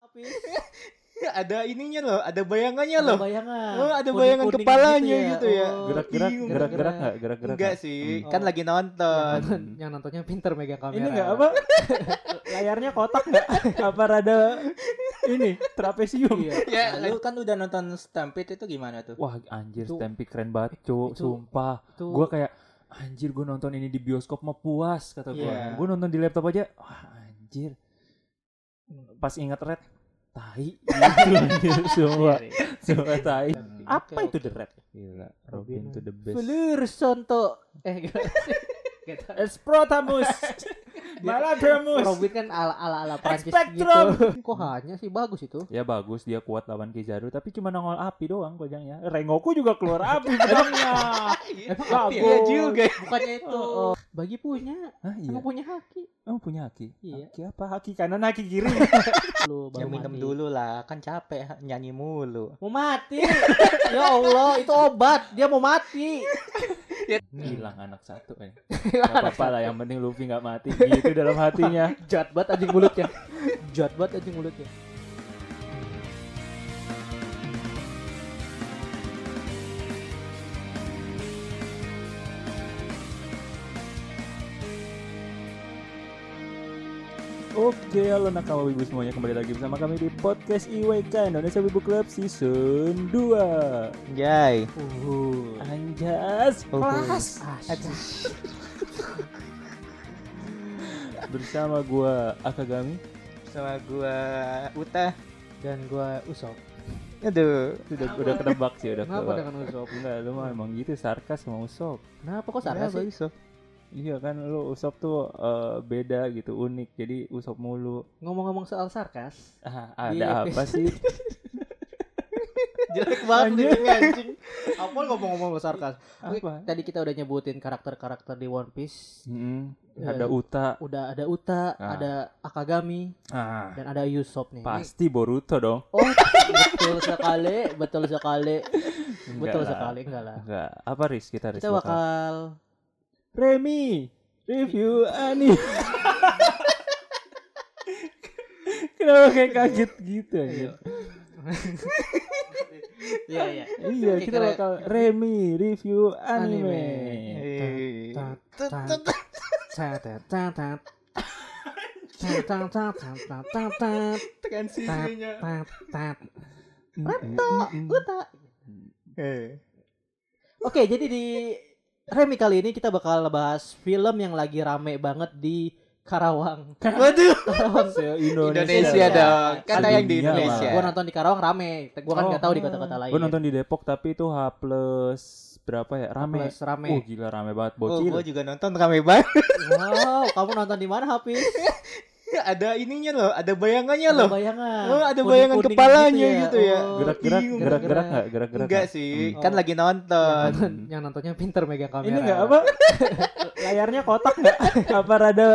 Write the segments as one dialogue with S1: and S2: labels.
S1: Tapi ada ininya loh, ada bayangannya Iya loh.
S2: bayangan.
S1: Oh, ada bayangan kepalanya gitu ya.
S2: Oh,
S3: gerak-gerak
S1: bingung.
S3: gerak-gerak nggak gerak-gerak
S1: Enggak
S3: nggak?
S1: sih,
S2: Hmm.
S1: kan
S2: Oh.
S1: lagi nonton.
S2: Yang nonton- Yang nontonnya pinter megang kamera.
S4: Ini nggak apa? Layarnya kotak nggak? apa rada ini trapesium?
S2: Iya.
S1: ya, lu kan udah nonton Stampede itu gimana tuh?
S3: wah anjir
S2: Itu-
S3: Stampede keren banget cu
S2: itu-
S3: sumpah
S2: Itu
S3: gue kayak anjir gue nonton ini di bioskop mah puas kata gue
S1: Iya.
S3: gue nonton di laptop aja wah anjir pas ingat red tai gitu anjir semua semua tai apa itu the red gila Robin to the best
S2: Blur Sonto. Eh, gimana sih? Nggak tahu.
S3: Protamus
S2: Robin kan ala ala ala Prancis
S3: Spectrum.
S2: gitu. Kok hanya sih bagus itu?
S3: ya bagus dia kuat lawan Kizaru tapi cuma nongol api doang kojangnya Rengoku juga keluar api pedangnya
S2: Emang
S3: Bagus.
S1: Iya juga.
S2: bukannya itu Oh. bagi punya,
S3: Hah, iya
S2: emang punya haki.
S3: Emang punya haki?
S2: Iya.
S3: Haki apa? Haki kanan, haki kiri.
S2: Lu
S1: Ya
S2: baru
S1: minum
S2: mati.
S1: dulu lah, kan capek nyanyi mulu.
S2: Mau mati. ya Allah, itu obat. Dia mau mati.
S3: Hilang anak satu eh. Gak apa-apa lah, yang penting Luffy gak mati. Gitu dalam hatinya.
S2: Jahat banget anjing mulutnya. Jahat banget anjing mulutnya.
S3: Oke, halo nakama wibu semuanya. Kembali lagi bersama kami di Podcast IWK Indonesia Wibu Club Season 2.
S1: Jai.
S2: Uh.
S3: Anjas,
S1: Uhuh.
S3: kelas. Bersama gua Akagami.
S1: Sama gua Uta.
S2: Dan gua usop.
S1: Aduh.
S3: Udah, udah ketebak sih, udah
S2: Kenapa
S3: ketebak.
S2: dengan usop?
S3: Enggak, lu mah emang gitu sarkas sama Usop.
S2: Kenapa kok salah
S1: Kenapa,
S2: sih?
S1: Yusuf?
S3: Iya kan lu Usop tuh eh, beda gitu, unik. Jadi Usop mulu.
S2: Ngomong-ngomong soal sarkas,
S3: Ah,
S2: Di
S3: ada apa sih?
S1: Jelek banget
S2: Banget
S1: nih.
S2: nih, anjing. Apa ngomong-ngomong sarkas?
S3: apa?
S2: Tadi kita udah nyebutin karakter-karakter di One Piece.
S3: Mm-mm.
S2: Ya,
S3: Ada Uta.
S2: Udah ada Uta,
S3: Ah.
S2: ada Akagami,
S3: Ah,
S2: dan ada Usopp nih.
S3: pasti Boruto dong.
S2: Oh, betul sekali, betul sekali, betul
S3: Enggak lah.
S2: sekali enggak lah.
S3: Enggak. Apa Riz? Kita Riz.
S2: Kita
S3: bakal-
S2: bakal
S3: Remi review anime. Kenapa kayak kaget gitu aja?
S2: Iya, iya.
S3: Iya,
S2: Oke,
S3: kita
S2: keren.
S3: bakal Remi review anime.
S2: Anime.
S1: Eh.
S2: Tat, tat, tat, tat, tat, tat. Tat, tat, tat, tat, tat, tat, tat,
S1: kan Transisinya.
S2: tat, tat.
S3: Mm-mm.
S2: Uta.
S1: Eh.
S2: Oke, jadi di Remi kali ini kita bakal bahas film yang lagi rame banget di Karawang.
S1: Waduh.
S2: Karawang.
S3: Se-Indonesia.
S1: Indonesia dong. Kata yang di
S3: Dunia lah.
S1: Indonesia.
S2: iya Gua nonton di Karawang rame. Gua kan
S3: Oh.
S2: nggak tahu di kota-kota lain. ya.
S3: Gue nonton di Depok tapi itu H plus berapa ya? Rame.
S2: Plus rame.
S3: Oh gila rame banget
S1: Oh,
S3: bocil.
S1: gua juga nonton rame banget.
S2: Wow, kamu nonton di mana, Hafiz?
S1: ada ininya loh, ada bayangannya
S2: Ada
S1: loh.
S2: bayangan.
S1: Oh, ada bayangan
S2: Kuning-kuning
S1: kepalanya gitu ya.
S2: Oh.
S3: Gerak-gerak,
S1: Bingung.
S3: gerak-gerak nggak? Gerak-gerak.
S1: Enggak
S3: nggak?
S1: sih,
S2: Hmm.
S1: kan
S2: Oh.
S1: lagi
S2: Yang
S1: nonton.
S2: nonton- Yang nontonnya pinter megang kamera.
S4: Ini nggak apa? Layarnya kotak nggak? apa rada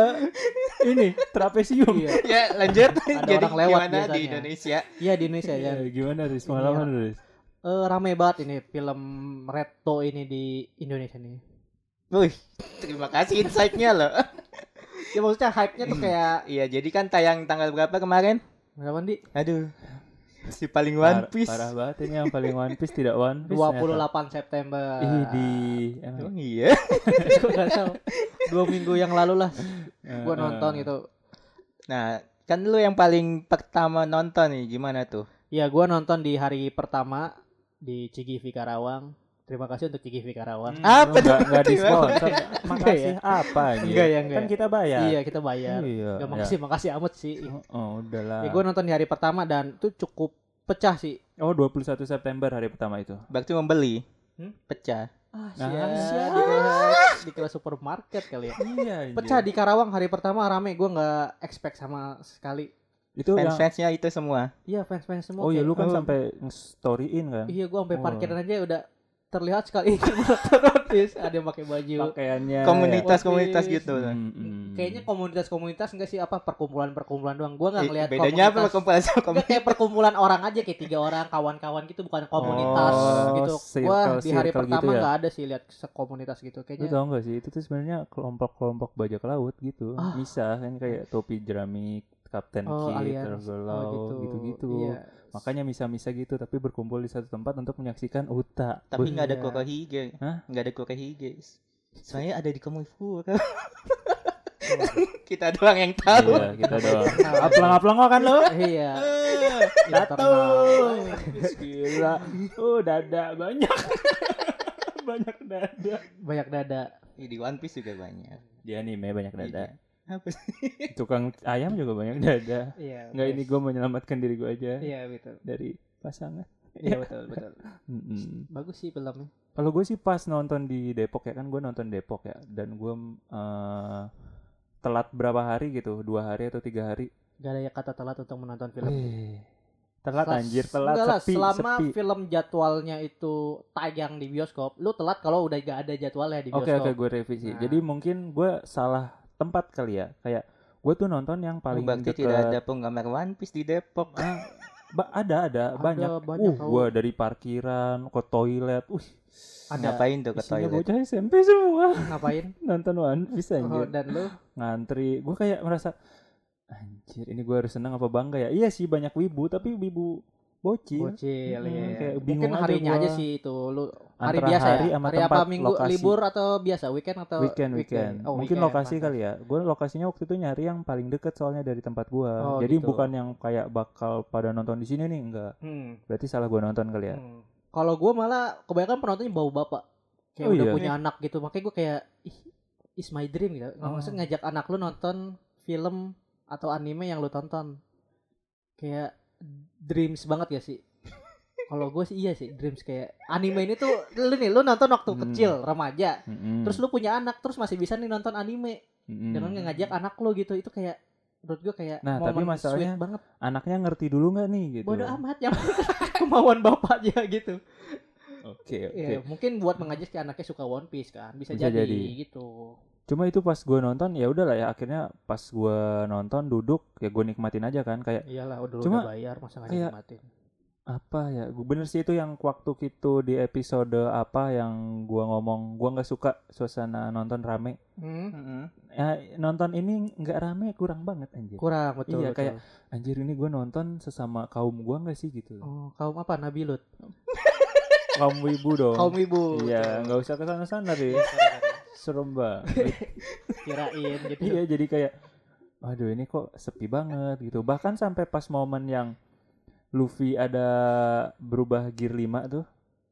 S4: ini trapesium?
S2: Iya.
S1: ya, lanjut.
S2: Ada
S1: Jadi
S2: orang lewat
S1: gimana di
S2: biasanya.
S1: Indonesia?
S2: Iya di Indonesia ya.
S3: Iya, Gimana Riz? Pengalaman lu, Riz?
S2: Eh, rame banget ini film Reto ini di Indonesia nih.
S1: Wih, terima kasih insight-nya loh.
S2: Ya maksudnya hype-nya tuh kayak
S1: Iya, jadi kan tayang tanggal berapa kemarin?
S2: berapa di
S1: Aduh. Si paling One
S3: Par-
S1: Piece.
S3: Parah banget ini yang paling One Piece tidak One Piece.
S2: 28 September.
S3: ternyata. ya, Ih di emang.
S1: Emang iya.
S2: Gua nggak tahu. Dua minggu yang lalu lah
S3: ya? Eh,
S2: gua nonton gitu.
S1: Nah, kan lu yang paling pertama nonton nih, gimana tuh?
S2: Ya gua nonton di hari pertama di Cigivi Karawang. Terima kasih untuk Cigivi
S3: Hmm.
S2: Karawang.
S1: Apa
S3: Enggak
S1: tuh?
S3: enggak disponsor.
S2: Enggak ya?
S3: Makasih apa anjir?
S2: Enggak ya, enggak
S3: Kan
S2: ya.
S3: kita bayar.
S2: Iya kita bayar.
S3: Iya.
S2: Gak
S3: ya.
S2: makasih, makasih amat sih.
S3: Oh, Oh, udahlah.
S2: Ya, gue nonton di hari pertama dan itu cukup pecah sih.
S3: Oh, 21 September hari pertama itu.
S1: Berarti membeli. pecah
S3: Nah.
S2: Ya,
S4: siap.
S3: Ah.
S2: di kelas di kelas supermarket kali ya.
S3: Iya. anjir.
S2: Pecah di Karawang hari pertama rame, gua nggak expect sama sekali.
S3: Itu yang
S1: fans-fansnya itu semua
S2: Iya fans-fans semua.
S3: Oh iya
S2: kayak,
S3: lu kan
S2: "Oh,
S3: sampai nge-storyin kan.
S2: Iya gua sampai
S3: Oh.
S2: parkiran aja udah terlihat sekali otomatis ada yang pakai baju.
S1: Eh,
S3: Pakaiannya.
S1: komunitas-komunitas
S2: Otis.
S1: gitu loh.
S3: hmm.
S2: Kayaknya komunitas-komunitas enggak sih apa perkumpulan-perkumpulan doang. Gua
S3: Iya,
S2: nggak
S1: I-
S2: ngelihat
S1: bedanya apa
S2: komunitas.
S1: kumpulan sama
S2: Enggak,
S1: komunitas
S2: kayak perkumpulan orang aja kayak tiga orang kawan-kawan gitu bukan komunitas
S3: Oh,
S2: gitu.
S3: circle-
S2: Wah, di hari
S3: circle gitu
S2: pertama
S3: ya?
S2: nggak ada sih lihat komunitas gitu
S3: Lu
S4: Iya.
S2: kayaknya.
S3: tau gak sih itu tuh sebenarnya kelompok-kelompok bajak laut gitu
S2: Ah.
S3: Misah kan kayak topi jeramik, kapten
S2: Oh, gitu. Iya.
S3: kid,
S2: aliansi.
S3: tergelau
S4: gitu.
S3: gitu-gitu
S4: Iya.
S3: Makanya misah-misah gitu tapi berkumpul di satu tempat untuk menyaksikan uta
S1: tapi
S3: Be-
S1: nggak ada
S2: Iya.
S1: kokahige
S3: Hah?
S1: nggak ada kokahige soalnya ada di Komifura Iya. kita doang yang tahu
S3: Iya kita doang
S4: Aplang-aplang kok kan lo?
S2: Iya.
S4: Dateng. Gila. Oh, dada banyak. banyak dada.
S2: Banyak dada.
S1: Ih, di One Piece juga banyak Iya.
S3: Di anime banyak dada
S1: apa sih
S4: Iya.
S3: Tukang ayam juga banyak dada
S2: Iya.
S3: Nggak ini gue menyelamatkan diri gue aja
S2: Iya betul.
S3: dari pasangan
S2: Iya betul betul.
S3: Mm-mm.
S2: Bagus sih filmnya.
S3: Kalau gue sih pas nonton di Depok ya kan gue nonton Depok ya dan gue eh, telat berapa hari gitu dua hari atau tiga hari
S2: Gak ada
S3: ya
S2: kata telat untuk menonton film.
S3: Eh,
S2: Iya.
S3: telat
S2: Selas-
S3: anjir telat
S2: Enggak lah,
S3: sepi
S2: selama
S3: sepi
S2: film jadwalnya itu tayang di bioskop, lu telat kalau udah gak ada jadwalnya di
S3: oke
S2: bioskop.
S3: oke gue revisi
S2: Nah.
S3: jadi mungkin gue salah tempat kali ya kayak gue tuh nonton yang paling
S1: Bakti
S3: deket
S1: tidak ada penggambar One Piece di Depok
S3: Ah, ba- ada ada
S2: Ada
S3: banyak,
S2: banyak,
S3: uh
S2: tau.
S3: gue dari parkiran ke toilet uh
S2: Ada
S1: ngapain tuh ke
S3: isinya
S1: toilet
S3: bocah SMP semua
S2: ngapain?
S3: ya, nonton One Piece
S2: Oh,
S3: anjir
S2: dan lu
S3: ngantri gue kayak merasa anjir ini gue harus senang apa bangga ya iya sih banyak wibu tapi wibu bocil
S2: bocil
S3: Hmm,
S2: ya.
S3: kayak
S2: Mungkin
S3: bingung aja
S2: harinya
S3: gua.
S2: aja sih itu lu hari
S3: Antara
S2: biasa
S3: hari
S2: ya.
S3: sama
S2: hari
S3: tempat,
S2: apa minggu
S3: lokasi.
S2: libur atau biasa weekend atau
S3: weekend
S2: weekday?
S3: weekend
S2: Oh,
S3: mungkin
S2: weekend,
S3: lokasi
S2: mantap.
S3: kali ya gue lokasinya waktu itu nyari yang paling deket soalnya dari tempat gue
S2: Oh,
S3: jadi
S2: gitu.
S3: bukan yang kayak bakal pada nonton di sini nih enggak
S2: Hmm.
S3: berarti salah gue nonton kali ya
S2: Hmm. Kalau gue malah kebanyakan penontonnya bau bapak, kayak
S3: Oh
S2: udah
S3: iya?
S2: punya anak gitu. Makanya gue kayak Ih, is my dream gitu. Nggak
S3: Oh.
S2: maksud ngajak anak lu nonton film atau anime yang lu tonton, kayak dreams banget gak sih? Kalau gue sih iya sih dreams kayak anime ini tuh lu nih lu nonton waktu
S3: Hmm.
S2: kecil remaja,
S3: Mm-mm.
S2: terus lu punya anak terus masih bisa nih nonton anime
S3: Mm-mm.
S2: dengan ngajak anak lu gitu itu kayak menurut gue kayak
S3: Hmm. Nah, tapi
S2: momen
S3: masalahnya
S2: sweet banget
S3: anaknya ngerti dulu nggak nih gitu
S2: bodoh amat yang kemauan bapaknya gitu
S3: oke oke
S2: Iya, mungkin buat mengajak si anaknya suka One Piece kan, bisa,
S3: Bisa
S2: jadi,
S3: jadi.
S2: gitu.
S3: cuma itu pas gue nonton ya udahlah ya akhirnya pas gue nonton duduk ya gue nikmatin aja kan kayak
S2: Iyalah, udah
S3: Cuma,
S2: udah bayar masa nggak
S3: kayak-
S2: nikmatin.
S3: apa ya Gu- bener sih itu yang waktu itu di episode apa yang gua ngomong gua nggak suka suasana nonton rame
S2: Hmm,
S1: Mm-mm.
S3: ya, nonton ini nggak rame kurang banget anjir
S2: kurang betul.
S3: Iya,
S2: betul.
S3: kayak- anjir ini gua nonton sesama kaum gua nggak sih gitu
S2: oh, kaum apa Nabi Lut?
S1: Oh.
S3: kaum wibu dong
S2: Kaum ibu. betul.
S3: iya nggak usah kesana sana deh serem banget
S2: Iya, kirain gitu.
S3: iya jadi kayak aduh ini kok sepi banget gitu bahkan sampai pas momen yang Luffy ada berubah gear 5 tuh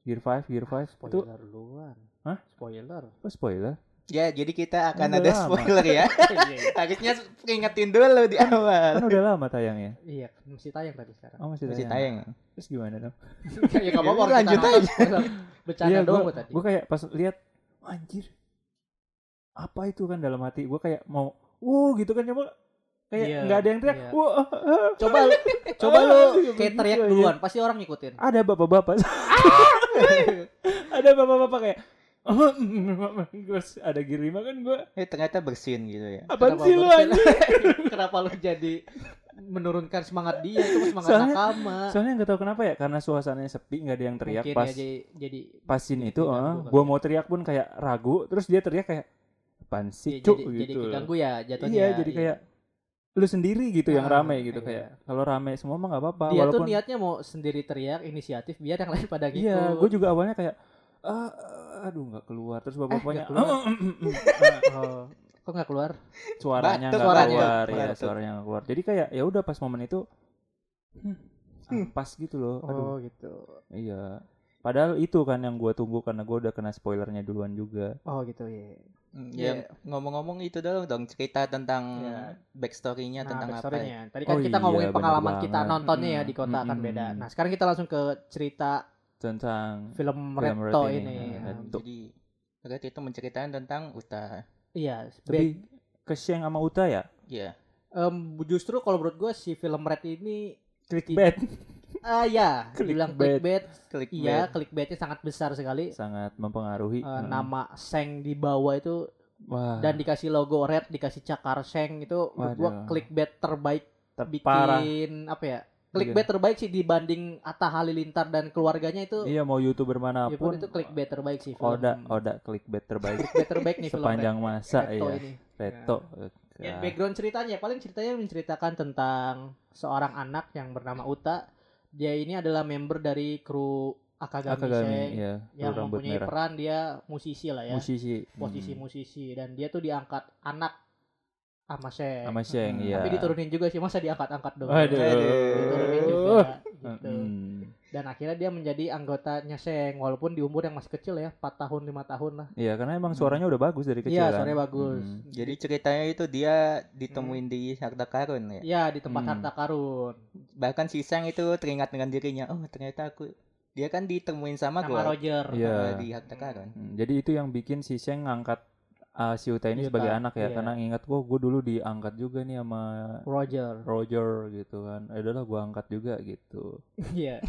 S3: gear 5 gear 5 itu
S2: Spoiler duluan.
S3: Hah?
S2: Spoiler.
S3: oh, spoiler
S1: ya jadi kita akan
S3: Udah
S1: ada
S3: lama.
S1: spoiler ya
S2: Iya,
S1: harusnya peringetin dulu di awal
S3: kan udah lama tayangnya
S2: iya, masih tayang tapi sekarang.
S3: Oh masih,
S1: masih
S3: tayang.
S1: tayang
S3: Terus gimana dong?
S2: ya nggak apa-apa.
S1: Ya,
S2: kita
S1: lanjut
S2: nonton spoiler. Bercanda
S3: Iya,
S2: doang
S3: gua-
S2: gua tadi.
S3: Gue kayak pas lihat "Oh, anjir. Apa itu kan dalam hati gue kayak mau uh gitu kan cuma kayak
S2: Iya,
S3: nggak ada yang teriak.
S2: iya.
S3: Wah, ah, ah.
S2: Coba lu- coba lu
S3: Iya,
S2: kayak
S3: begitu,
S2: teriak
S3: iya.
S2: duluan, pasti orang ngikutin.
S3: ada bapak-bapak. ada bapak-bapak kayak Terus ada girima kan gue
S1: eh ternyata bersin gitu ya
S3: Apaan
S2: Kenapa
S3: sih lu
S2: bersin?
S3: anjir
S2: Kenapa lu jadi menurunkan semangat dia itu semangat
S3: Soalnya-
S2: nakama?
S3: Soalnya gak tahu kenapa ya Karena suasananya sepi nggak ada yang teriak
S2: Mungkin
S3: Pas
S2: ya, jadi, jadi
S3: pasin
S2: Jadi
S3: itu eh,
S2: keganggu kali
S3: Gue
S2: ya.
S3: mau teriak pun kayak ragu Terus dia teriak kayak Apaan
S2: ya,
S3: sih cuk
S2: jadi,
S3: gitu
S2: jadi
S3: loh.
S2: keganggu ya jatuhnya.
S3: Iya, jadi kayak lu sendiri gitu yang
S2: Ah,
S3: rame gitu
S2: iya.
S3: kayak. Kalau rame semua mah nggak apa-apa
S2: dia
S3: walaupun
S2: tuh niatnya mau sendiri teriak inisiatif biar yang lain pada gitu.
S3: Iya, gue juga awalnya kayak "Ah, aduh nggak keluar terus
S2: Eh,
S3: bapak-bapaknya
S2: nggak keluar.
S3: "Ah, mm, mm, mm."
S2: Oh, kok nggak keluar?
S3: suaranya
S1: Batuk
S3: nggak
S1: suaranya.
S3: keluar ya
S1: Batuk.
S3: suaranya nggak keluar jadi kayak ya udah pas momen itu hmm, pas gitu loh
S2: Oh
S3: aduh
S2: gitu.
S3: iya padahal itu kan yang gue tunggu karena gue udah kena spoilernya duluan juga
S2: Oh gitu ya.
S1: Mm, ya
S2: Iya.
S1: ngomong-ngomong itu dong dong cerita tentang
S2: Iya.
S1: backstory-nya tentang apa ya.
S2: Tadi kan
S3: Nah, Oh
S2: kita
S3: iya,
S2: ngomongin
S3: bener
S2: pengalaman kita
S3: banget.
S2: nontonnya ya di kota kan
S3: Mm-mm.
S2: beda. Nah sekarang kita langsung ke cerita
S3: tentang
S2: film
S3: Film
S2: Reto
S3: Red
S2: ini.
S3: ini,
S2: ya.
S3: Red. Betul.
S1: Jadi Red itu menceritakan tentang Uta.
S2: Iya, back-
S3: tapi kesiang sama Uta ya
S1: Iya.
S2: em, justru kalau menurut gue si film Red ini
S3: clickbait
S2: ah ya, dibilang clickbait.
S3: Clickbait.
S1: Klik
S2: Iya, clickbaitnya sangat besar sekali.
S3: sangat mempengaruhi
S2: Eh,
S3: Heeh.
S2: nama Seng di bawah itu
S3: Wah,
S2: dan dikasih logo red dikasih cakar seng itu menurut gua
S3: Ah. Waduh.
S2: clickbait terbaik
S3: ter-
S2: bikin
S3: parah Iya.
S2: apa ya clickbait terbaik sih dibanding Atta Halilintar dan keluarganya itu
S3: iya mau
S2: ya
S3: youtuber
S2: pun
S3: manapun
S2: itu clickbait terbaik sih film
S3: Oda Oda clickbait terbaik
S2: clickbait terbaik nih film
S3: sepanjang
S2: Red-
S3: masa
S2: Redto
S3: ya
S2: ini
S3: Reto eh, ah,
S2: Ya, background ceritanya paling ceritanya menceritakan tentang seorang anak yang bernama Uta dia ini adalah member dari kru Akagami, Seng,
S3: Akagami ya
S2: yang
S3: Lu rambut
S2: mempunyai
S3: merah
S2: peran dia musisi lah ya
S3: musisi Hmm.
S2: posisi musisi dan dia tuh diangkat anak sama Seng
S3: sama Sheng
S1: Hmm.
S3: ya
S2: Tapi diturunin juga sih, masa diangkat-angkat doang.
S3: Aduh.
S2: Diturunin juga gitu.
S3: Uh. Hmm.
S2: Dan akhirnya dia menjadi anggotanya Seng walaupun di umur yang masih kecil ya, 4 tahun, 5 tahun lah.
S3: Iya, karena emang suaranya udah bagus dari
S2: Hmm.
S3: kecil
S2: Iya,
S3: kan.
S2: suaranya bagus.
S3: Mm.
S1: Jadi ceritanya itu dia ditemuin di harta karun ya.
S2: Iya, di tempat
S3: Hmm.
S2: harta karun.
S1: Bahkan si Sang itu teringat dengan dirinya, oh ternyata aku dia kan ditemuin sama,
S2: Sama
S1: gua
S2: Roger.
S1: eh,
S3: Iya.
S1: di harta karun.
S3: Mm, Jadi itu yang bikin si Sheng ngangkat uh, si Uta ini
S2: Yuta,
S3: sebagai anak ya,
S2: iya.
S3: karena ingat gua gua dulu diangkat juga nih sama
S2: Roger.
S3: Roger gitu kan. Eh udahlah gua angkat juga gitu.
S2: Iya.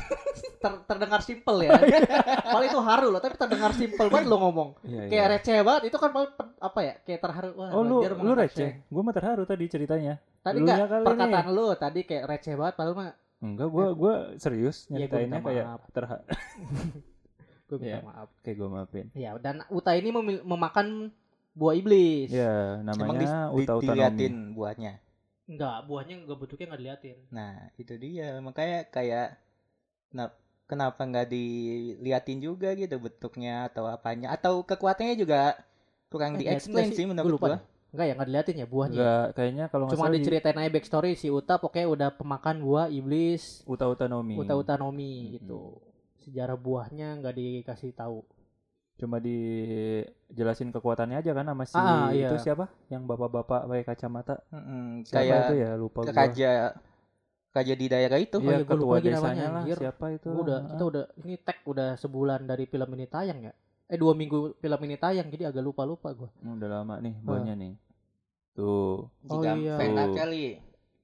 S2: Ter- terdengar simpel ya. Paling itu haru loh, tapi terdengar simpel banget lo ngomong.
S3: Iya,
S2: Kayak
S3: iya.
S2: receh banget, itu kan paling pen- apa ya? Kayak terharu. Wah,
S3: Oh lu
S2: Roger
S3: lu
S2: mengangkat Seng.
S3: receh. Gua mah terharu tadi ceritanya.
S2: Tadi
S3: Lunya
S2: enggak
S3: kali ini.
S2: perkataan lu tadi kayak receh banget padahal mah
S3: Enggak, gua gua serius
S2: Iya, gua
S3: nyeritainnya
S2: minta
S3: kayak
S2: maaf.
S3: terha
S2: gue minta
S3: Iya.
S2: maaf.
S3: kayak gua maafin.
S2: Ya, dan Uta ini memil- memakan buah iblis.
S3: Iya,
S1: Emang di,
S3: namanya
S1: di-
S3: Uta
S1: diliatin
S3: Utanomi.
S2: Oh,
S1: buahnya.
S2: Enggak, buahnya enggak bentuknya enggak diliatin.
S1: Nah, itu dia. Makanya kayak nah, kenapa nggak diliatin juga gitu bentuknya atau apanya atau kekuatannya juga kurang di
S2: Eh, diliatin
S1: explain sih
S2: gua
S1: menurut
S2: lupa
S1: gua.
S2: deh. Enggak ya, enggak diliatin ya buahnya.
S3: Enggak, kayaknya kalau nggak
S2: Cuma
S3: salah di
S2: diceritain aja backstory si Uta pokoknya udah pemakan buah iblis
S3: Uta Utanomi.
S2: Uta Uta Nomi
S3: Mm-mm.
S2: gitu. Sejarah buahnya enggak dikasih tahu.
S3: cuma dijelasin kekuatannya aja kan sama si
S2: Ah, iya.
S3: itu siapa yang bapak-bapak pakai kacamata
S1: Mm-mm,
S3: siapa itu
S1: kayak
S3: ya lupa
S1: ke
S3: gua
S1: raja raja di daerah itu.
S3: Iya,
S2: Oh iya, gua lupa
S3: ketua
S2: lagi
S3: desanya
S2: namanya,
S3: lah
S2: anjir.
S3: siapa itu
S2: Gua udah
S3: Ah,
S2: kita udah ini tag udah sebulan dari film ini tayang ya. Eh dua minggu film ini tayang jadi agak lupa-lupa gua.
S3: ah. udah lama nih buahnya nih tuh
S2: Oh
S1: Jika
S2: iya.
S1: Venak
S3: Tuh.
S1: kali.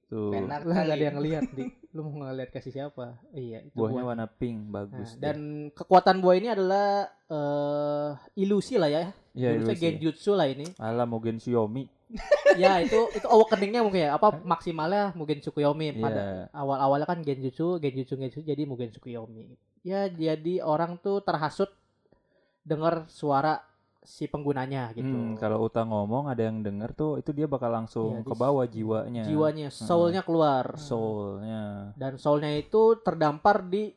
S3: tuh
S1: Venak
S2: Lah
S1: kali.
S2: enggak ada yang ngelihat, Di. Lu mau ngelihat kasih siapa? Iya, itu
S3: buahnya
S2: buahnya.
S3: warna pink
S2: Nah,
S3: bagus deh.
S2: dan kekuatan buah ini adalah eh ilusi lah ya.
S3: Iya,
S2: Ilusi
S3: ilusi.
S2: genjutsu lah ini.
S3: Ala Mugen Xiaomi.
S2: ya, itu itu awakeningnya mungkin ya. Apa maksimalnya mungkin Tsukuyomi pada
S3: Iya.
S2: awal-awalnya kan genjutsu, genjutsu, genjutsu jadi mungkin Tsukuyomi. Ya, jadi orang tuh terhasut dengar suara si penggunanya gitu.
S3: Hmm, kalau Uta ngomong ada yang denger tuh itu dia bakal langsung
S2: Iya,
S3: ke
S2: di-
S3: bawah jiwanya.
S2: Jiwanya, soulnya keluar.
S3: soulnya.
S2: Dan soulnya itu terdampar di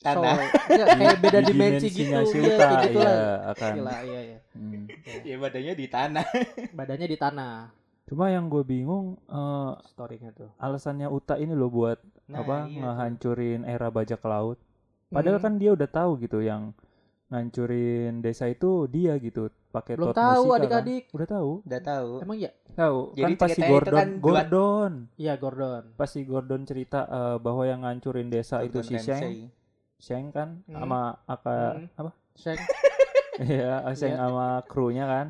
S1: Tanah.
S2: soul. Iya, kayak beda
S3: Di
S2: dimensi gitu.
S3: dimensinya si
S2: Iya,
S3: Uta,
S2: kayak gitu
S3: iya,
S2: lah.
S3: akan.
S2: Gila, iya, iya.
S3: Hmm.
S1: Ya badannya di tanah.
S2: Badannya di tanah
S3: Cuma yang gue bingung eh,
S2: storynya tuh.
S3: alasannya Uta ini loh buat
S1: Nah, iya
S3: apa
S1: tuh.
S3: ngehancurin era bajak laut. Padahal
S2: Hmm.
S3: kan dia udah tahu gitu yang ngancurin desa itu dia gitu pakai
S2: Belum
S3: tot
S2: tahu,
S3: musika kan.
S2: adik-adik.
S3: Udah tahu.
S1: Udah tahu.
S2: Emang ya?
S3: Tahu.
S1: Jadi
S3: kan pasti
S1: ceritanya itu
S3: Gordon
S1: kan dua-
S3: Gordon.
S2: Iya Gordon.
S3: Pasti Gordon cerita eh, bahwa yang ngancurin desa itu si Sheng.
S1: Ramsey.
S3: Sheng kan
S2: Hmm.
S3: sama apa
S2: Hmm.
S3: apa?
S2: Seng.
S3: Iya, Sheng sama krunya kan.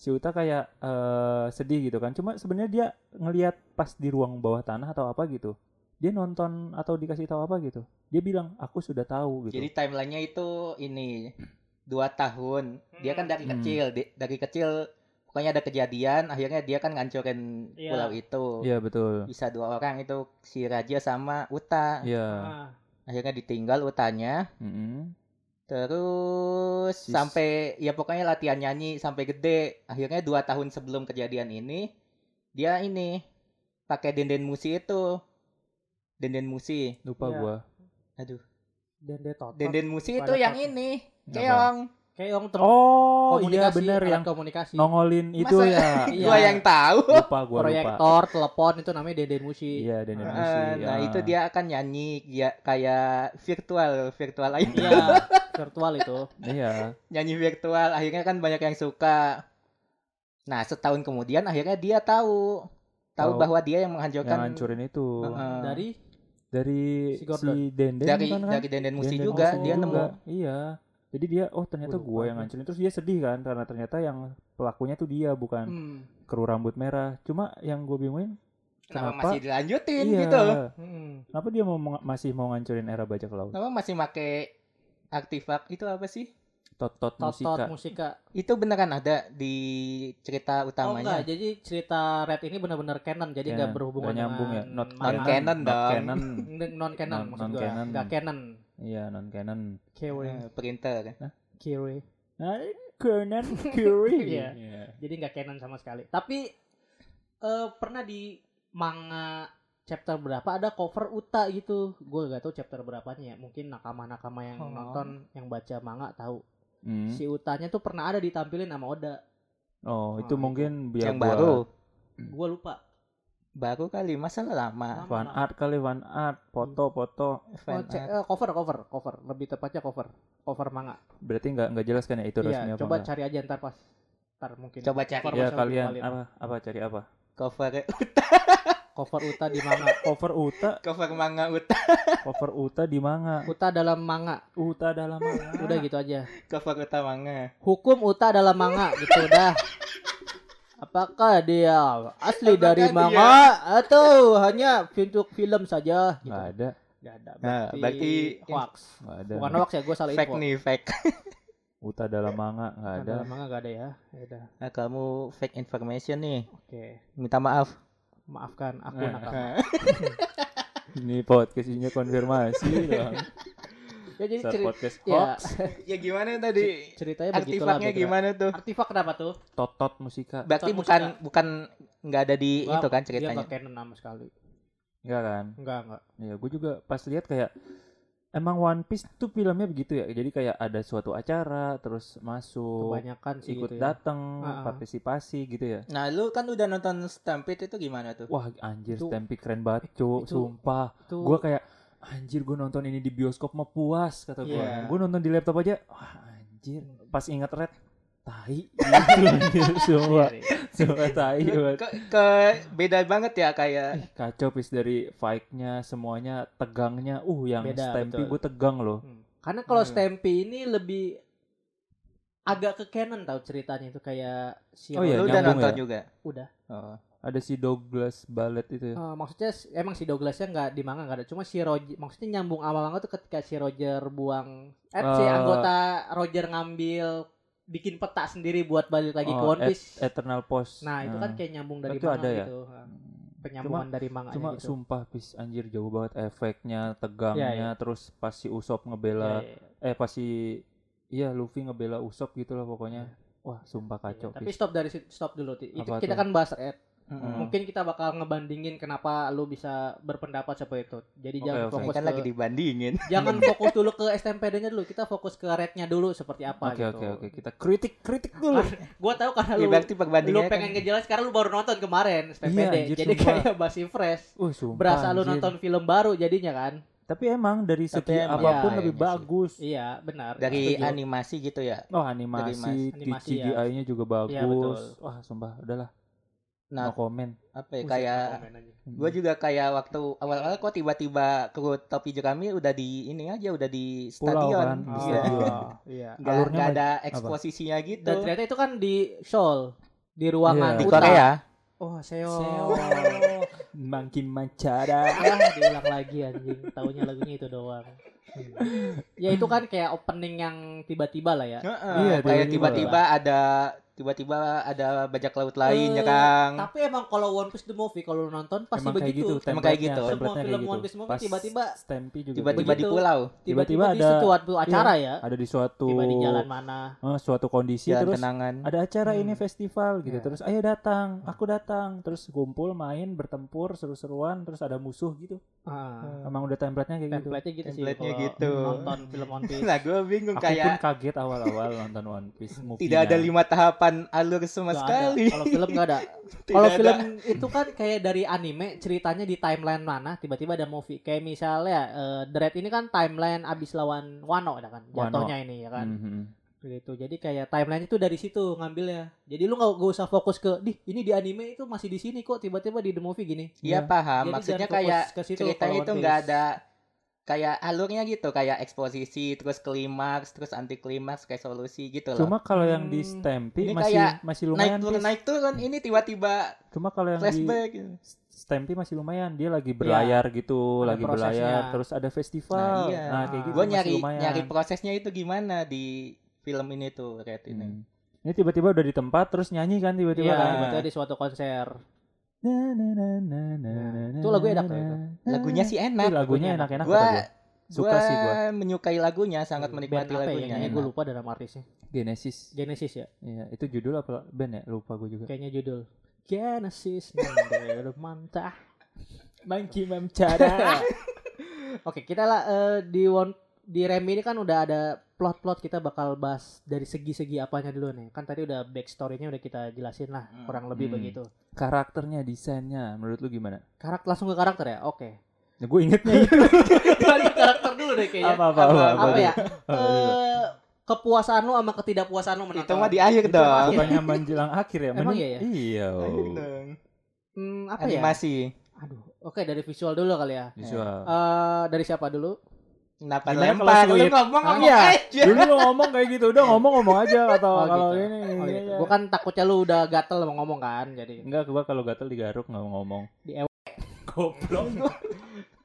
S3: Si Uta kayak eh, sedih gitu kan. Cuma sebenarnya dia ngelihat pas di ruang bawah tanah atau apa gitu. Dia nonton atau dikasih tahu apa gitu. Dia bilang, "Aku sudah tahu." gitu.
S1: Jadi timelinenya itu ini dua tahun. Dia kan dari
S3: Hmm.
S1: kecil, di- dari kecil pokoknya ada kejadian. Akhirnya dia kan ngancurin
S2: Iya.
S1: pulau itu.
S3: Iya, betul.
S1: Bisa dua orang itu si Raja sama Uta.
S3: Iya.
S2: Ah,
S1: Akhirnya ditinggal Utanya.
S3: Mm-mm.
S1: Terus
S3: Sis.
S1: sampai ya pokoknya latihan nyanyi sampai gede. Akhirnya dua tahun sebelum kejadian ini dia ini pakai denden musi itu. Denden musi.
S3: Lupa
S2: Iya.
S3: gua.
S1: Aduh,
S2: Dende Totot.
S1: denden musi
S2: Pada
S1: itu yang
S2: Totot.
S1: ini.
S3: Apa?
S1: Keong.
S2: Keong tem-
S3: Oh, iya
S2: komunikasi,
S3: benar
S2: alat
S3: yang
S2: komunikasi.
S3: nongolin itu
S1: Masa-
S3: ya.
S2: Iya.
S1: Gua yang tahu.
S3: Lupa gua lupa.
S2: proyektor, telepon itu namanya Denden Musi.
S3: Iya, dan
S2: Ah,
S3: emosi.
S1: Eh, nah
S3: ya.
S1: itu dia akan nyanyi ya kayak virtual virtual aja
S2: Iya, virtual itu.
S3: Iya.
S1: nyanyi virtual akhirnya kan banyak yang suka nah setahun kemudian akhirnya dia tahu tahu
S3: Tahu.
S1: bahwa dia yang
S3: Yang
S1: menghancurkan
S3: hancurin itu
S1: Heeh.
S2: Dari
S3: dari
S2: Si
S3: si,
S2: Gordon.
S3: Denden
S1: dari
S3: bukan kan?
S1: dari Denden Musi
S3: Denden
S1: juga
S3: Musi
S1: dia
S3: juga.
S1: nemu
S3: Iya. Jadi dia oh ternyata
S2: Waduh,
S3: gua yang
S2: waduh.
S3: ngancurin terus dia sedih kan karena ternyata yang pelakunya tuh dia bukan
S2: Hmm.
S3: kru rambut merah. Cuma yang gue bingungin
S1: kenapa
S3: Kenapa?
S1: masih dilanjutin
S3: iya.
S1: gitu
S2: Hmm.
S3: Kenapa dia mau meng- masih mau ngancurin era bajak laut?
S1: kenapa masih make artefak itu apa sih
S3: Totot
S2: Totot
S3: musika.
S2: musika.
S1: itu beneran ada di cerita
S2: Oh enggak,
S1: utamanya
S2: jadi cerita Red ini benar-benar canon, jadi enggak
S3: Canon.
S2: berhubungan
S3: Iya, Nggak nyambung ya.
S2: dengan
S3: Not
S2: Marvel.
S1: canon. canon
S3: not
S1: dong.
S3: canon.
S2: non canon
S3: Non-
S2: maksud
S3: non
S2: gua.
S3: canon.
S2: Enggak canon.
S3: Iya, non canon. Nah,
S2: Kewe.
S1: Eh, printer
S2: Kewe.
S3: Canon Curry.
S2: Iya. Jadi enggak canon sama sekali. Tapi eh, pernah di manga chapter berapa ada cover Uta gitu. Gua enggak tahu chapter berapanya ya. Mungkin nakama-nakama yang
S1: Oh.
S2: nonton yang baca manga tahu.
S3: Hmm.
S2: Si Utanya tuh pernah ada ditampilin sama Oda. Oh,
S3: Oh, itu
S2: itu.
S3: mungkin biar
S1: yang
S3: gua-
S1: baru
S3: Hmm.
S2: Gua lupa.
S1: baru kali masalah lama
S3: One art kali one art, foto-foto.
S2: Oh,
S1: Fan
S2: ce-
S1: art.
S2: eh, cover cover cover lebih tepatnya cover cover manga
S3: Berarti nggak nggak jelas kan ya itu resmi
S2: iya
S3: apa
S2: coba
S3: nggak?
S2: cari aja ntar pas ntar mungkin
S1: coba cari
S2: Cover
S3: Ya
S2: Mas
S3: kalian
S2: Alvin,
S3: apa apa cari apa?
S1: cover
S2: cover uta di manga
S3: Cover Uta,
S1: cover manga uta
S3: cover Uta di manga.
S2: uta dalam manga
S3: Uta dalam manga.
S2: udah gitu aja
S1: cover uta manga
S2: hukum uta dalam manga gitu udah apakah dia asli
S1: Apakah
S2: dari
S1: dia-
S2: manga atau hanya untuk film saja gitu
S3: Nggak ada,
S2: Nggak ada
S1: Nah, berarti
S2: hoax
S3: nggak ada.
S2: bukan hoax ya gue salah
S1: fake
S2: info
S1: nih fake
S3: Uta dalam manga nggak
S2: Uta
S3: ada.
S2: dalam manga gak ada ya Ya udah
S1: nah, kamu fake information nih
S2: oke
S1: minta maaf
S2: maafkan aku
S3: Nah.
S2: nakal
S3: Ini podcast isinya konfirmasi dong.
S2: ya jadi
S3: Saat
S2: cerita
S3: podcast
S2: ya,
S3: hoax,
S1: ya gimana tadi
S2: ceritanya begitulah
S1: artefaknya
S2: Begra.
S1: gimana tuh
S2: Artifak kenapa tuh?
S3: totot musika.
S1: berarti
S2: Bukan
S1: bukan
S2: musika.
S1: bukan nggak ada di
S2: Nggak,
S1: itu kan
S2: Dia
S1: ceritanya
S2: nggak canon sama sekali.
S3: Enggak kan?
S2: Enggak, enggak.
S3: Ya, gue juga pas lihat kayak emang One Piece tuh filmnya begitu ya. Jadi kayak ada suatu acara terus masuk,
S2: Kebanyakan sih
S3: Oh, ikut
S2: gitu ya.
S3: datang,
S2: Ah, ah.
S3: partisipasi gitu ya.
S1: nah lu kan udah nonton Stampede itu gimana tuh
S3: Wah, anjir
S2: Itu-
S3: Stampy keren banget, Cuk.
S2: itu-
S3: Sumpah.
S2: Tuh,
S3: Gue kayak anjir gue nonton ini di bioskop mah puas kata gue.
S1: Iya.
S3: Gue nonton di laptop aja, wah anjir. Pas inget red, tai. Gitu, anjir. Sumpah,
S2: Iya,
S3: sumpah tai banget.
S1: ke, ke beda banget ya kayak
S3: Ih, kacau pis dari fight-nya semuanya tegangnya uh yang
S2: Beda,
S3: Stampy
S2: betul.
S3: gue tegang loh
S2: Karena kalau
S1: Hmm.
S2: Stampy ini lebih agak ke canon tau ceritanya itu kayak si
S3: Oh iya,
S1: lu
S2: Ronin.
S1: udah
S3: nyambung
S1: nonton
S3: ya?
S1: juga
S2: Udah.
S1: oh.
S3: ada si Douglas Ballet itu ya
S2: Eh, maksudnya s- emang si Douglasnya nggak di manga nggak ada cuma si Roger maksudnya nyambung awal manga tuh ketika si Roger buang eh si
S3: Eh.
S2: anggota Roger ngambil bikin peta sendiri buat balik lagi ke
S3: Oh,
S2: One Piece
S3: Et- Eternal Post
S2: nah itu kan
S3: Hmm.
S2: kayak nyambung dari
S3: Itu
S2: manga
S3: ada ya?
S2: gitu Eh, penyambungan dari manga
S3: cuma
S2: gitu
S3: sumpah pis anjir jauh banget efeknya tegangnya
S2: Iya,
S3: terus pas si Usop ngebela
S2: Ya, ya, ya.
S3: eh pas si iya Luffy ngebela Usop gitu lah pokoknya wah sumpah kacau
S2: Iya, tapi
S3: pis.
S2: stop dari situ- stop dulu Ti. Itu
S3: Apa
S2: kita
S3: tuh?
S2: kan bahas Ed.
S1: Mm-mm.
S3: Hmm.
S2: Mungkin kita bakal ngebandingin kenapa lu bisa berpendapat seperti itu. Jadi
S3: Oke,
S2: jangan
S3: oke.
S1: Ini
S2: fokus
S1: kan
S2: ke,
S1: lagi dibandingin
S2: jangan fokus dulu ke STMPD-nya dulu. Kita fokus ke rate-nya dulu seperti apa
S3: oke
S2: gitu. Ah,
S3: oke oke kita kritik kritik dulu
S2: Gua tahu karena
S1: ya,
S2: lu
S1: berarti
S2: lu
S1: perbandingannya
S2: pengen ngejelasin karena lu baru nonton kemarin STMPD.
S3: Iya, anjir,
S2: jadi
S3: sumpah.
S2: kayak masih fresh.
S3: uh sumpah
S2: Berasa lu
S3: anjir.
S2: nonton film baru jadinya kan?
S3: tapi emang dari
S1: Tapi
S3: segi
S1: emang
S3: apapun
S1: iya,
S3: lebih
S1: kayaknya sih.
S3: bagus
S2: Iya, benar.
S1: dari
S2: Setuju.
S1: animasi gitu ya
S3: Oh animasi,
S2: Dari mas- animasi, ya.
S3: CGI-nya juga bagus.
S2: Iya, betul.
S3: Wah sumpah, udahlah,
S1: nah
S3: no comment.
S1: apa ya
S2: Buset,
S1: kayak
S2: komen aja.
S1: gue juga kayak waktu awal-awal kok tiba-tiba kru topi jerami udah di ini aja udah di
S3: Pulau kan,
S1: stadion
S3: di
S1: Iya.
S3: stadion.
S2: Iya.
S1: nggak
S3: Alurnya
S1: nggak
S3: mah-
S1: ada eksposisinya gitu
S2: Dan ternyata itu kan di Seoul, di ruangan
S3: Iya.
S1: di
S2: hutan.
S1: Korea
S2: Oh, Seoul.
S3: Seo. Makin macara.
S2: Ah, diulang lagi anjing. Taunya lagunya itu doang. Ya itu kan kayak opening yang tiba-tiba lah ya.
S1: Heeh,
S3: Iya,
S1: kayak
S3: tiba-tiba.
S1: tiba-tiba ada tiba-tiba ada bajak laut lain ya
S2: Eh,
S1: Kang.
S2: Tapi emang kalau One Piece the movie kalau lu nonton pasti
S3: Emang kayak gitu,
S2: begitu.
S1: Emang kayak
S3: template-nya,
S1: gitu.
S3: template-nya
S2: Semua
S3: kayak
S2: film
S3: gitu.
S2: One Piece movie
S3: Pas
S2: tiba-tiba-
S3: Stampy juga
S1: Tiba-tiba
S3: begitu.
S1: di
S2: begitu.
S1: pulau.
S2: Tiba-tiba
S3: Tiba-tiba
S2: di
S3: ada-
S2: suatu acara ya.
S3: ada di suatu
S2: Tiba di jalan mana.
S3: eh, suatu kondisi
S1: Jalan
S3: terus
S1: kenangan.
S3: ada acara ini
S2: Hmm.
S3: festival gitu.
S2: Ya.
S3: Terus ayo datang, aku datang. Terus kumpul, main, bertempur, seru-seruan, terus ada musuh gitu.
S2: Ah,
S1: Hmm.
S3: Emang udah template-nya kayak gitu.
S2: template-nya gitu sih.
S1: Template-nya
S2: kalau
S1: gitu.
S2: Nonton film One Piece.
S1: Nah, gue bingung
S3: Aku pun
S1: kayak
S3: kaget awal-awal nonton One Piece movie
S1: tidak ada lima tahapan alur sama
S2: Nggak ada.
S1: sekali.
S2: Kalau film nggak ada.
S1: Tidak
S2: Kalau
S1: ada.
S2: film itu kan kayak dari anime ceritanya di timeline mana tiba-tiba ada movie. Kayak misalnya eh, The Red ini kan timeline abis lawan Wano ya kan.
S3: Wano. Mhm.
S2: Jatuhnya ini ya kan. gitu jadi kayak timeline itu dari situ ngambilnya jadi lu nggak nggak usah fokus ke di ini di anime itu masih di sini kok tiba-tiba di the movie gini
S1: Iya paham.
S2: Jadi
S1: Maksudnya
S2: jangan fokus
S1: kayak
S2: ke situ
S1: ceritanya
S2: kalau
S1: itu
S2: One
S1: nggak
S2: Piece.
S1: ada kayak alurnya gitu, kayak eksposisi, terus klimaks, terus anti klimaks, resolusi gitu loh.
S3: Cuma kalau yang di
S2: Hmm.
S3: Stampy
S1: Ini
S3: masih
S1: kayak
S3: masih
S1: naik
S3: lumayan.
S1: turun
S3: Tis.
S1: naik turun ini tiba-tiba
S3: Cuma kalau yang di Ah,
S1: flashback. gitu. Iya.
S3: Stampy masih lumayan. Dia lagi berlayar gitu,
S2: ada
S3: lagi
S2: prosesnya.
S3: berlayar. Terus ada
S1: Nah,
S3: festival.
S1: iya.
S3: kayak gitu
S1: Gue
S3: masih
S1: nyari
S3: lumayan.
S1: nyari prosesnya itu gimana di film ini tuh Red ini.
S3: Hmm. Ini tiba-tiba udah di tempat terus nyanyi kan
S2: Iya,
S3: tiba-tiba kan.
S2: itu di suatu konser
S3: Na, na, na, na, na, na, na,
S2: Itu lagunya enak
S3: na,
S2: loh itu.
S3: na.
S1: Lagunya sih
S3: Ih,
S1: enak.
S3: nah, lagunya enak-enak
S1: Gua-
S3: kata gua. Suka
S1: Gua
S3: sih gua.
S1: menyukai lagunya, sangat menikmati
S2: Band apa ya,
S1: lagunya.
S2: kayaknya
S1: enak.
S2: gue lupa dalam artisnya
S3: Genesis.
S2: Genesis ya
S3: Iya, itu judul apa band ya? Lupa gue juga.
S2: kayaknya judul Genesis Nandere mantah
S4: Mangki memcara.
S2: oke kita lah eh, di one di Rem ini kan udah ada plot-plot kita bakal bahas dari segi-segi apanya dulu nih kan tadi udah backstory-nya udah kita jelasin lah
S1: Hmm.
S2: kurang lebih
S3: Hmm.
S2: begitu
S3: Karakternya, desainnya, menurut lu gimana?
S2: karakter langsung ke karakter ya oke
S3: Nah, gue
S2: Eh,
S3: ingetnya itu.
S2: dari karakter dulu deh kayaknya
S3: apa apa apa,
S1: Apa-
S3: apa,
S2: apa ya
S3: Apa
S2: Eh, kepuasaan lu sama ketidakpuasan lu menonton
S1: Itu mah di akhir dong.
S3: Bukannya menjelang akhir ya?
S2: gitu Emang
S3: mending-
S2: iya ya?
S3: Iya. oh.
S1: Akhir dong.
S2: Hmm, apa ya
S1: Animasi.
S2: aduh oke dari visual dulu kali ya
S3: Visual.
S2: Eh dari siapa dulu
S1: Kenapa
S4: Gimana
S1: lempar?
S4: kalau
S1: Lu
S4: sulit?
S1: ngomong
S2: Ah,
S1: ngomong
S4: iya.
S3: Ya,
S1: aja.
S4: Dulu lo ngomong kayak gitu, udah ngomong-ngomong aja atau
S2: Oh,
S4: kalau
S2: gitu.
S4: ini.
S3: iya,
S2: Oh
S4: ini
S2: gitu.
S4: aja.
S2: Gua kan takutnya lu udah gatel mau ngomong kan, jadi.
S3: Enggak, gua kalau gatel digaruk nggak mau ngomong.
S2: Di
S3: Goblok.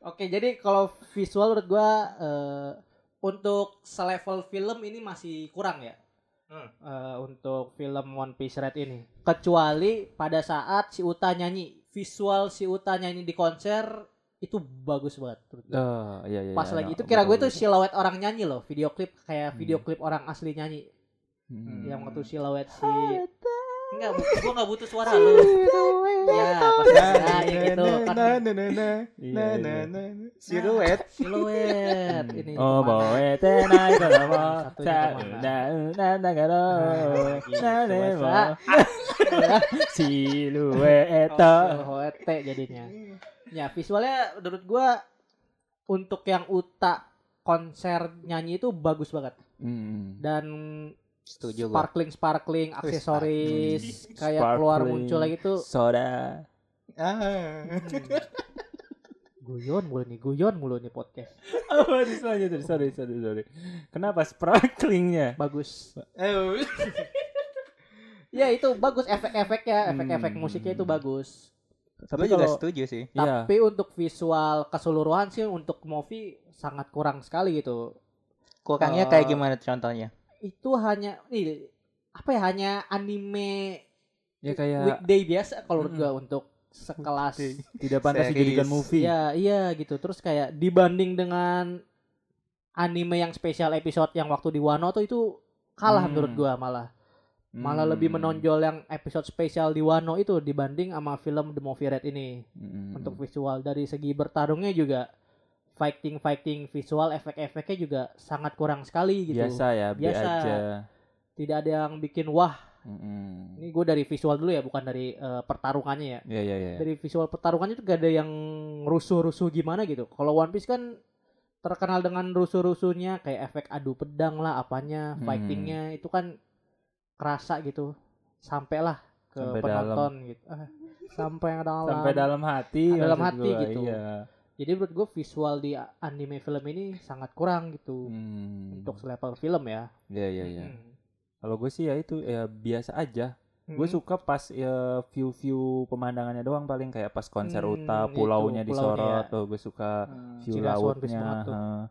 S2: Oke, jadi kalau visual menurut gua eh, untuk selevel film ini masih kurang ya. Eh, untuk film One Piece Red ini. Kecuali pada saat si Uta nyanyi, visual si Uta nyanyi di konser itu bagus banget. menurut gua.
S3: Oh, iya, iya,
S2: Pas
S3: iya,
S2: lagi
S3: iya,
S2: itu kira gue
S3: betul.
S2: tuh siluet orang nyanyi loh, video klip kayak video
S3: Hmm.
S2: klip orang asli nyanyi.
S3: Hmm.
S2: Yang waktu siluet si Enggak, bu- gua enggak butuh suara lu. Ya, pas ya, ya gitu kan
S3: Iya, iya.
S1: Siluet.
S2: siluet ini kemana?
S3: Oh, bawa tenai kalau mau.
S2: Satu ini kemana?
S3: Na, na, na, kalau.
S2: Nah, gitu,
S3: Na, na,
S2: Mas.
S3: mau.
S2: Ah,
S3: Siluet.
S2: siluet
S1: Iya.
S2: jadinya ya visualnya menurut gua untuk yang uta konser nyanyi itu bagus banget
S3: Hmm.
S2: dan
S1: Setuju gua.
S2: sparkling sparkling aksesoris
S3: sparkling.
S2: kayak keluar
S3: Sparkling.
S2: muncul lagi tuh
S3: Soda.
S1: Ah.
S2: guyon mulu nih guyon mulu nih podcast
S3: Apa di selanjutnya? Sorry, sorry, sorry. Kenapa sparklingnya?
S2: bagus
S1: Eh,
S2: ya itu bagus efek-efeknya efek-efek
S3: Hmm.
S2: musiknya itu bagus
S1: Gue
S3: Tapi
S1: juga
S3: kalau
S1: setuju sih.
S3: Iya.
S2: tapi untuk visual keseluruhan sih untuk movie sangat kurang sekali gitu
S1: Kurangnya
S2: Eh,
S1: kayak gimana contohnya?
S2: itu hanya nih apa ya hanya anime
S3: ya kayak
S2: weekday biasa kalau menurut gua untuk sekelas
S3: Weekday. Iya. tidak pantas
S1: Series.
S3: dijadikan movie.
S2: ya iya gitu terus kayak dibanding dengan anime yang spesial episode yang waktu di Wano tuh itu kalah
S3: Hmm.
S2: menurut gua malah
S3: Hmm.
S2: malah lebih menonjol yang episode spesial di Wano itu dibanding sama film The Movie Red ini
S3: Hmm.
S2: untuk visual dari segi bertarungnya juga fighting fighting visual efek-efeknya juga sangat kurang sekali gitu
S3: biasa ya, biasa
S2: Biasa.
S3: aja.
S2: tidak ada yang bikin wah
S3: Hmm.
S2: ini gue dari visual dulu ya bukan dari eh, pertarungannya ya
S3: Ya ya ya.
S2: dari visual pertarungannya tuh gak ada yang rusuh-rusuh gimana gitu. Kalau One Piece kan terkenal dengan rusuh-rusuhnya kayak efek adu pedang lah apanya,
S3: Hmm.
S2: fightingnya itu kan kerasa gitu. Sampailah ke
S3: Sampai
S2: penonton gitu. Ah, sampai dalam.
S3: Sampai dalam hati.
S2: Dalam
S3: maksud
S2: hati
S3: gua,
S2: gitu.
S3: Iya.
S2: Jadi menurut gue visual di anime film ini sangat kurang gitu
S3: Hmm.
S2: untuk selevel film ya.
S3: Ya ya ya.
S2: Mm.
S3: Kalau gue sih ya itu ya biasa aja. Gue
S2: Mm.
S3: suka pas ya, view-view pemandangannya doang paling kayak pas konser
S2: Hmm,
S3: Uta,
S2: itu, pulaunya
S3: pulaunya disorot
S2: ya.
S3: tuh gue suka view
S2: Cina Swan Piece
S3: lautnya.
S2: banget tuh.
S3: heeh.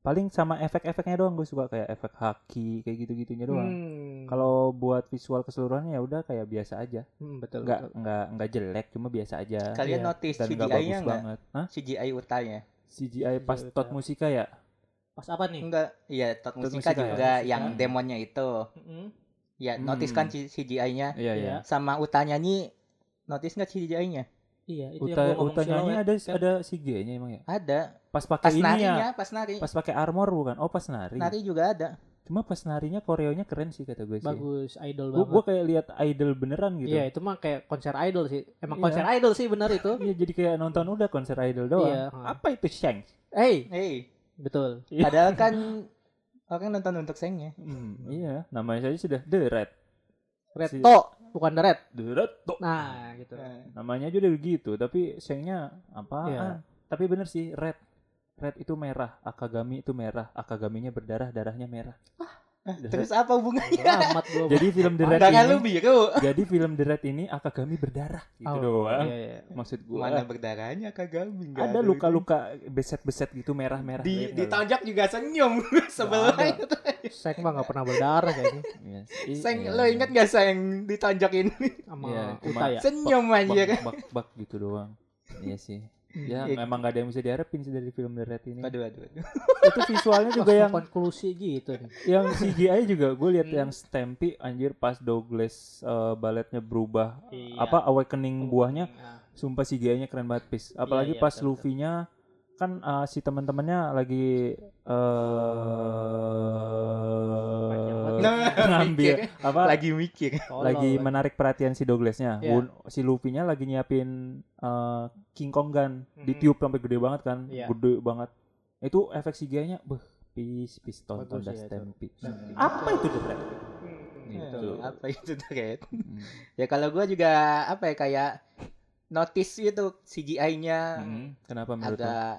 S3: Paling sama efek-efeknya doang gue suka kayak efek haki kayak gitu-gitunya doang.
S2: Hmm.
S3: Kalau buat visual keseluruhannya ya udah kayak biasa aja.
S2: Hmm, betul,
S3: nggak
S2: betul.
S3: nggak nggak jelek cuma biasa aja
S1: Kalian
S2: iya.
S1: notice
S3: dan nggak
S1: CGI-nya
S3: bagus
S1: enggak?
S3: banget Hah?
S1: CGI utanya.
S3: CGI pas
S2: CGI
S3: tot
S2: utama.
S3: musika ya
S2: Pas apa nih?
S1: Enggak, iya Tot
S3: Tot
S1: Musika
S3: Musika ya?
S1: juga
S2: Musika.
S1: yang demonnya itu.
S2: Mm-mm.
S1: Ya,
S3: Hmm.
S1: notice kan CGI-nya
S3: iya
S2: Iya.
S3: iya
S1: sama utanya nih notice nggak CGI-nya?
S2: Iya, itu
S3: Uta,
S2: yang gua ngomong
S3: utanya
S2: silhouette.
S3: ada ada CGI-nya emang ya
S1: Ada.
S3: pas
S1: Pas
S3: pakai ini ya
S1: narinya, pas nari.
S3: pas pakai armor bukan oh pas nari
S1: Mm. Nari juga ada.
S3: cuma pas narinya koreonya keren sih kata gue sih
S2: bagus idol
S3: gue
S2: banget.
S3: gue kayak lihat idol beneran gitu
S2: Iya itu mah kayak konser idol sih. Emang
S3: Iya.
S2: konser idol sih bener itu.
S3: Iya, jadi kayak nonton udah konser idol doang
S2: Iya.
S3: apa itu Shanks
S2: hey,
S1: Hei,
S2: betul.
S3: Iya.
S1: padahal kan Orang nonton untuk sengnya.
S3: Hmm, iya, namanya saja sudah The Red.
S2: Red
S3: Si- Iya.
S2: to, bukan the red.
S3: The Red Dog.
S2: Nah, gitu.
S1: Nah,
S3: Namanya aja udah begitu, tapi sengnya
S4: Iya.
S3: apaan? Tapi bener sih, Red. Red itu merah, Akagami itu merah, Akagaminya berdarah, darahnya merah. The
S1: Terus apa
S2: Bodo
S1: hubungannya?
S2: amat gua.
S3: Jadi film The Red
S1: Darah
S3: ini,
S1: lu biru.
S3: jadi film The Red ini Akagami berdarah gitu
S2: Oh,
S3: doang.
S4: Iya, iya.
S3: Maksud
S1: Mana
S3: gua
S1: berdarahnya kagami nggak
S3: ada luka-luka beset-beset gitu merah-merah.
S1: Di,
S3: Lihat nggak lu?
S1: ditonjok juga senyum sebelahnya.
S2: Seng mah gak pernah berdarah kayaknya
S3: Yes. I-
S1: Seng,
S3: iya.
S1: lo inget gak seng ditonjok ini?
S2: sama
S3: Iya,
S2: Uta
S3: cuma-
S2: ya.
S1: Senyum
S3: bak,
S1: aja kan.
S3: bak, bak gitu doang. iya sih. Ya,
S1: Iya.
S3: emang gak ada yang bisa diharapin sih dari film The Red ini.
S1: Aduh, aduh, aduh.
S3: Itu visualnya juga
S2: Langsung
S3: yang
S2: konklusi gitu nih.
S3: yang CGI juga gue lihat
S1: Hmm.
S3: yang Stampy anjir pas Douglas eh, baletnya berubah
S2: Iya.
S3: apa awakening buahnya
S2: Nah,
S3: sumpah CGI-nya keren banget pis. Apalagi
S2: iya,
S3: pas
S2: betul,
S3: Luffy-nya kan eh, si teman-temannya lagi eh
S1: Nah,
S3: ngambil
S1: mikir.
S3: apa
S1: Lagi mikir.
S2: tolol
S3: lagi menarik perhatian si Douglasnya.
S2: Oh, Iya.
S3: Wun- Si Luffy-nya lagi nyiapin eh, King Kong gun,
S2: Mhm.
S3: ditiup sampai gede banget kan,
S2: Iya.
S3: gede banget. Itu efek CGI-nya, beh, pis pis tonton
S2: Bagus ya
S3: dan
S2: itu.
S3: stampede.
S1: Hmm.
S3: Apa itu The Red? Gitu.
S1: Hmm, Apa itu terkait?
S3: Mm.
S1: Ya kalau gua juga apa ya kayak notice gitu CGI-nya
S3: Mhm. Kenapa menurut lu?
S1: agak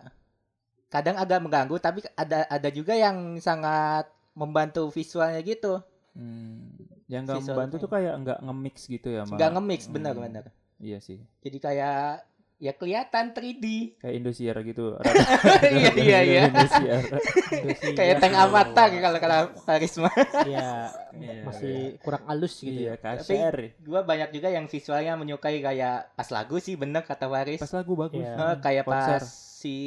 S1: kadang agak mengganggu tapi ada ada juga yang sangat membantu visualnya gitu.
S3: Hmm. Yang nggak
S1: Visual
S3: membantu
S1: effect.
S3: tuh kayak nggak nge-mix gitu ya, Mbak?
S1: Enggak nge-mix
S3: Hmm.
S1: benar benar.
S3: Iya sih.
S1: Jadi kayak ya kelihatan 3D.
S3: Kayak Indosiar gitu.
S1: Iya iya iya.
S3: Indosiar.
S2: Indosiar.
S1: Kayak tank avatar kalau kalau karisma.
S2: Iya,
S3: Iya.
S2: masih kurang halus gitu
S3: Iya,
S2: ya.
S3: kasar.
S1: Gua banyak juga yang visualnya menyukai kayak pas lagu sih bener kata Waris.
S3: Pas lagu bagus.
S2: Iya.
S1: Eh, kayak
S3: konser.
S1: pas si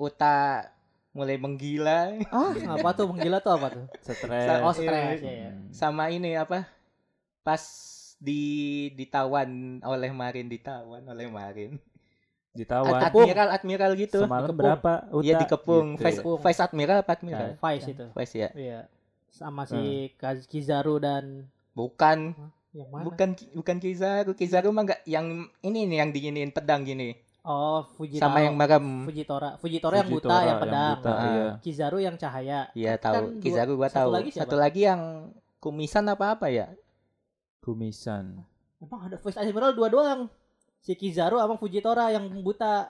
S1: Uta mulai menggila
S2: Ah, apa tuh menggila tuh apa tuh?
S3: Stres. Mm.
S2: Oh,
S1: iya,
S2: stres ya. ya.
S3: Hmm.
S1: sama ini apa pas di ditawan oleh Marin ditawan oleh Marin
S3: Ditawan.
S1: Ad- admiral admiral gitu
S3: Semalam
S2: Dikepung.
S3: berapa? Uta?
S1: Iya dikepung
S3: Gitu. Nah,
S1: vice,
S2: Dikepung.
S1: vice admiral apa
S3: Iya.
S1: admiral
S2: Vice itu.
S1: vice ya
S2: Iya. Sama si Kaz- Kizaru dan
S1: bukan
S2: yang mana?
S1: bukan bukan Kizaru Kizaru mah nggak yang ini nih yang diginiin pedang gini
S2: Oh, Fujitaro.
S1: sama yang merem
S2: Fujitora. Fujitora yang buta,
S3: Fujitora
S2: yang pedang. Nah,
S3: buta,
S1: Ah.
S3: iya.
S2: Kizaru yang cahaya.
S1: Iya
S2: Kan- kan
S1: tahu
S2: dua-
S1: Kizaru gua
S2: satu
S1: tahu
S2: lagi siapa?
S1: satu lagi yang kumisan apa apa ya
S3: Kumisan.
S2: Emang ada Vice Admiral dua doang. Si Kizaru sama Fujitora yang buta.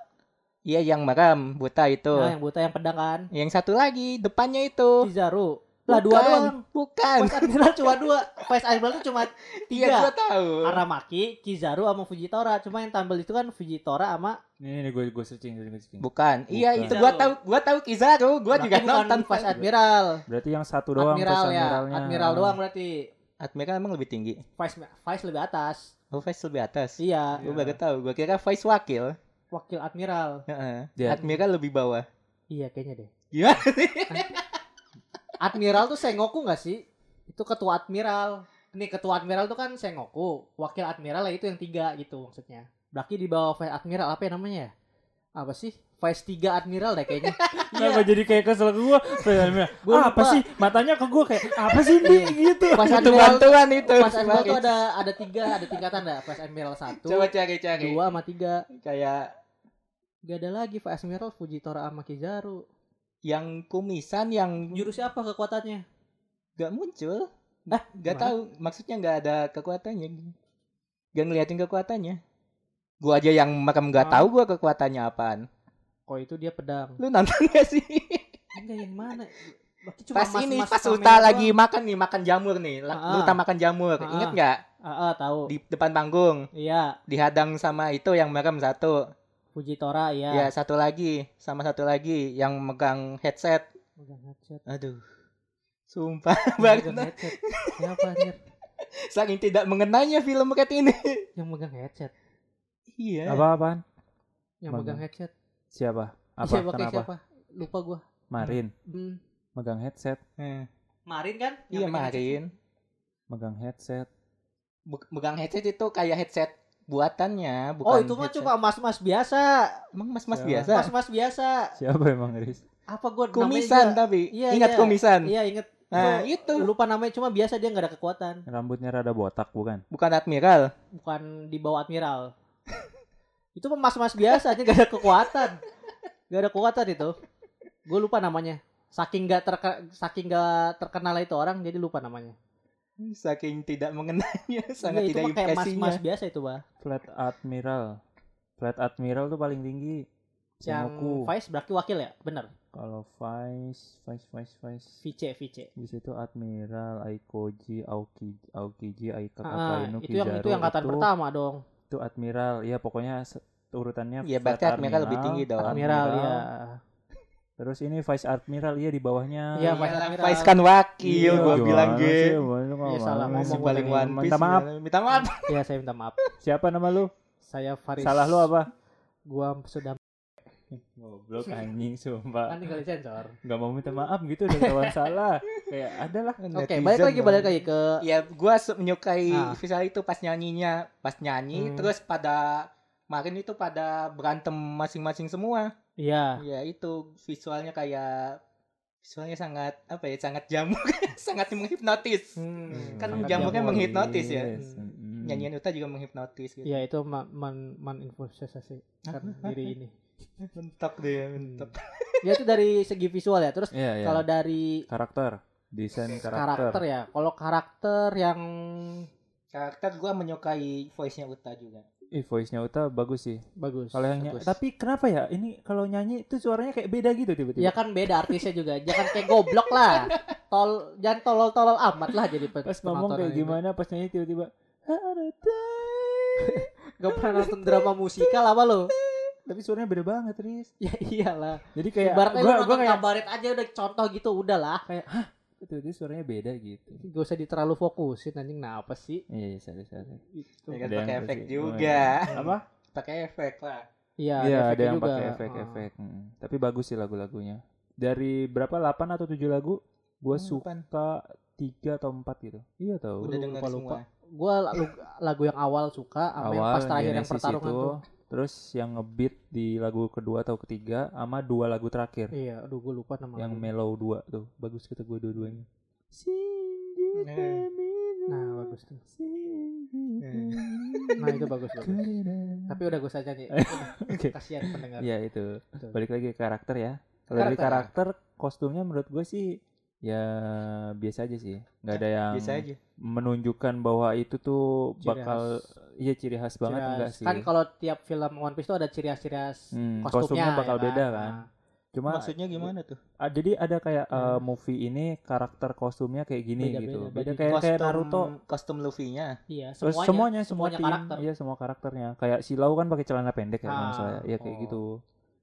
S1: iya yang merem buta itu
S2: Nah, yang buta yang pedang kan.
S1: yang satu lagi depannya itu
S2: Kizaru. Lah dua
S1: Bukan,
S2: doang.
S1: Bukan.
S2: Vice Admiral cuma dua. Vice Admiral tuh cuma
S1: Iya,
S2: tiga.
S1: gua tahu.
S2: Aramaki, Kizaru sama Fujitora. Cuma yang tampil itu kan Fujitora sama
S3: Ini nih gue gue searching gue searching.
S1: Bukan. Iya,
S3: Bukan.
S1: itu gua tahu. Gua tahu Kizaru, gua
S2: Berarti
S1: juga
S2: Nah, bukan
S1: nonton
S2: Vice Admiral.
S3: Berarti yang satu doang
S2: Admiral
S3: Vice
S2: ya.
S3: Admiralnya.
S2: Admiral doang berarti.
S1: Admiral emang lebih tinggi.
S2: Vice Vice lebih atas.
S1: Oh, Vice lebih atas.
S2: Iya,
S1: Gua baru tahu. Gua kira Vice wakil.
S2: wakil admiral.
S1: Heeh.
S3: Iya.
S1: Admiral lebih bawah.
S2: Iya kayaknya deh.
S1: Gimana
S2: Admiral tuh Sengoku gak sih? Itu ketua admiral. Nih ketua admiral tuh kan Sengoku. Wakil admiral lah itu yang tiga gitu maksudnya. Berarti di bawah vice admiral apa ya namanya ya? Apa sih? Vice tiga admiral deh kayaknya.
S4: Kenapa jadi kayak kesel ke gua?
S2: Iya. Gua
S4: Ah, apa
S2: lupa.
S4: sih? Matanya ke gua kayak apa sih ini
S2: Iya.
S4: gitu.
S2: Vice
S1: Itu
S2: admiral tuh
S1: bantuan itu.
S2: Vice admiral tuh
S1: Waris.
S2: ada ada tiga, ada tingkatan dah. Vice admiral satu,
S1: Coba cari-cari.
S2: dua sama tiga.
S1: Kayak
S2: Gak ada lagi vice admiral Fujitora sama Kizaru.
S1: yang kumisan yang
S2: Jurusnya apa kekuatannya?
S1: gak muncul.
S2: Hah?
S1: Gak
S2: Gimana?
S1: tahu. Maksudnya gak ada kekuatannya. Gak ngeliatin kekuatannya. Gua aja yang makam gak
S2: Ah.
S1: tahu gua kekuatannya apaan.
S2: Kok Oh, itu dia pedang.
S1: Lu nonton gak sih?
S2: Enggak yang mana? Berarti cuma
S1: pas
S2: mas-
S1: ini
S2: mas
S1: pas
S2: kamera
S1: Uta
S2: doang.
S1: lagi makan nih makan jamur nih La-
S2: Ah.
S1: Uta makan jamur
S2: Ah.
S1: inget nggak
S2: Ah, ah, tahu.
S1: di depan panggung
S2: Iya,
S1: dihadang sama itu yang merem satu
S2: Fujitora
S1: ya
S2: ya.
S1: satu lagi sama satu lagi yang megang headset
S2: Megang headset.
S1: aduh sumpah
S2: Megang
S1: banget
S2: headset. Siapa anjir?
S1: saking tidak mengenainya film Red ini
S2: Yang megang headset.
S1: iya
S3: Apa apaan?
S2: Yang
S3: Megang.
S2: megang headset.
S3: Siapa? Apa?
S2: siapa kayak
S3: Kenapa?
S2: siapa? Lupa gua.
S3: Marin
S2: Hmm.
S3: megang headset,
S1: Eh,
S2: Marin kan?
S1: iya Marin
S3: megang headset.
S1: Be- megang headset itu kayak headset buatannya bukan
S2: Oh, itu mah
S1: headset.
S2: cuma mas-mas biasa.
S1: emang mas-mas
S3: Ya.
S1: biasa
S2: Mas-mas biasa.
S3: Siapa emang Riz?
S2: Apa gua namanya
S1: kumisan
S2: juga-
S1: tapi
S2: Iya,
S1: ingat
S2: iya.
S1: kumisan
S2: Iya, inget.
S1: nah
S2: Gua
S1: itu
S2: Lupa namanya cuma biasa dia nggak ada kekuatan.
S3: Rambutnya rada botak bukan?
S1: bukan admiral
S2: Bukan di bawah admiral. itu mah mas-mas biasa aja gak ada kekuatan. Gak ada kekuatan itu. Gue lupa namanya. saking nggak terke- saking nggak terkenal itu orang jadi lupa namanya
S1: Saking tidak mengenainya, sangat
S2: Iya, itu
S1: tidak
S2: mah kayak mas-mas
S1: impresinya.
S2: biasa itu bah
S3: Flat Admiral. Flat Admiral tuh paling tinggi.
S2: yang
S3: Sengoku.
S2: Vice berarti wakil ya bener
S3: Kalau Vice, Vice, Vice, Vice.
S2: Vice Vice
S3: Di situ Admiral, Aikoji, Aokiji, Aokiji, Aika,
S2: Ah,
S3: Akainu,
S2: itu yang itu
S3: Kizaru,
S2: yang angkatan
S3: itu-
S2: pertama dong
S3: Itu Admiral. Ya pokoknya se- urutannya
S1: Iya,
S3: Flat
S1: berarti Admiral lebih tinggi dong.
S2: Admiral ya
S3: Terus ini Vice Admiral iya di bawahnya.
S2: Iya,
S1: Iyalah,
S2: Admiral.
S1: Faiz kan wakil,
S3: Iya,
S1: gua
S3: gimana
S1: bilang
S3: sih,
S1: gue.
S3: Bang? Lu
S2: Iya,
S3: ngomong
S2: salah
S3: apa
S2: ngomong
S1: Si
S3: sih?
S2: gua
S1: paling
S2: tadi.
S1: one piece.
S3: Minta maaf.
S1: gimana? Minta maaf.
S2: ya saya minta maaf
S3: Siapa nama lu?
S2: saya Faris
S3: Salah lu apa?
S2: gua sudah
S3: Goblok anjing sumpah.
S2: kan tinggal sensor
S3: Gak mau minta maaf gitu udah ketahuan salah. Kayak adalah
S2: oke balik lagi balik lagi ke
S1: Ya, gua se- menyukai
S2: Ah.
S1: visual itu pas nyanyinya, pas nyanyi
S2: Hmm.
S1: terus pada kemarin itu pada berantem masing-masing semua.
S2: iya
S1: Ya, itu visualnya kayak visualnya sangat apa ya? Sangat jamur, sangat menghipnotis.
S2: Hmm,
S1: Kan
S2: sangat
S1: jamurnya
S2: jamur.
S1: menghipnotis ya.
S3: Yes, mm.
S1: Nyanyian Uta juga menghipnotis gitu.
S2: Iya itu men men meninvestigasikan kan diri ini.
S1: Mentok deh, mentok.
S2: Ya itu dari segi visual ya. Terus
S3: Iya, iya.
S2: kalau dari
S3: karakter, desain
S2: karakter.
S3: karakter.
S2: ya, kalau karakter yang
S1: Karakter gua menyukai voice-nya Uta juga.
S3: Ih, voice-nya Uta bagus sih.
S2: bagus.
S3: Kalau yang ny-
S2: bagus.
S3: tapi kenapa ya? Ini kalau nyanyi itu suaranya kayak beda
S2: ya
S3: gitu tiba-tiba.
S2: kan beda artisnya juga. Jangan kayak goblok lah. Tol jangan tolol-tolol amat lah jadi pe-
S3: pas ngomong
S2: penonton
S3: kayak
S2: anime.
S3: gimana, pas nyanyi tiba-tiba
S2: Gak pernah nonton drama musikal apa lo?
S3: tapi suaranya beda banget, Riz.
S2: Ya iyalah.
S3: Jadi kayak
S2: Ibaratnya
S3: Ya, gua
S2: lu
S3: gua
S2: nonton
S3: kayak
S2: kabaret aja udah contoh gitu udahlah.
S3: tiba-tiba suaranya beda gitu.
S2: Gak usah diterlalu fokusin anjing. Nah apa sih?
S3: Iya, iya, sorry, sorry.
S1: Ya kan
S3: Ada yang
S1: pakai efek
S3: versi-
S1: juga.
S3: Apa?
S1: Pakai efek lah.
S2: Iya
S3: Iya, ada
S2: Hmm. efeknya
S3: yang
S2: juga.
S3: pakai
S2: Ah.
S3: efek-efek. Mm. Tapi bagus sih lagu-lagunya. Dari berapa 8 atau 7 lagu? Gua
S1: Hmm,
S3: suka 3 atau 4 gitu. Iya tahu.
S1: Udah
S2: Lu
S1: dengar
S2: lupa-lupa.
S1: semua.
S2: gue lagu, lagu yang awal suka sama yang pas terakhir yang
S3: Genesis
S2: pertarungan
S3: itu,
S2: tuh
S3: terus yang ngebeat di lagu kedua atau ketiga sama dua lagu terakhir
S2: iya aduh gue lupa nama
S3: yang
S2: lagu.
S3: mellow dua tuh bagus kata gue dua-duanya
S1: Eh.
S2: nah bagus tuh
S1: Eh.
S2: nah itu bagus bagus tapi udah gue saja nih
S3: Oke.
S2: kasihan pendengar
S3: ya itu
S2: Betul.
S3: balik lagi ke karakter ya kalau dari
S1: Karakter.
S3: karakter kostumnya menurut gue sih ya biasa aja sih nggak ada
S2: Hmm.
S3: yang
S1: Biasa aja.
S3: menunjukkan bahwa itu tuh
S2: Ciri
S3: bakal iya ciri khas banget
S2: Ciri
S3: enggak
S2: khas.
S3: sih
S2: kan kalau tiap film One Piece tuh ada ciri khas
S3: Hmm,
S2: kostumnya,
S3: kostumnya
S2: ya
S3: bakal
S2: kan?
S3: beda kan
S2: Nah,
S3: cuma
S1: Maksudnya gimana tuh?
S3: Ah, jadi ada kayak eh,
S2: Hmm.
S3: movie ini karakter kostumnya kayak gini
S2: Beda-beda,
S3: gitu. Beda,
S2: beda.
S3: kayak kayak Naruto.
S1: Kostum Luffy-nya.
S2: iya
S3: Terus
S2: semuanya
S3: semuanya, semua
S2: semuanya
S3: tim,
S2: karakter.
S3: Iya, semua karakternya. Kayak Silau kan pakai celana pendek ya
S2: Ah,
S3: kalau saya. Ya
S2: oh.
S3: kayak gitu.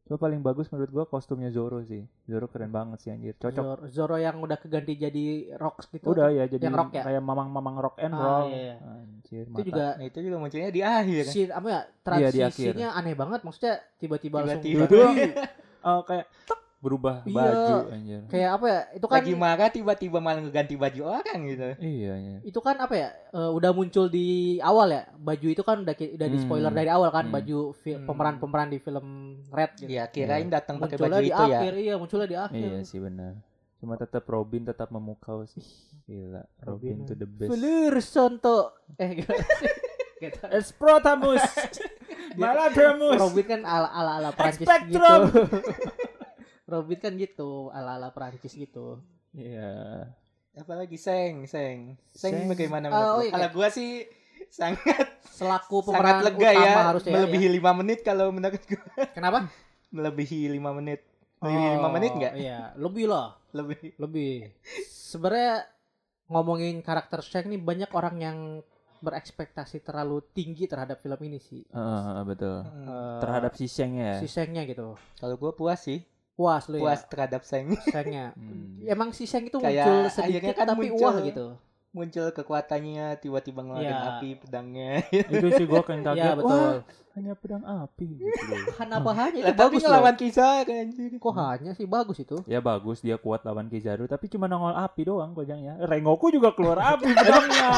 S3: Cuma paling bagus menurut gua kostumnya Zoro sih. Zoro keren banget sih anjir. Cocok.
S2: Zoro, Zoro yang udah keganti jadi rocks gitu
S3: Udah ya jadi
S2: yang rock ya?
S3: kayak mamang-mamang rock and
S2: Ah,
S3: roll.
S2: iya, iya.
S3: Anjir,
S2: itu
S3: mata.
S2: juga
S1: Nah, itu juga munculnya di akhir.
S2: si apa ya
S3: Iya, di akhir.
S2: transisinya aneh banget maksudnya tiba-tiba langsung gitu
S1: Tiba-tiba. Iya.
S3: Tiba-tiba eh, kayak tek, berubah
S2: Iya.
S3: baju anjir.
S2: kayak apa ya itu kan
S1: Lagi marah tiba-tiba malah ngeganti baju orang gitu.
S3: Iya, iya.
S2: itu kan apa ya eh, udah muncul di awal ya baju itu kan udah ki- udah di spoiler
S3: Hmm.
S2: dari awal kan
S3: Hmm.
S2: baju fi-
S1: Hmm.
S2: pemeran-pemeran di film Red gitu.
S1: Ya kirain datang pakai
S2: munculnya
S1: baju
S2: di
S1: itu ya.
S2: akhir iya munculnya di akhir
S3: Iya sih benar. Cuma tetap Robin tetap memukau sih. Gila, Robin,
S2: Robin.
S3: tuh the best.
S2: Fleur Sonto eh gimana sih? Gitu.
S4: Esprotamus. Maladramus.
S2: Robin kan ala ala ala Prancis gitu
S4: Expectrum.
S2: Robin kan gitu ala ala Prancis gitu
S3: Iya.
S1: Apalagi Seng, Seng. Seng,
S3: Seng.
S1: bagaimana
S2: Oh,
S1: menurut lu?
S2: iya.
S1: Kalau gua sih sangat
S2: selaku
S1: sangat
S2: pemeran
S1: lega
S2: utama
S1: ya.
S2: harusnya ya.
S1: melebihi lima menit kalau menurut gua.
S2: kenapa
S1: Melebihi lima menit. Melebihi lima
S2: Oh,
S1: menit enggak?
S2: iya lebih lah
S1: Lebih.
S2: lebih sebenarnya ngomongin karakter Shang nih banyak orang yang berekspektasi terlalu tinggi terhadap film ini sih
S3: Heeh, betul.
S1: Hmm.
S2: Eh,
S3: terhadap si Sheng ya.
S2: si Shang-nya gitu
S1: Kalau gua puas sih.
S2: puas
S3: Iya.
S2: lu
S1: Puas
S2: ya
S1: terhadap Seng.
S2: Shang-nya
S3: Hmm.
S2: emang si Shang itu
S1: Kayak
S2: muncul
S1: akhirnya
S2: sedikit
S1: kan
S2: tapi
S1: muncul.
S2: wah gitu
S1: Muncul kekuatannya tiba-tiba ngeluarin
S2: Iya.
S1: api pedangnya.
S3: itu sih gue kayak kaget.
S2: Iya betul
S3: Wah, hanya pedang api. Gitu. loh.
S2: Hanapa hanya
S1: Lah, tapi
S2: itu bagus loh
S1: ngelawan kisah kan anjir.
S2: kok hanya sih bagus itu
S3: ya bagus dia kuat lawan Kizaru tapi cuma nongol api doang kojangnya. Rengoku juga keluar api pedangnya.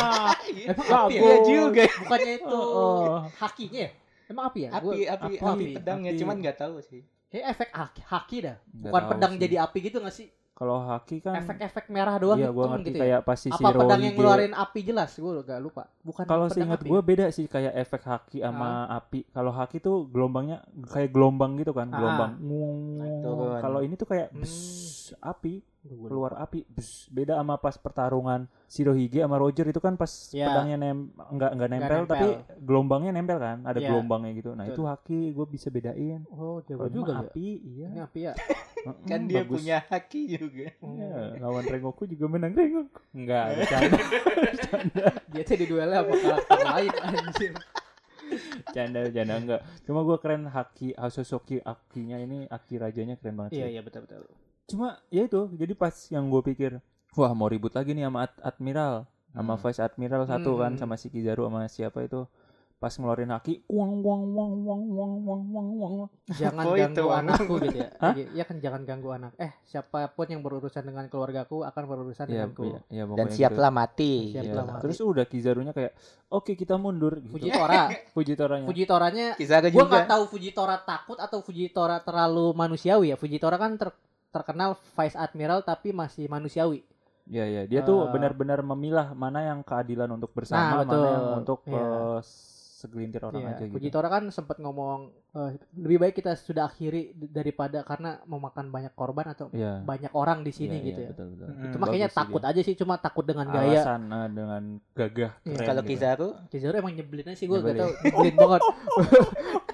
S2: emang api ya
S1: Iya juga.
S2: bukannya itu
S3: Oh,
S2: hakinya ya? emang api ya
S1: Api,
S2: Gua-
S1: api, api,
S2: api.
S1: pedangnya
S3: api.
S1: cuman nggak tahu sih.
S2: kayak efek haki, haki dah
S3: Nggak
S2: bukan
S3: tahu
S2: pedang
S3: sih.
S2: jadi api gitu nggak sih
S3: Kalau Haki kan
S2: efek-efek merah doang
S3: iya gue
S2: hitam
S3: ngerti
S2: gitu ya.
S3: kayak pasti
S2: Apa
S3: Shiro
S2: pedang yang
S3: Hige.
S2: ngeluarin api jelas? Gue gak lupa. Bukan
S3: Kalau
S2: pedang
S3: seingat
S2: api. ya?
S3: gue beda sih kayak efek haki sama api. Kalau haki tuh gelombangnya kayak gelombang gitu kan,
S2: Ah.
S3: gelombang.
S1: Nah, itu kan.
S3: Kalau ini tuh kayak
S2: Hmm.
S3: bes, api,
S2: Aduh, gua lupa.
S3: keluar api. bes. Beda sama pas pertarungan Shirohige sama Roger itu kan pas
S1: Iya.
S2: Ya.
S3: pedangnya nem enggak enggak nempel,
S2: nempel.
S3: tapi gelombangnya nempel kan, ada
S1: Iya.
S2: Ya.
S3: gelombangnya gitu. Nah, itu
S2: Betul.
S3: haki gue bisa bedain.
S2: Oh, jago
S3: Kalau
S2: juga
S3: juga
S2: ya.
S3: api, iya.
S2: Ini api ya.
S3: Mm-mm,
S1: Kan dia
S3: bagus.
S1: punya haki juga.
S3: Iya, lawan Rengoku juga menang Rengoku.
S4: Enggak,
S2: Dia tuh di duelnya sama karakter lain anjir.
S3: Canda canda enggak. Cuma gue keren haki Hasosoki Akinya ini Aki rajanya keren banget. sih.
S2: Iya, iya betul betul.
S3: cuma ya itu jadi pas yang gue pikir wah mau ribut lagi nih sama Ad- admiral sama
S1: Hmm.
S3: vice admiral satu
S2: Hmm.
S3: kan sama si Kizaru sama siapa itu pas ngeluarin haki wang wang wang wang wang wang wang wang wang.
S2: Jangan
S1: Oh, itu,
S2: ganggu
S1: Bang.
S2: anakku gitu ya.
S3: Hah?
S2: Iya iya kan jangan ganggu anak. Eh, siapapun yang berurusan dengan keluargaku akan berurusan
S3: ya,
S2: denganku.
S3: ya, ya,
S1: Dan
S3: pokoknya
S1: siaplah mati.
S3: gitu.
S2: Siap
S3: Ya,
S2: lah, mati. Iya.
S3: terus udah Kizarunya kayak oke kita mundur gitu.
S2: Fujitora,
S3: Fujitoranya
S2: Fujitoranya
S1: Kizaru
S2: gue
S1: juga.
S2: nggak tahu Fujitora takut atau Fujitora terlalu manusiawi ya Fujitora kan ter- terkenal vice admiral tapi masih manusiawi
S3: ya ya dia tuh
S2: Eh.
S3: benar-benar memilah mana yang keadilan untuk
S2: Nah,
S3: bersama mana yang
S2: betul.
S3: untuk
S2: Iya.
S3: eh, segelintir orang
S2: Iya,
S3: aja gitu
S2: Fujitora kan sempat ngomong eh, lebih baik kita sudah akhiri d- daripada karena memakan banyak korban atau
S3: Iya.
S2: banyak orang di sini
S3: Iya,
S2: gitu
S3: iya,
S2: ya
S3: betul, betul.
S4: Hmm.
S2: cuma
S3: Bagus
S2: kayaknya
S3: sih dia.
S2: takut aja sih cuma takut dengan gaya
S3: alasan eh, dengan gagah
S2: Iya.
S3: keren
S1: Kalau
S3: gitu.
S1: Kizaru
S2: Kizaru emang nyebelinnya sih gue gak
S3: Nyebelin.
S2: tau nyebelin banget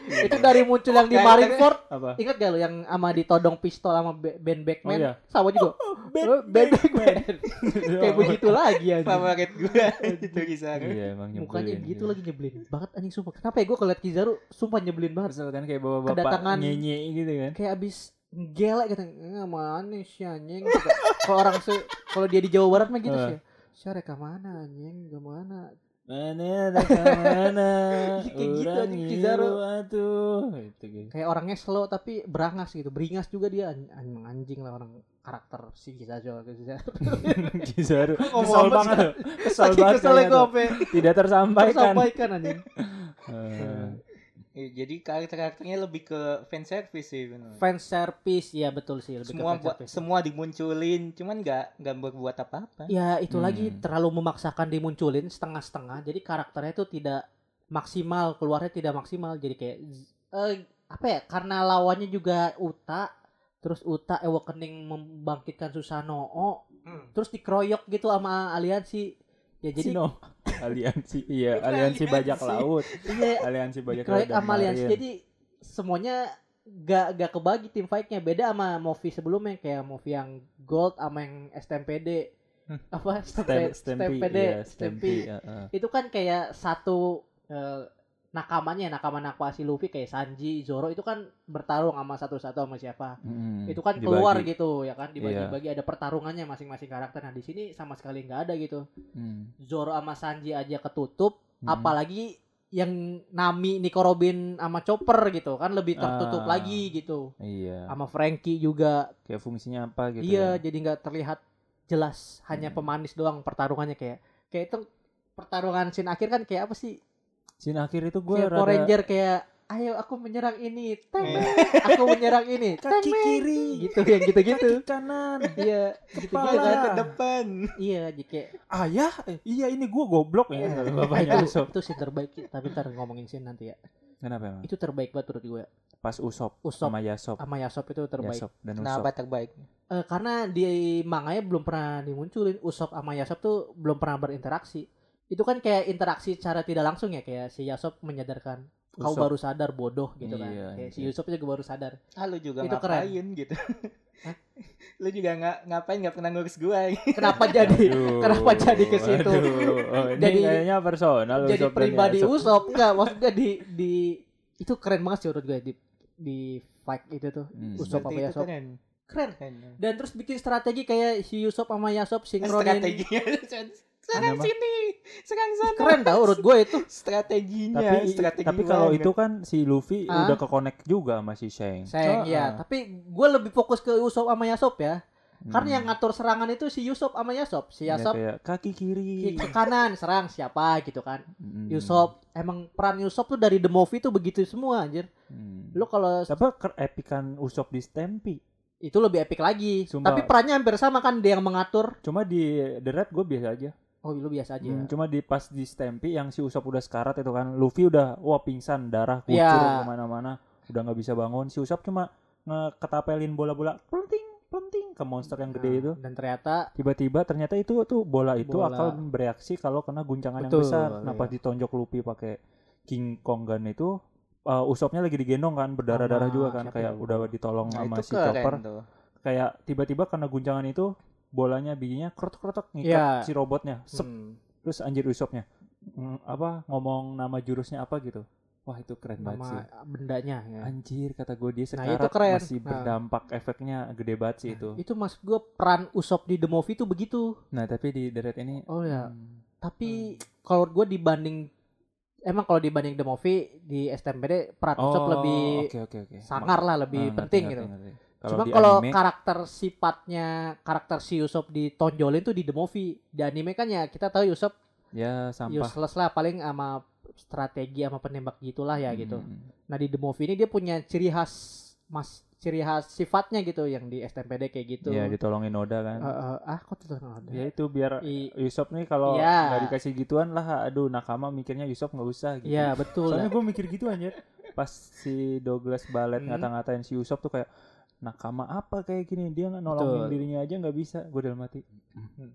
S2: itu dari muncul yang di
S1: Kayak-
S2: Marineford
S3: apa
S2: Ingat gak lo yang sama ditodong pistol sama Be- Ben Beckman
S3: Oh, iya.
S2: sama juga Ben, Beckman kayak begitu lagi anjing
S1: favorit gue itu Kizaru.
S3: Iya emang nyebelin.
S2: mukanya gitu
S3: Iya.
S2: lagi nyebelin banget anjing sumpah kenapa ya gue ngeliat Kizaru sumpah nyebelin banget
S3: Terus kan kayak bapak-bapak
S2: Kedatangan-
S3: nyenyi gitu kan.
S2: kayak abis gelek gitu nggak manis sih anjing Gitu. kalau orang se kalau dia di Jawa Barat mah gitu sih sih reka mana anjing gak mana
S3: Mana ada kemana
S2: Kayak gitu
S3: orang
S2: anjing, Kizaru.
S3: ngilu atuh. Gitu gitu.
S2: kayak orangnya slow tapi berangas gitu beringas juga dia An- anjing, anjing lah orang karakter si Kizaru Kizaru
S3: Kizaru kesel
S2: Ngomong apa
S3: banget.
S2: sih?
S3: loh. Kesel
S2: Saking
S3: banget.
S2: keselnya
S3: kayaknya
S2: gue
S3: tuh. Tidak tersampaikan.
S2: sampaikan anjing
S3: Eh,
S1: Ya, jadi karakter-karakternya lebih ke fan service sih bener.
S2: fan service ya betul sih lebih ke
S1: semua
S2: fan
S1: buat
S2: service.
S1: semua dimunculin, cuman nggak nggak berbuat apa-apa.
S2: Ya itu
S3: Hmm.
S2: lagi terlalu memaksakan dimunculin setengah-setengah. Jadi karakternya itu tidak maksimal, keluarnya tidak maksimal. Jadi kayak z- eh, apa ya? Karena lawannya juga Uta, terus Uta Awakening membangkitkan Susanoo,
S1: Hmm.
S2: terus dikeroyok gitu sama aliansi. Ya jadi
S3: Sino. aliansi iya aliansi bajak laut
S2: iya,
S3: aliansi bajak laut
S2: dikeroyok
S3: dan
S2: sama aliansi.
S3: marin.
S2: Jadi semuanya gak gak kebagi tim fightnya beda sama Movi sebelumnya kayak Movi yang Gold sama yang STMPD apa
S3: Hmm. Stem-
S2: Stempe-
S3: Stempi,
S2: STMPD
S3: iya, Stempi,
S2: Stempi
S3: iya, iya.
S2: itu kan kayak satu eh, nakamanya nakama nakama si Luffy kayak Sanji Zoro itu kan bertarung sama satu-satu sama siapa
S3: Mm,
S2: itu kan
S3: dibagi. Iya.
S2: keluar gitu ya kan dibagi-bagi ada pertarungannya masing-masing karakter nah di sini sama sekali nggak ada gitu
S3: Mm,
S2: Zoro sama Sanji aja ketutup
S3: mm.
S2: apalagi yang Nami Nico Robin sama Chopper gitu kan lebih tertutup
S3: Ah.
S2: lagi gitu
S3: iya
S2: sama Frankie juga
S3: kayak fungsinya apa gitu
S2: iya
S3: ya.
S2: jadi nggak terlihat jelas hanya
S3: Hmm.
S2: pemanis doang pertarungannya kayak kayak itu pertarungan scene akhir kan kayak apa sih
S3: Scene akhir itu gue
S2: kayak Power
S3: rada
S2: Ranger kayak ayo aku menyerang ini teng aku menyerang ini teng
S4: Kaki kiri,
S2: gitu yang gitu-gitu
S4: kaki kanan.
S2: iya gitu gitu
S4: Kepala.
S2: kan
S1: Ke depan.
S2: iya jadi kayak
S4: Ayah, eh, iya ini gua goblok ya.
S3: Iya, bapaknya
S2: itu,
S3: Usop.
S2: itu scene terbaik tapi ntar ngomongin scene nanti ya
S3: Kenapa emang?
S2: itu terbaik banget menurut gue
S3: Pas Usop,
S2: Usop
S3: sama Yasop.
S2: sama Yasop itu terbaik
S3: Yasop dan Usop.
S1: Kenapa terbaik?
S2: Eh, karena di manganya belum pernah dimunculin Usop sama Yasop tuh belum pernah berinteraksi itu kan kayak interaksi secara tidak langsung ya kayak si Yasop menyadarkan kau
S3: Usop.
S2: baru sadar bodoh gitu kan
S3: Iya,
S2: kayak si
S3: iya.
S2: Yusop juga baru sadar
S1: Ah lu juga
S2: Itu keren.
S1: ngapain gitu.
S2: Hah?
S1: lu juga nggak ngapain nggak pernah ngurus gua. gitu.
S2: kenapa jadi
S3: Aduh,
S2: kenapa jadi ke situ?
S3: aduh. Oh, ini
S2: Jadi-
S3: kayaknya personal
S2: jadi
S3: Usop dan
S2: pribadi
S3: Yasop.
S2: Usop enggak maksudnya di di itu keren banget sih menurut gue di di fight itu tuh
S3: Hmm.
S1: Berarti
S2: Usop apa
S1: itu
S2: Yasop
S1: keren.
S2: keren
S1: Keren. Nah,
S2: dan terus bikin strategi kayak si Yusop sama Yasop sinkronin
S1: Strateginya serang
S3: Kenapa?
S1: sini, serang sana.
S2: keren tau menurut gue itu
S1: Strateginya,
S3: Tapi,
S1: strategi gitu.
S3: tapi kalau
S1: banget.
S3: itu kan si Luffy
S2: Ah.
S3: udah ke connect juga sama si Shang.
S2: sayang
S3: Oh,
S2: ya
S3: ah.
S2: tapi gue lebih fokus ke Usop sama Yasop ya
S3: Hmm.
S2: karena yang ngatur serangan itu si Yusop sama Yasop si
S3: Ya,
S2: Yasop
S3: kayak kaki kiri.
S2: ke ke kanan serang siapa gitu kan
S3: Hmm.
S2: Yusop emang peran Yusop tuh dari The Movie tuh begitu semua anjir
S3: Hmm.
S2: lu kalau
S3: Siapa kerepikan Usop di Stempi?
S2: itu lebih epic lagi.
S3: Sumpah.
S2: Tapi perannya hampir sama kan dia yang mengatur.
S3: Cuma di The Red gue biasa aja.
S2: Oh, lu biasa aja.
S3: Hmm, cuma di pas di Stampy yang si Usop udah sekarat itu kan, Luffy udah wah pingsan darah kucur
S2: Iya.
S3: kemana-mana, udah nggak bisa bangun. Si Usop cuma ngeketapelin bola-bola, penting penting ke monster yang gede
S2: Nah,
S3: itu.
S2: Dan ternyata
S3: Tiba-tiba ternyata itu tuh bola itu
S2: Bola.
S3: akan bereaksi kalau kena guncangan
S2: Betul,
S3: yang besar. Nah
S2: iya.
S3: pas ditonjok Luffy pakai King Kong Gun itu, uh, Usopnya lagi digendong kan, berdarah-darah
S2: Sama
S3: juga kan,
S2: siapa
S3: kayak
S2: ya?
S3: udah ditolong
S1: Nah,
S3: sama
S1: itu
S3: si
S1: keren
S3: Chopper.
S1: tuh.
S3: Kayak tiba-tiba karena guncangan itu bolanya bijinya krotok-krotok ngikat
S2: Iya.
S3: si robotnya. Sep,
S2: hmm,
S3: terus anjir Usopnya mm, apa ngomong nama jurusnya apa gitu wah itu keren banget sih
S2: nama bendanya ya.
S3: anjir kata gue dia
S2: Nah,
S3: sekarat
S2: itu keren.
S3: masih
S2: Nah.
S3: berdampak efeknya gede banget sih itu
S2: Itu maksud gue peran Usop di The Movie itu begitu.
S3: nah tapi di deret ini
S2: Oh ya.
S3: hmm,
S2: Tapi kalau gue dibanding emang kalau dibanding The Movie di STMPD peran
S3: oh
S2: Usop lebih
S3: oke oke oke
S2: sangar lah, lebih
S3: Ah, ngerti,
S2: penting
S3: ngerti,
S2: gitu.
S3: ngerti.
S2: Cuma
S3: di
S2: kalau
S3: anime,
S2: karakter sifatnya karakter si Usop ditonjolin tuh di The Movie. Di anime kan ya kita tahu Usop
S3: ya sampah
S2: useless lah paling sama strategi sama penembak gitulah ya gitu.
S3: Hmm.
S2: Nah di The Movie ini dia punya ciri khas mas ciri khas sifatnya gitu yang di STMPD kayak gitu.
S3: ya ditolongin Oda kan
S2: Eh, eh, ah kok tidak ada?
S3: ya itu biar
S2: I-
S3: Yusop nih kalau
S2: Iya.
S3: nggak dikasih gituan lah aduh nakama mikirnya Yusop nggak usah gitu
S2: Iya betul.
S3: Soalnya gue mikir gitu anjir. Pas si Douglas Ballet
S2: Hmm.
S3: ngata-ngatain si Usop tuh kayak nakama apa kayak gini dia nggak nolongin
S2: Betul. Hmm.
S3: dirinya aja nggak bisa gue dalam hati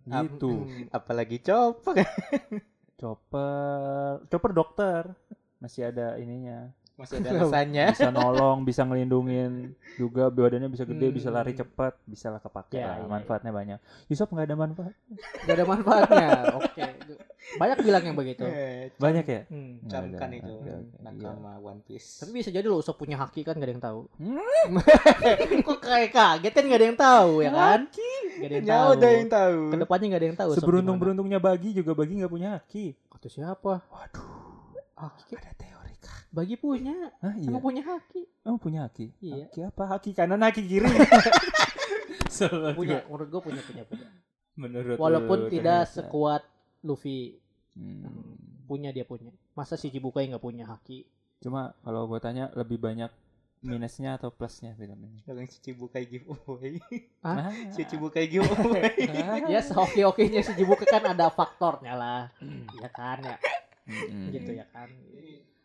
S2: Nah, mm,
S3: gitu
S1: Apalagi Chopper.
S3: chopper chopper dokter masih ada ininya
S1: Masih ada alasannya.
S2: Ya.
S3: bisa nolong bisa ngelindungin juga badannya bisa gede
S2: Hmm.
S3: bisa lari cepat bisa lah kepake
S2: Ya,
S3: lah,
S2: iya, iya.
S3: manfaatnya banyak Yusop nggak ada manfaat
S2: Gak ada manfaatnya. Oke. Banyak bilang yang begitu.
S1: Eh,
S3: banyak ya
S2: Hmm.
S3: Nggak ada.
S1: Camkan itu.
S3: Oke, oke, iya.
S1: Nakama One Piece.
S2: Tapi bisa jadi lo Usop punya haki kan gak ada yang tahu.
S3: Hmm.
S2: Kok kayak kaget kan gak ada yang tahu ya kan? Gak ada yang
S1: Ya
S2: tahu.
S1: udah yang tahu.
S2: Kedepannya gak ada yang tahu. Usop
S3: seberuntung
S2: gimana.
S3: beruntungnya bagi juga bagi nggak punya haki
S2: Kata siapa?
S3: waduh
S2: Haki.
S3: ada teori kah
S2: Bagi punya.
S3: Hah, iya
S2: Emang punya haki.
S3: Oh punya haki?
S2: Iya.
S3: Haki apa? Haki kanan, haki kiri.
S2: Punya. Menurut gue punya punya punya.
S3: Menurut
S2: Walaupun
S3: lu
S2: tidak
S3: ternyata.
S2: sekuat Luffy
S3: Hmm.
S2: punya dia punya. Masa si Cibuka yang gak punya haki?
S3: Cuma kalau gue tanya lebih banyak minusnya atau plusnya film ini?
S1: Sekarang cuci bukai giveaway.
S2: Hah?
S3: Ah.
S1: Cuci bukai giveaway.
S3: Ah.
S2: Ya sehoki okinya si Cibuka kan ada faktornya lah. Ya kan ya.
S3: Mm-mm.
S2: Gitu ya kan.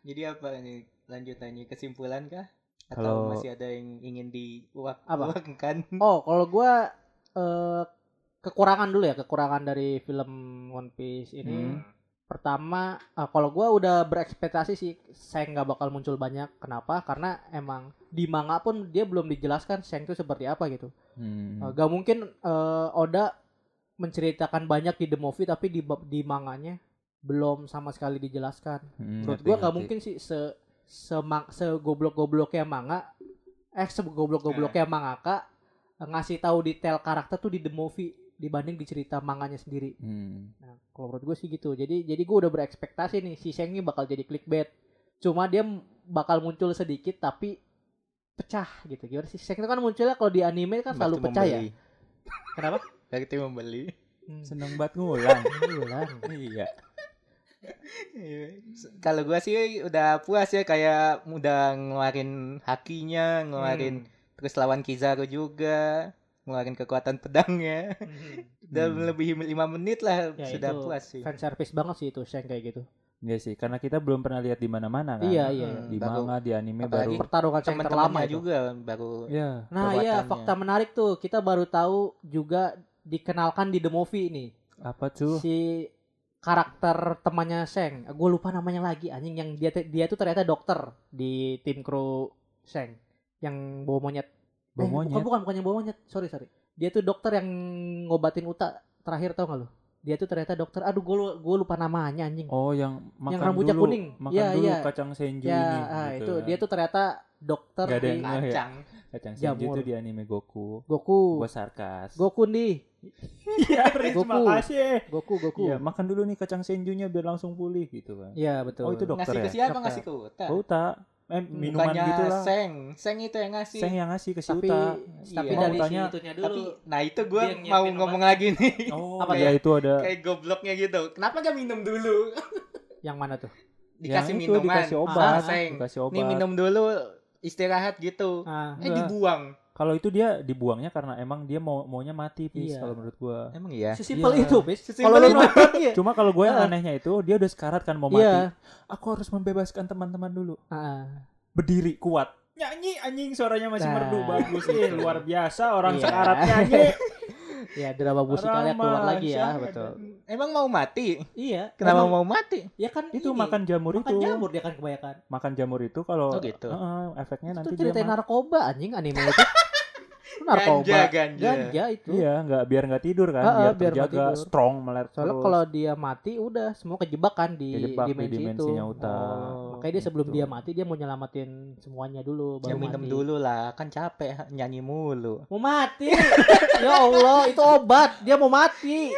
S1: Jadi apa nih lanjutannya kesimpulan kah? Atau
S3: Kalau-
S1: masih ada yang ingin diuak-uakkan?
S2: Oh, kalau gua eh, kekurangan dulu ya, kekurangan dari film One Piece ini.
S3: Hmm.
S2: Pertama, eh, kalau gua udah berekspektasi sih Seng nggak bakal muncul banyak. Kenapa? Karena emang di manga pun dia belum dijelaskan Seng itu seperti apa gitu.
S3: Hmm.
S2: Eh, Gak mungkin eh, Oda menceritakan banyak di the movie tapi di bab- di manganya belum sama sekali dijelaskan.
S3: Hmm,
S2: Menurut
S3: ngerti,
S2: gua nggak
S3: ngerti.
S2: mungkin sih se semang segoblok-gobloknya manga eh segoblok-gobloknya mangaka eh, ngasih tahu detail karakter tuh di the movie dibanding di cerita manganya sendiri.
S3: Hmm.
S2: Nah, kalau menurut gue sih gitu. Jadi jadi gua udah berekspektasi nih si Shang ini bakal jadi clickbait. Cuma dia m- bakal muncul sedikit tapi pecah gitu. Gimana sih Shang itu kan munculnya kalau di anime kan selalu
S1: Bakti
S2: pecah ya.
S1: membeli.
S2: Kenapa?
S1: Bakti membeli.
S2: Hmm.
S3: Seneng banget ngulang.
S2: Ulang.
S3: iya.
S1: Iya. Kalau gua sih udah puas ya kayak udah ngeluarin hakinya,
S2: Hmm.
S1: ngeluarin terus lawan Kizaru juga, ngeluarin kekuatan pedangnya.
S2: Hmm.
S1: Udah
S3: Hmm.
S1: lebih 5 menit lah
S2: Ya,
S1: sudah
S2: itu
S1: puas sih.
S2: Fan service banget sih itu Shang kayak gitu.
S3: Iya sih, karena kita belum pernah lihat di mana-mana kan.
S2: Iya, iya.
S1: Hmm,
S3: Di
S1: baru
S3: manga, di anime
S1: Apalagi
S3: baru.
S2: Pertarungan Shang terlama
S1: teman-temannya
S2: itu.
S1: juga baru
S3: Iya.
S2: Nah, iya
S1: perbuatannya.
S2: fakta menarik tuh. Kita baru tahu juga dikenalkan di The Movie ini.
S3: Apa tuh?
S2: Si karakter temannya Shang. Gue lupa namanya lagi anjing yang dia dia tuh ternyata dokter di tim kru Shang yang bawa monyet. Eh,
S3: Bawa
S2: bukan,
S3: monyet?
S2: bukan bukan yang bawa monyet. Sorry, sorry. Dia tuh dokter yang ngobatin utak terakhir tau gak lu? Dia tuh ternyata dokter. Aduh, gue gue lupa namanya anjing.
S3: Oh, yang makan
S2: rambutnya
S3: dulu.
S2: kuning.
S3: Makan
S2: Iya,
S3: dulu
S2: iya.
S3: kacang senju
S2: ya,
S3: ini.
S2: ah,
S3: gitu
S2: itu
S3: kan.
S2: dia tuh ternyata dokter
S3: Gak ada
S2: di
S3: yang- oh, ya.
S1: kacang.
S3: kacang senju
S2: jamur.
S3: itu di anime Goku.
S2: Goku.
S3: Gue sarkas. Ya,
S2: Goku nih.
S4: Iya, Riz,
S2: Goku.
S4: makasih.
S2: Goku, Goku.
S3: Iya, makan dulu nih kacang senjunya biar langsung pulih gitu kan.
S2: Iya, betul.
S3: Oh, itu dokter
S1: Ngasih ke
S3: ya?
S1: siapa?
S2: Dokter.
S1: Ngasih ke Uta.
S3: Uta. Eh, minuman
S1: Bukannya
S3: gitu lah.
S1: Seng. Seng itu yang ngasih.
S3: Seng yang ngasih ke si
S2: ya, Tapi
S3: Uta.
S2: tapi
S1: Iya.
S2: dari
S3: Mau tanya,
S2: si itunya dulu.
S1: Tapi nah itu gue
S2: dia yang
S1: mau
S2: nyiapin
S1: ngomong lagi nih.
S3: Oh,
S1: Apa
S2: ya?
S3: iya itu ada
S1: Kayak gobloknya gitu. Kenapa gak minum dulu?
S2: yang mana tuh?
S1: Dikasih
S3: yang Ya, itu,
S2: Ah,
S1: minuman. Ah,
S3: dikasih obat,
S1: Seng.
S3: dikasih obat.
S1: Nih minum dulu istirahat gitu.
S2: Ah,
S1: Eh
S3: Enggak.
S1: dibuang.
S3: Kalau itu dia dibuangnya karena emang dia mau maunya mati, Pis,
S2: Iya.
S3: kalau menurut gua.
S1: Emang iya.
S2: Sesimpel
S3: Iya.
S2: itu, bis.
S1: Sesimpel
S2: Kalau lu
S1: itu.
S2: nonton iya.
S3: Cuma kalau gue yang
S2: Heeh.
S3: anehnya itu dia udah sekarat kan mau
S2: Iya.
S3: mati. Aku harus membebaskan teman-teman dulu.
S2: Ah,
S3: Berdiri kuat. Nyanyi anjing suaranya masih
S2: Nah.
S3: merdu bagus.
S4: Ih, luar biasa orang
S2: Iya.
S4: sekarat nyanyi.
S2: Ya drama musikalnya keluar
S4: Ramah,
S2: lagi ya,
S4: syahad.
S2: betul.
S1: Emang mau mati?
S2: Iya.
S1: Kenapa
S2: Emang-
S1: mau mati?
S2: Ya kan
S3: Itu
S2: ini,
S3: makan jamur
S2: makan
S3: itu.
S2: jamur dia kan kebanyakan.
S3: Makan jamur itu kalau
S1: Oh, gitu.
S3: Heeh, efeknya
S2: Itu
S3: Ya, nanti dia
S2: ceritain
S3: mati.
S2: narkoba anjing anime itu. Itu narkoba.
S1: Ganja, ganja.
S2: Ganja itu.
S3: Iya, nggak biar nggak tidur kan,
S2: Heeh,
S3: biar,
S2: biar nggak
S3: terjaga
S2: tidur.
S3: strong meler
S2: Soalnya
S3: terus.
S2: kalau dia mati udah semua kejebak kan di
S3: Kejebak di
S2: dimensi itu.
S3: dimensinya Gitu. Uta.
S2: Oh, Makanya dia sebelum dia mati dia mau nyelamatin semuanya dulu
S1: Ya
S2: baru
S1: minum
S2: mati.
S1: dulu lah, kan capek nyanyi mulu.
S2: Mau mati. ya Allah, itu obat. Dia mau mati.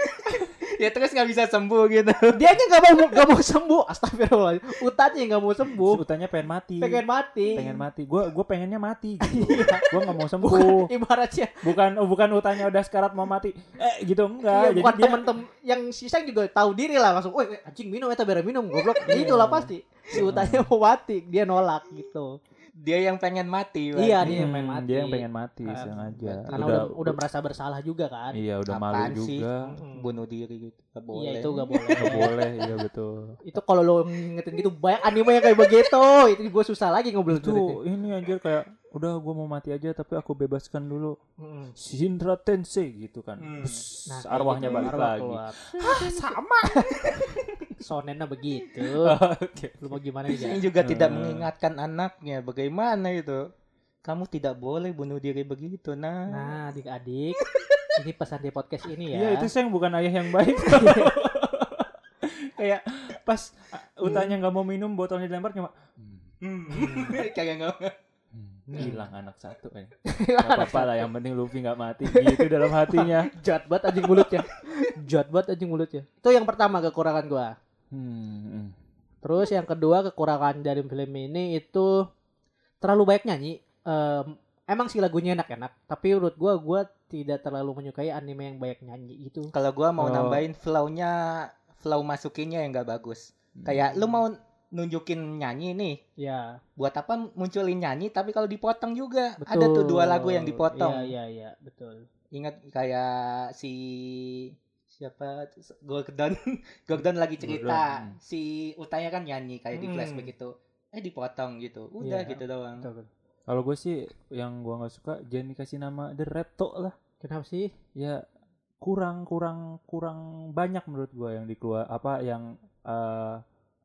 S1: ya terus nggak bisa sembuh gitu.
S2: Dia nya enggak mau nggak mau sembuh. Astagfirullah. Utanya nggak mau sembuh.
S3: Sebutannya pengen mati.
S2: Pengen mati. Iya.
S3: Pengen mati. Gue gue pengennya mati. Gitu. gue nggak mau sembuh.
S2: Ibaratnya
S3: Bukan oh, bukan utanya udah sekarat mau mati. Eh gitu
S2: Iya,
S3: enggak. Jadi
S2: bukan
S3: dia
S2: temen-temen yang sisa juga tahu diri lah langsung, "Woi, anjing minum eta beres minum, goblok."
S3: Iya.
S2: Itulah pasti. Si utanya mau mati, dia nolak gitu.
S1: Dia yang pengen mati. Wan.
S2: Iya, dia yang pengen
S3: Hmm,
S2: mati.
S3: dia yang pengen mati
S2: Ah,
S3: sengaja.
S2: Karena udah, udah merasa bersalah juga kan.
S3: Iya, udah malu
S1: Apaan sih?
S3: juga.
S2: Mm-mm.
S1: Bunuh diri gitu. Nggak boleh.
S2: Iya, itu gak
S3: Nggak
S2: boleh.
S3: boleh, iya betul.
S2: itu kalau lo ngingetin gitu banyak anime yang kayak begitu. Itu gue susah lagi ngobrol
S3: Itu
S2: tuh.
S3: ini anjir kayak udah gua mau mati aja tapi aku bebaskan dulu Shinra Tensei gitu kan.
S1: Hmm.
S2: Hmm.
S3: Bus,
S2: Nah, kayak
S3: Nah, arwahnya
S2: gitu,
S3: balik
S2: arwah
S3: lagi.
S2: keluar.
S4: Sama.
S2: Sonennya begitu.
S3: Oh, Oke.
S2: Lu mau gimana
S1: Ini
S2: aja?
S1: juga tidak
S3: Eh.
S1: mengingatkan anaknya bagaimana itu. Kamu tidak boleh bunuh diri begitu, nah.
S2: Nah, adik-adik, ini pesan di podcast ini ya.
S3: Iya, itu sayang bukan ayah yang baik. kayak pas uh,
S2: Hmm.
S3: utanya nggak mau minum botolnya dilempar cuma
S1: Kayak nggak
S3: "Hmm, hilang anak satu eh.
S2: Hilang
S3: Gak apa-apa lah yang penting Luffy nggak mati gitu dalam hatinya
S2: jahat banget anjing mulutnya jahat banget anjing mulutnya itu yang pertama kekurangan gua
S3: hmm.
S2: terus yang kedua kekurangan dari film ini itu terlalu banyak nyanyi Em, emang sih lagunya enak-enak tapi menurut gua gua tidak terlalu menyukai anime yang banyak nyanyi gitu. itu
S1: Kalau gua mau
S3: Oh.
S1: nambahin flow-nya, flow masukinnya yang nggak bagus. Kayak lu mau nunjukin nyanyi nih,
S2: ya
S1: buat apa munculin nyanyi tapi kalau dipotong juga
S2: betul
S1: ada tuh dua lagu yang dipotong.
S2: iya iya iya betul
S1: Ingat kayak si siapa Gordon Gordon lagi cerita
S3: Gordon,
S1: si Utaya kan nyanyi kayak di
S2: Hmm.
S1: flashback gitu eh dipotong gitu udah
S2: Iya.
S1: gitu doang
S2: betul betul.
S3: kalau gue sih yang gue nggak suka jangan dikasih nama The Repto lah
S2: kenapa sih
S3: ya kurang kurang kurang banyak menurut gue yang dikeluar apa yang eh,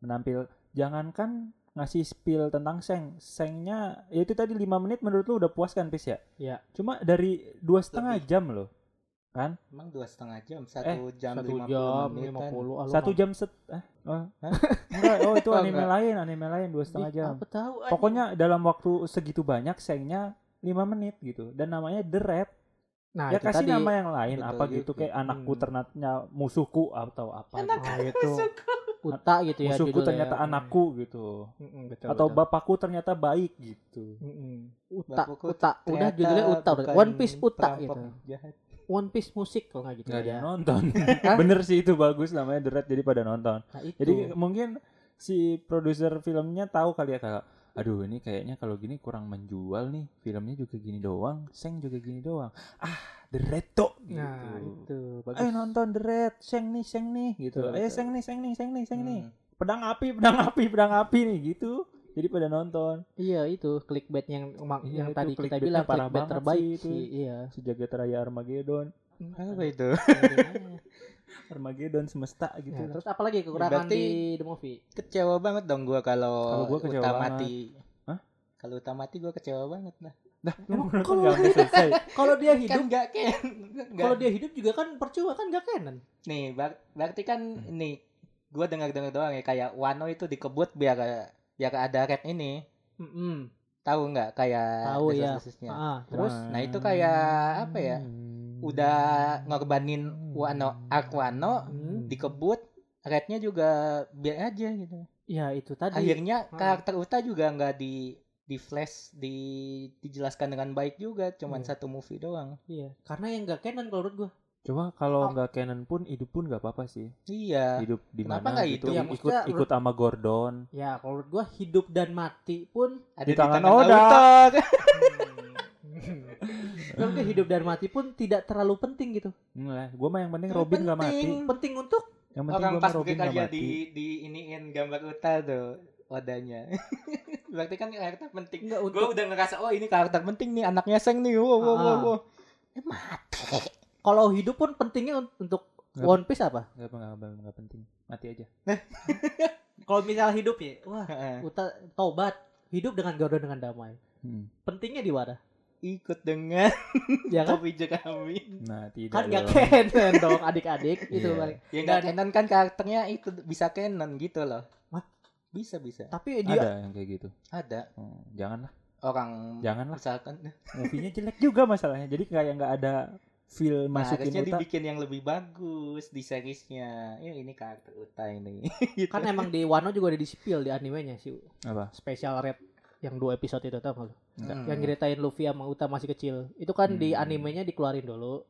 S3: menampil jangankan ngasih spill tentang seng sengnya ya itu tadi lima menit menurut lu udah puas kan pis ya
S2: Iya.
S3: cuma dari dua setengah jam loh kan
S1: emang dua setengah jam satu jam
S2: Eh, satu
S1: lima
S2: jam
S1: puluh
S2: lima puluh
S3: satu jam set eh, oh, enggak oh itu
S1: Oh,
S3: anime
S1: enggak.
S3: lain anime lain dua setengah jam
S2: apa tahu anjing.
S3: pokoknya dalam waktu segitu banyak sengnya lima menit gitu dan namanya The Red
S2: nah,
S3: ya
S2: itu
S3: kasih
S2: tadi.
S3: nama yang lain
S1: Betul
S3: apa gitu
S1: gitu.
S3: kayak anakku
S2: Hmm.
S3: ternatnya musuhku atau apa
S1: Anak
S3: gitu.
S2: Nah, itu Uta gitu ya
S3: musuhku
S2: judulnya.
S3: ternyata anakku gitu
S2: Mm-mm, betul,
S3: atau
S2: betul.
S3: bapakku ternyata baik gitu
S2: Uta,
S1: Bapakku
S2: Uta, udah judulnya Uta, udah. One Piece Uta gitu.
S1: jahat.
S2: One Piece musik kalau nggak gitu
S3: nggak ada
S2: ya.
S3: yang nonton bener sih itu bagus namanya The Red jadi pada nonton
S2: Nah, itu.
S3: jadi mungkin si produser filmnya tahu kali ya kakak aduh ini kayaknya kalau gini kurang menjual nih filmnya juga gini doang seng juga gini doang ah The Red tuh gitu.
S2: nah itu bagus.
S3: Ayo nonton The Red, Seng nih, Seng nih gitu.
S2: Betul,
S3: Ayo
S2: betul.
S3: Seng nih, Seng nih, Seng nih, Seng nih.
S1: Hmm.
S3: pedang api, pedang api, pedang api nih gitu. Jadi pada nonton
S2: Iya itu clickbait yang emang-
S3: Iya,
S2: yang
S3: itu
S2: tadi kita
S3: clickbaitnya
S2: bilang
S3: parah
S2: clickbait
S3: banget
S2: terbaik
S3: sih
S2: sih,
S3: itu.
S2: Iya.
S3: sejagat raya Armageddon,
S1: apa itu
S3: Armageddon semesta gitu.
S1: Ya,
S2: Nah,
S3: lah.
S2: terus apalagi kekurangan
S1: Berarti-
S2: di The Movie?
S1: kecewa banget dong gua kalau
S3: Kalau gua kecewa
S1: Uta
S3: banget.
S1: mati
S3: Hah?
S1: kalau Uta mati gua kecewa banget lah
S3: Dah,
S2: Emang
S3: menurut
S2: kalau-
S3: Nah, nggak habis selesai.
S2: Kalau dia
S1: kan
S2: hidup,
S1: nggak ken Nggak-
S2: kalau dia hidup juga kan percuma kan gak canon.
S1: Nih, ber- berarti kan
S2: Hmm.
S1: nih gua dengar-dengar doang ya kayak Wano itu dikebut biar biar ada red ini.
S2: Mm-mm.
S1: Tahu nggak kayak
S2: Tahu ya.
S1: desas-desusnya?
S2: Ah, terus
S1: Nah, itu kayak apa ya?
S3: Hmm.
S1: Udah ngorbanin Wano, arc Wano
S2: Hmm.
S1: dikebut, rednya juga biar aja gitu.
S2: ya itu tadi.
S1: Akhirnya
S2: Ah.
S1: karakter Uta juga nggak di di flash di dijelaskan dengan baik juga, cuman
S2: Iya.
S1: satu movie doang.
S2: Iya, karena yang gak canon kalau menurut gua.
S3: Coba
S1: Oh.
S3: kalau nggak canon pun hidup pun nggak apa-apa sih.
S1: Iya.
S3: Hidup di
S1: kenapa
S3: mana
S1: nggak hidup?
S3: gitu.
S2: Ya,
S3: ikut
S2: maksudnya
S3: ikut sama Gordon.
S2: Ya, kalau menurut gua hidup dan mati pun
S1: Ada
S3: Di tangan
S1: tangan
S3: Oda.
S1: Uta.
S2: Tapi hidup dan mati pun tidak terlalu penting gitu.
S3: Enggak, gue mah yang penting Robin gak mati.
S1: Penting.
S2: Penting untuk
S3: Yang penting
S1: Orang
S3: gue
S1: pas
S3: mah Robin
S1: break
S3: gak
S1: aja
S3: mati.
S1: di di iniin gambar Uta tuh wadahnya. Berarti kan karakter penting.
S2: enggak
S1: Gue
S2: untuk
S1: udah ngerasa oh ini karakter penting nih anaknya Seng nih. Wow wow wow.
S2: Ah.
S1: wow.
S2: kalau hidup pun pentingnya un- untuk
S3: Nggak.
S2: One Piece apa?
S3: Gak, apa, gak, apa, gak penting. Mati aja.
S2: Kalau misal hidupnya, wah,
S1: Heeh.
S2: uta tobat, hidup dengan garuda dengan damai.
S3: Hmm.
S2: Pentingnya di mana?
S1: Ikut dengan
S2: Ya kan?
S1: kopi kami.
S3: Nah, tidak.
S2: Kan nggak
S3: dong.
S2: keren dong adik-adik gitu itu
S3: Iya.
S2: balik.
S1: Yang nggak canon kan karakternya itu bisa canon gitu loh.
S2: Wah.
S1: Bisa bisa.
S2: Tapi dia
S3: Ada yang kayak gitu.
S1: Ada
S3: Hmm, janganlah,
S1: orang
S3: janganlah.
S1: misalkan nah,
S3: Movie-nya jelek juga masalahnya. Jadi kayak nggak ada feel masukin
S1: Nah, harusnya
S3: Uta.
S1: dibikin yang lebih bagus di seriesnya. Ya ini karakter Uta ini. Gitu.
S2: kan emang di Wano juga ada di spill di animenya sih.
S3: Apa?
S2: Special Red yang dua episode itu tau nggak lu?
S3: Enggak.
S1: Hmm.
S2: Yang nyeritain Luffy sama Uta masih kecil. Itu kan di
S3: Hmm.
S2: animenya dikeluarin dulu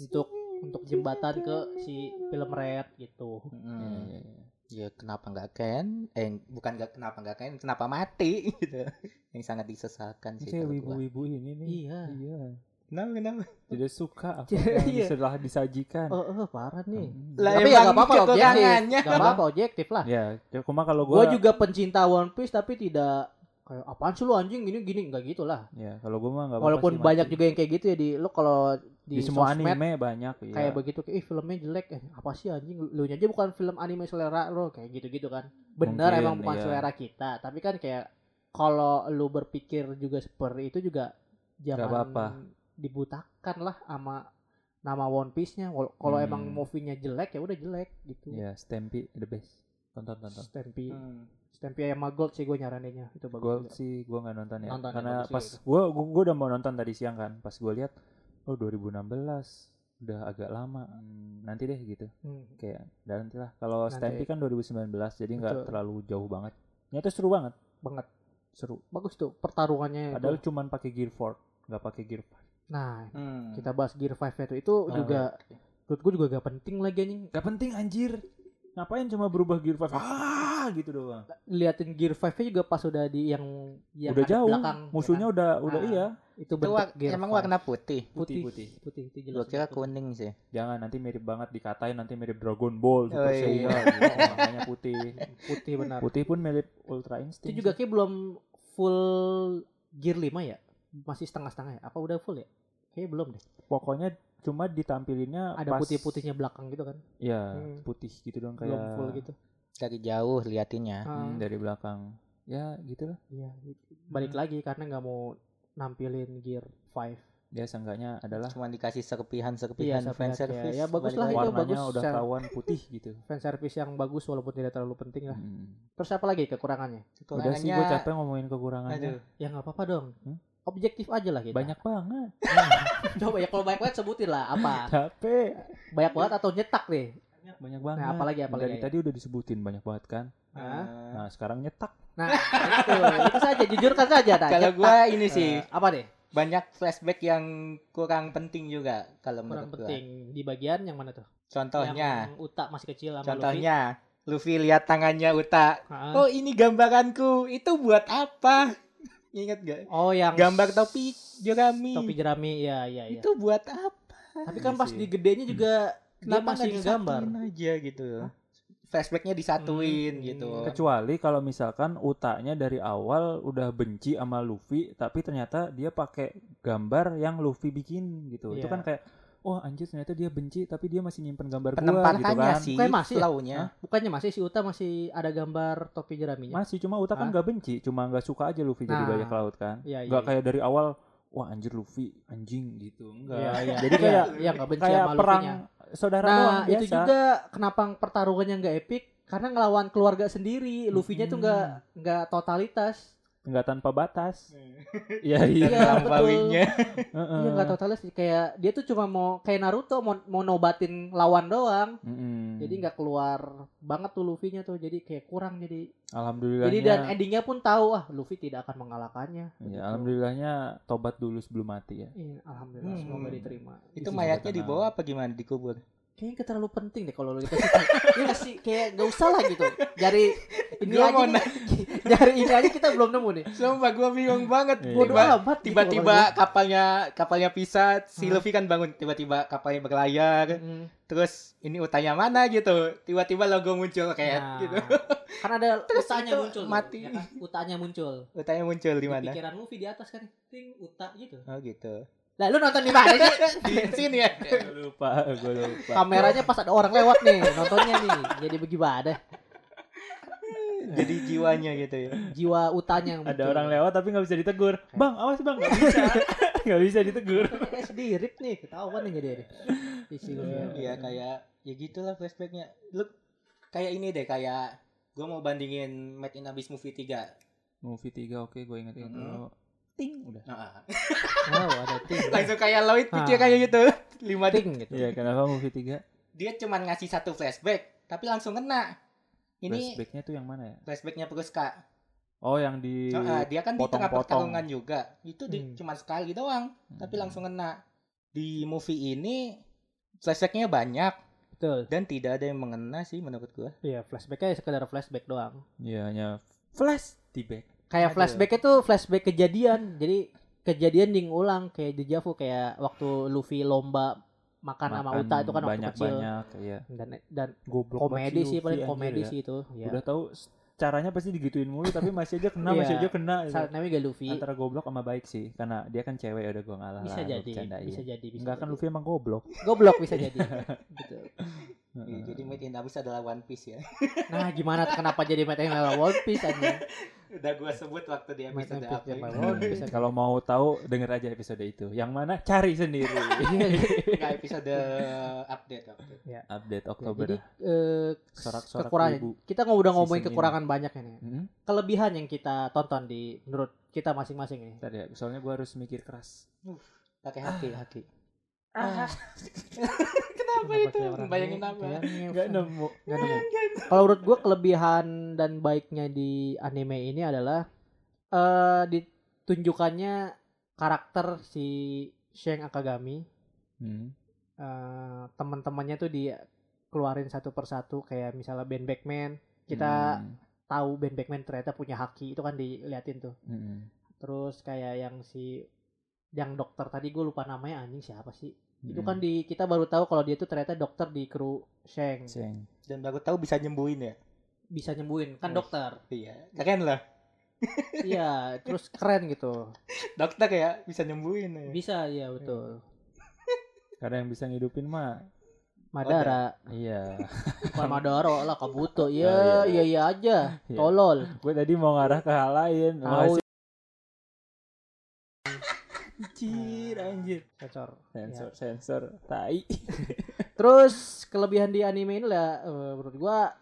S2: untuk untuk jembatan ke si film Red gitu.
S3: Iya,
S1: Hmm.
S3: iya, iya.
S1: Ya kenapa nggak Ken? Eh bukan nggak kenapa nggak Ken? Kenapa mati gitu? Yang sangat disesalkan sih.
S3: Ini Kayak
S1: kalau gua.
S3: wibu-wibu ini nih.
S2: Iya.
S3: Iya.
S1: Kenapa kenapa?
S3: Tidak suka apa
S2: Iya.
S3: yang setelah disajikan.
S2: Oh, oh, parah nih.
S3: Hmm.
S1: Lah,
S2: Tapi
S1: emang
S2: ya nggak apa-apa objektif.
S1: kekurangannya.
S2: Nggak apa-apa objektif lah.
S3: Ya, cuma kalau
S2: Gue
S3: gue
S2: juga pencinta One Piece tapi tidak kayak apaan sih lu anjing gini gini nggak gitu lah.
S3: Ya, kalau gue mah nggak apa-apa
S2: Walaupun
S3: sih,
S2: banyak
S3: mati.
S2: juga yang kayak gitu ya di lu kalau
S3: di,
S2: di,
S3: semua
S2: sosmed,
S3: anime banyak iya.
S2: kayak begitu kayak ih filmnya jelek eh apa sih anjing lu nya aja bukan film anime selera lo kayak gitu-gitu kan. Bener
S3: Mungkin,
S2: emang bukan
S3: iya.
S2: selera kita tapi kan kayak kalau lu berpikir juga seperti itu juga jangan
S3: apa-apa.
S2: dibutakan lah sama nama One Piece-nya. Wal- Kalau
S3: Hmm.
S2: emang movie-nya jelek ya udah jelek gitu.
S3: ya Stampy the best tonton tonton
S2: Stampy, Stampy sama Gold sih gue nyaraninnya itu bagus.
S3: gue
S2: juga.
S3: sih gue nggak nonton ya
S2: Nonton,
S3: karena
S2: bagus sih
S3: pas
S2: gitu.
S3: gue gue udah mau nonton tadi siang kan pas gue lihat oh 2016 udah agak lama Hmm, nanti deh gitu
S2: Hmm.
S3: kayak dan nantilah kalau
S2: Nanti.
S3: Stampy kan 2019 jadi nggak
S2: Betul.
S3: terlalu jauh banget nyata seru banget
S2: banget
S3: seru
S2: bagus tuh pertarungannya itu.
S3: padahal cuman pakai gear four nggak pakai gear five
S2: nah
S1: Hmm.
S2: kita bahas gear 5 nya tuh itu
S3: Ah,
S2: juga menurut gue juga gak penting lagi anjing
S3: nggak penting anjir ngapain cuma berubah gear five ah gitu doang
S2: liatin gear 5 nya juga pas udah di yang yang
S3: udah
S2: ada
S3: jauh
S2: belakang ya
S3: musuhnya
S2: kan?
S3: udah udah
S2: Ah.
S3: iya
S2: itu
S1: Itu
S2: bentuk
S1: wa-
S2: gear
S1: emang
S2: five.
S1: warna putih.
S2: putih Iya,
S3: putih.
S2: putih putih, itu jelas
S1: Gue kira
S2: putih.
S1: kuning sih.
S3: Jangan nanti mirip banget dikatain nanti mirip Dragon Ball Super
S1: Oh, iya.
S3: Saiyan gitu. makanya putih.
S2: putih benar
S3: Putih pun mirip Ultra Instinct.
S2: itu juga kayak belum full gear 5 ya masih setengah-setengah ya apa udah full ya kayaknya belum deh
S3: sih. pokoknya cuma ditampilinnya
S2: ada
S3: pas-
S2: putih-putihnya belakang gitu kan
S3: Iya,
S2: Hmm.
S3: putih gitu dong
S2: belum
S3: kayak
S2: full gitu
S1: Dari jauh liatinnya.
S2: Ah,
S3: Hmm, dari belakang. Ya, gitu lah.
S2: iya.
S1: hmm.
S2: balik lagi karena nggak mau nampilin gear 5
S3: Dia Ya, seenggaknya adalah
S1: Cuma dikasih serpihan-serpihan
S2: Iya,
S1: fanservice
S2: serpihan,
S1: fan service.
S2: ya. Ya, bagus lah itu.
S3: warnanya
S2: bagus,
S3: udah
S2: Sel.
S3: ketahuan putih gitu.
S2: fan service yang bagus walaupun tidak terlalu penting lah.
S3: Hmm.
S2: Terus apa lagi kekurangannya?
S3: Udah sih gue capek ngomongin
S1: Aduh.
S3: kekurangannya.
S2: Ya nggak apa-apa dong.
S3: Hmm?
S2: Objektif aja lah kita.
S3: Banyak banget.
S2: Coba ya kalau banyak banget sebutin lah apa.
S3: Capek.
S2: Banyak banget atau nyetak deh.
S3: Banyak banget.
S2: Nah, apalagi, apalagi,
S3: Dari
S2: ya.
S3: tadi udah disebutin banyak banget kan.
S2: Nah,
S1: Eh,
S3: Nah, sekarang nyetak.
S2: nah itu, itu saja jujurkan saja nah.
S1: Kalau
S2: nyetak.
S1: gue ini sih
S2: Eh, apa deh?
S1: banyak flashback yang kurang penting juga kalau
S2: Kurang
S1: menurut gue.
S2: penting di bagian yang mana tuh?
S1: Contohnya,
S2: Yang Uta masih kecil sama
S1: contohnya Luffy lihat tangannya Uta.
S2: Luffy. Heeh.
S1: Oh ini gambaranku itu buat apa? Ingat gak?
S3: Iya.
S2: Oh, yang
S1: Gambar topi jerami
S2: topi jerami ya ya ya.
S1: itu buat apa?
S2: Tapi kan
S3: Iya
S2: pas
S3: sih.
S2: di gedenya juga dia
S1: Hmm. Kenapa
S2: masih
S1: nggak
S2: ngegambar.
S1: disatuin aja gitu? Flashbacknya disatuin
S2: Hmm.
S1: gitu.
S3: Kecuali kalau misalkan Utanya dari awal udah benci sama Luffy, tapi ternyata dia pakai gambar yang Luffy bikin gitu.
S2: Iya.
S3: Itu kan kayak, wah anjir ternyata dia benci, tapi dia masih nyimpen gambar gua gitu
S1: Penempatannya
S3: kan.
S1: sih,
S2: Bukannya masih ya?
S1: flow-nya.
S3: Hah?
S2: Bukannya masih si Uta masih ada gambar topi jeraminya?
S3: Masih cuma Uta kan
S2: Hah?
S3: nggak benci, cuma nggak suka aja Luffy jadi
S2: Nah.
S3: bajak laut kan.
S2: Iya, iya,
S3: Nggak
S2: iya.
S3: kayak dari awal, wah anjir Luffy anjing gitu. Enggak.
S2: Iya, iya.
S3: Jadi kayak
S2: Iya, nggak benci
S3: kayak
S2: sama
S3: perang
S2: Luffy-nya.
S3: saudara doang
S2: Nah,
S3: biasa.
S2: itu juga kenapa pertarungannya nggak epik karena ngelawan keluarga sendiri. Luffy-nya tuh nggak
S3: Hmm.
S2: nggak totalitas.
S3: Nggak tanpa batas. Iya, iya.
S2: Iya,
S1: Melampauinya.
S3: Heeh.
S2: Iya nggak totalitas kayak dia tuh cuma mau kayak Naruto mau, mau nobatin lawan doang.
S3: Hmm. Mm-mm.
S2: Jadi nggak keluar banget tuh Luffy-nya tuh. Jadi kayak kurang jadi.
S3: Alhamdulillahnya.
S2: Jadi dan endingnya pun tahu ah Luffy tidak akan mengalahkannya. Gitu.
S3: Ya, alhamdulillahnya tobat dulu sebelum mati ya.
S2: Iya, alhamdulillah
S1: Hmm.
S2: semoga diterima.
S1: itu
S3: Isi
S1: mayatnya
S3: jabatan
S1: dibawa apa gimana dikubur?
S2: Kayaknya terlalu penting deh kalau lu dikasih tahu. Iya nggak sih kayak nggak usah lah gitu. Dari ini
S1: Gua
S2: aja
S1: mau
S2: nih.
S1: nanya-
S2: Dari ini aja kita belum nemu nih.
S1: Sumpah gue bingung banget.
S3: Iya.
S2: Bodoh
S1: Tiba-
S2: amat. gitu
S1: Tiba-tiba kapalnya kapalnya pisah, si Luffy kan bangun tiba-tiba kapalnya
S2: orang.
S1: berlayar.
S2: Hmm.
S1: Terus ini utanya mana gitu. Tiba-tiba logo muncul kayak
S2: Nah,
S1: gitu.
S2: Kan ada
S1: Terus
S2: utanya
S1: itu
S2: muncul. tuh,
S1: mati.
S2: ya kan? Utanya muncul.
S1: Utanya muncul di
S2: Di
S1: mana?
S2: pikiran Luffy di atas kan. Ting uta gitu.
S1: Oh gitu.
S2: Lah lu nonton di mana sih?
S1: Di sini ya.
S3: Gua lupa, gue lupa.
S2: Kameranya pas ada orang lewat nih, nontonnya nih. Jadi bagaimana?
S1: Jadi jiwanya gitu ya.
S2: Jiwa utanya yang
S3: Ada
S2: muncul.
S3: orang lewat tapi nggak bisa ditegur. Bang, awas bang, nggak bisa, nggak bisa ditegur.
S2: SD rip nih, ketahuan nih jadi. Isi Luffy.
S1: Iya kayak ya gitulah flashbacknya. Lu kayak ini deh kayak gue mau bandingin Made in Abyss Movie 3.
S3: Movie 3 oke, gue ingat-ingat
S1: Mhm.
S3: dulu. Ting udah.
S1: Nah,
S2: Wow, ada ting.
S1: langsung kayak Lloyd pikir
S2: Ah.
S1: kayak gitu. Lima
S2: Ting gitu.
S3: Iya, kenapa movie 3?
S1: dia cuman ngasih satu flashback tapi langsung kena ini
S3: Flashbacknya tuh yang mana ya?
S1: flashbacknya terus kak
S3: Oh, yang di
S2: ah,
S1: dia kan di tengah
S3: potong-potong. Hmm.
S1: pertarungan juga itu di,
S2: Hmm.
S1: cuman sekali doang tapi langsung kena di movie ini flashbacknya banyak
S2: Betul.
S1: dan tidak ada yang mengena sih menurut gua
S2: Iya, flashbacknya sekedar flashback doang.
S3: Iya, hanya flash di back.
S2: Kayak
S1: Aduh.
S2: flashback itu flashback kejadian. Jadi kejadian diulang kayak deja vu kayak waktu Luffy lomba makan, sama
S3: Makan
S2: Uta itu kan waktu kecil.
S3: banyak-banyak, iya.
S2: Dan dan
S3: Goblok
S2: komedi
S3: banget
S2: sih paling
S3: Luffy,
S2: komedi
S3: anjir ya.
S2: sih itu. Ya.
S3: Udah tahu s- caranya pasti digituin mulu tapi masih aja kena, masih
S2: Iya.
S3: aja kena. gitu.
S2: Sa- namanya gak Luffy.
S3: Antara goblok sama baik sih, karena dia kan cewek udah gua ngalah.
S2: Bisa
S3: lah, gua
S2: jadi,
S3: bercandain.
S2: bisa jadi, bisa
S3: Enggak kan
S2: jadi.
S3: Luffy emang goblok.
S2: Goblok bisa jadi. gitu.
S3: Ah.
S1: Iya, jadi Made in Abyss adalah One Piece ya
S2: Nah, gimana kenapa jadi Mate Mela One Piece anjing?
S1: udah gua sebut waktu di
S2: Mate
S1: episode
S2: Mela
S1: apa
S2: One Piece. anjing.
S3: Kalau mau tahu denger aja episode itu. Yang mana cari sendiri. Iya,
S2: Iya,
S1: Nggak, episode uh, update update
S3: Update
S2: Ya,
S3: Oktober.
S2: jadi eh,
S3: Sorak-sorak
S2: kekurangan
S3: wibu.
S2: kita nggak udah ngomongin
S3: Season ini.
S2: kekurangan banyak ini.
S3: Hmm?
S2: Kelebihan yang kita tonton di menurut kita masing-masing ini.
S3: Bentar ya, soalnya gua harus mikir keras.
S1: pakai Ah.
S3: Ah.
S1: haki haki
S2: Ah. Kenapa gitu
S1: itu? Bayangin apa?
S2: ya? Gak nemu.
S3: nemu.
S2: Gak nemu. Kalau menurut gue kelebihan dan baiknya di anime ini adalah eh ditunjukkannya karakter si Sheng Akagami.
S3: Hmm.
S2: eh teman-temannya tuh dikeluarin satu persatu kayak misalnya Ben Beckman. Kita
S3: Hmm.
S2: tahu Ben Beckman ternyata punya haki itu kan diliatin tuh.
S3: Hmm.
S2: Terus kayak yang si yang dokter tadi gue lupa namanya anjing siapa sih? Itu
S3: Hmm.
S2: kan di kita baru tahu kalau dia tuh ternyata dokter di kru Sheng.
S3: Ceng.
S1: dan baru tahu bisa nyembuhin ya
S2: bisa nyembuhin kan
S1: Wih.
S2: dokter
S1: iya keren lah
S2: iya terus keren gitu
S1: dokter ya bisa nyembuhin ya.
S2: bisa iya betul
S3: Karena yang bisa ngidupin mah.
S2: Madara
S3: Iya.
S2: bukan Madara lah kabuto
S3: Oh,
S2: iya
S3: iya.
S2: iya iya aja
S3: Iya.
S2: tolol
S3: gue tadi mau ngarah ke hal lain.
S2: tahu
S3: Anjir, anjir.
S2: Cocor.
S3: Sensor, sensor. Tai.
S2: terus kelebihan di anime ini lah eh, menurut gua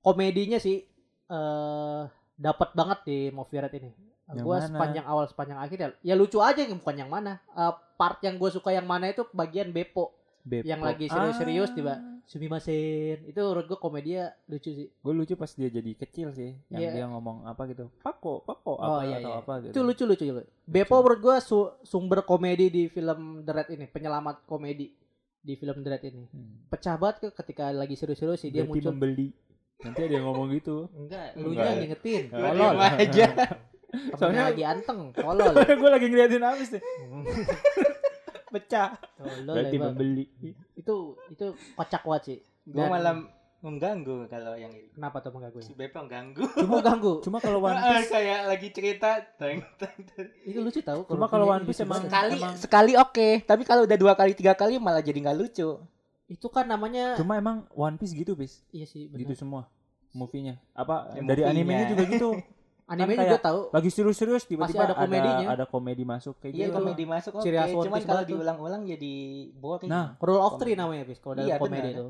S2: komedinya sih eh dapat banget di Movie Red ini
S3: Yang
S2: gua
S3: mana?
S2: sepanjang awal sepanjang akhir ya, ya lucu aja bukan yang mana Eh, part yang gue suka yang mana itu bagian Beppo
S3: Beppo.
S2: Yang lagi
S3: Ah.
S2: serius-serius tiba. Sumimasen itu menurut gue komedia lucu sih
S3: Gue lucu pas dia jadi kecil sih. Yang
S2: Iya.
S3: dia ngomong apa gitu. Pako, pako.
S2: Oh,
S3: Apa
S2: iya,
S3: atau
S2: iya.
S3: apa gitu.
S2: itu lucu lucu juga. Bepo menurut gua su- sumber komedi di film The Red ini, penyelamat komedi di film The Red ini.
S3: Hmm.
S2: Pecah banget ke ketika lagi serius-serius sih dia
S3: Depi
S2: muncul.
S3: membeli. Nanti ada yang ngomong gitu.
S2: Enggak, lu
S1: Enggak.
S2: nya ngingetin.
S3: Lu
S1: Lu
S2: Tolol.
S1: diem aja
S2: Soalnya
S3: Soalnya-
S2: lagi anteng, ya. tolol.
S3: gue lagi ngeliatin abis nih. Pecah.
S2: Tolol.
S3: Berarti
S2: emang.
S3: membeli.
S2: ya, Itu itu kocak banget sih.
S1: gue
S2: Dan-
S1: malam mengganggu kalau yang itu
S2: Kenapa tuh mengganggu?
S1: si Bepo ganggu
S2: Cuma ganggu.
S3: Cuma kalau One
S1: Ah,
S3: Piece.
S1: kayak lagi cerita teng, teng, teng.
S2: Itu lucu tahu.
S3: Cuma kalau
S2: punya
S3: One Piece
S2: lucu
S3: emang-
S2: banget.
S1: sekali sekali oke tapi kalau udah dua kali tiga kali malah jadi nggak lucu
S2: itu kan namanya
S3: Cuma emang One Piece gitu, bis.
S2: iya sih benar.
S3: Gitu semua. Movie-nya. Apa
S1: Ya,
S3: dari
S1: movie-nya.
S3: animenya juga gitu.
S2: Anime
S3: Kan
S2: juga
S3: kayak-
S2: tahu.
S3: Lagi serius-serius tiba-tiba
S2: Pasti ada
S3: ada,
S2: komedinya.
S3: ada komedi masuk kayak
S1: iya
S3: gitu.
S1: komedi masuk oke
S2: Ciri khas One
S1: cuman
S2: Piece
S1: kalau
S2: banget tuh.
S1: diulang-ulang jadi boring
S3: Nah.
S2: Rule of Three namanya, Bis, kalau dalam
S1: Iya,
S2: komedi
S1: benar.
S2: itu.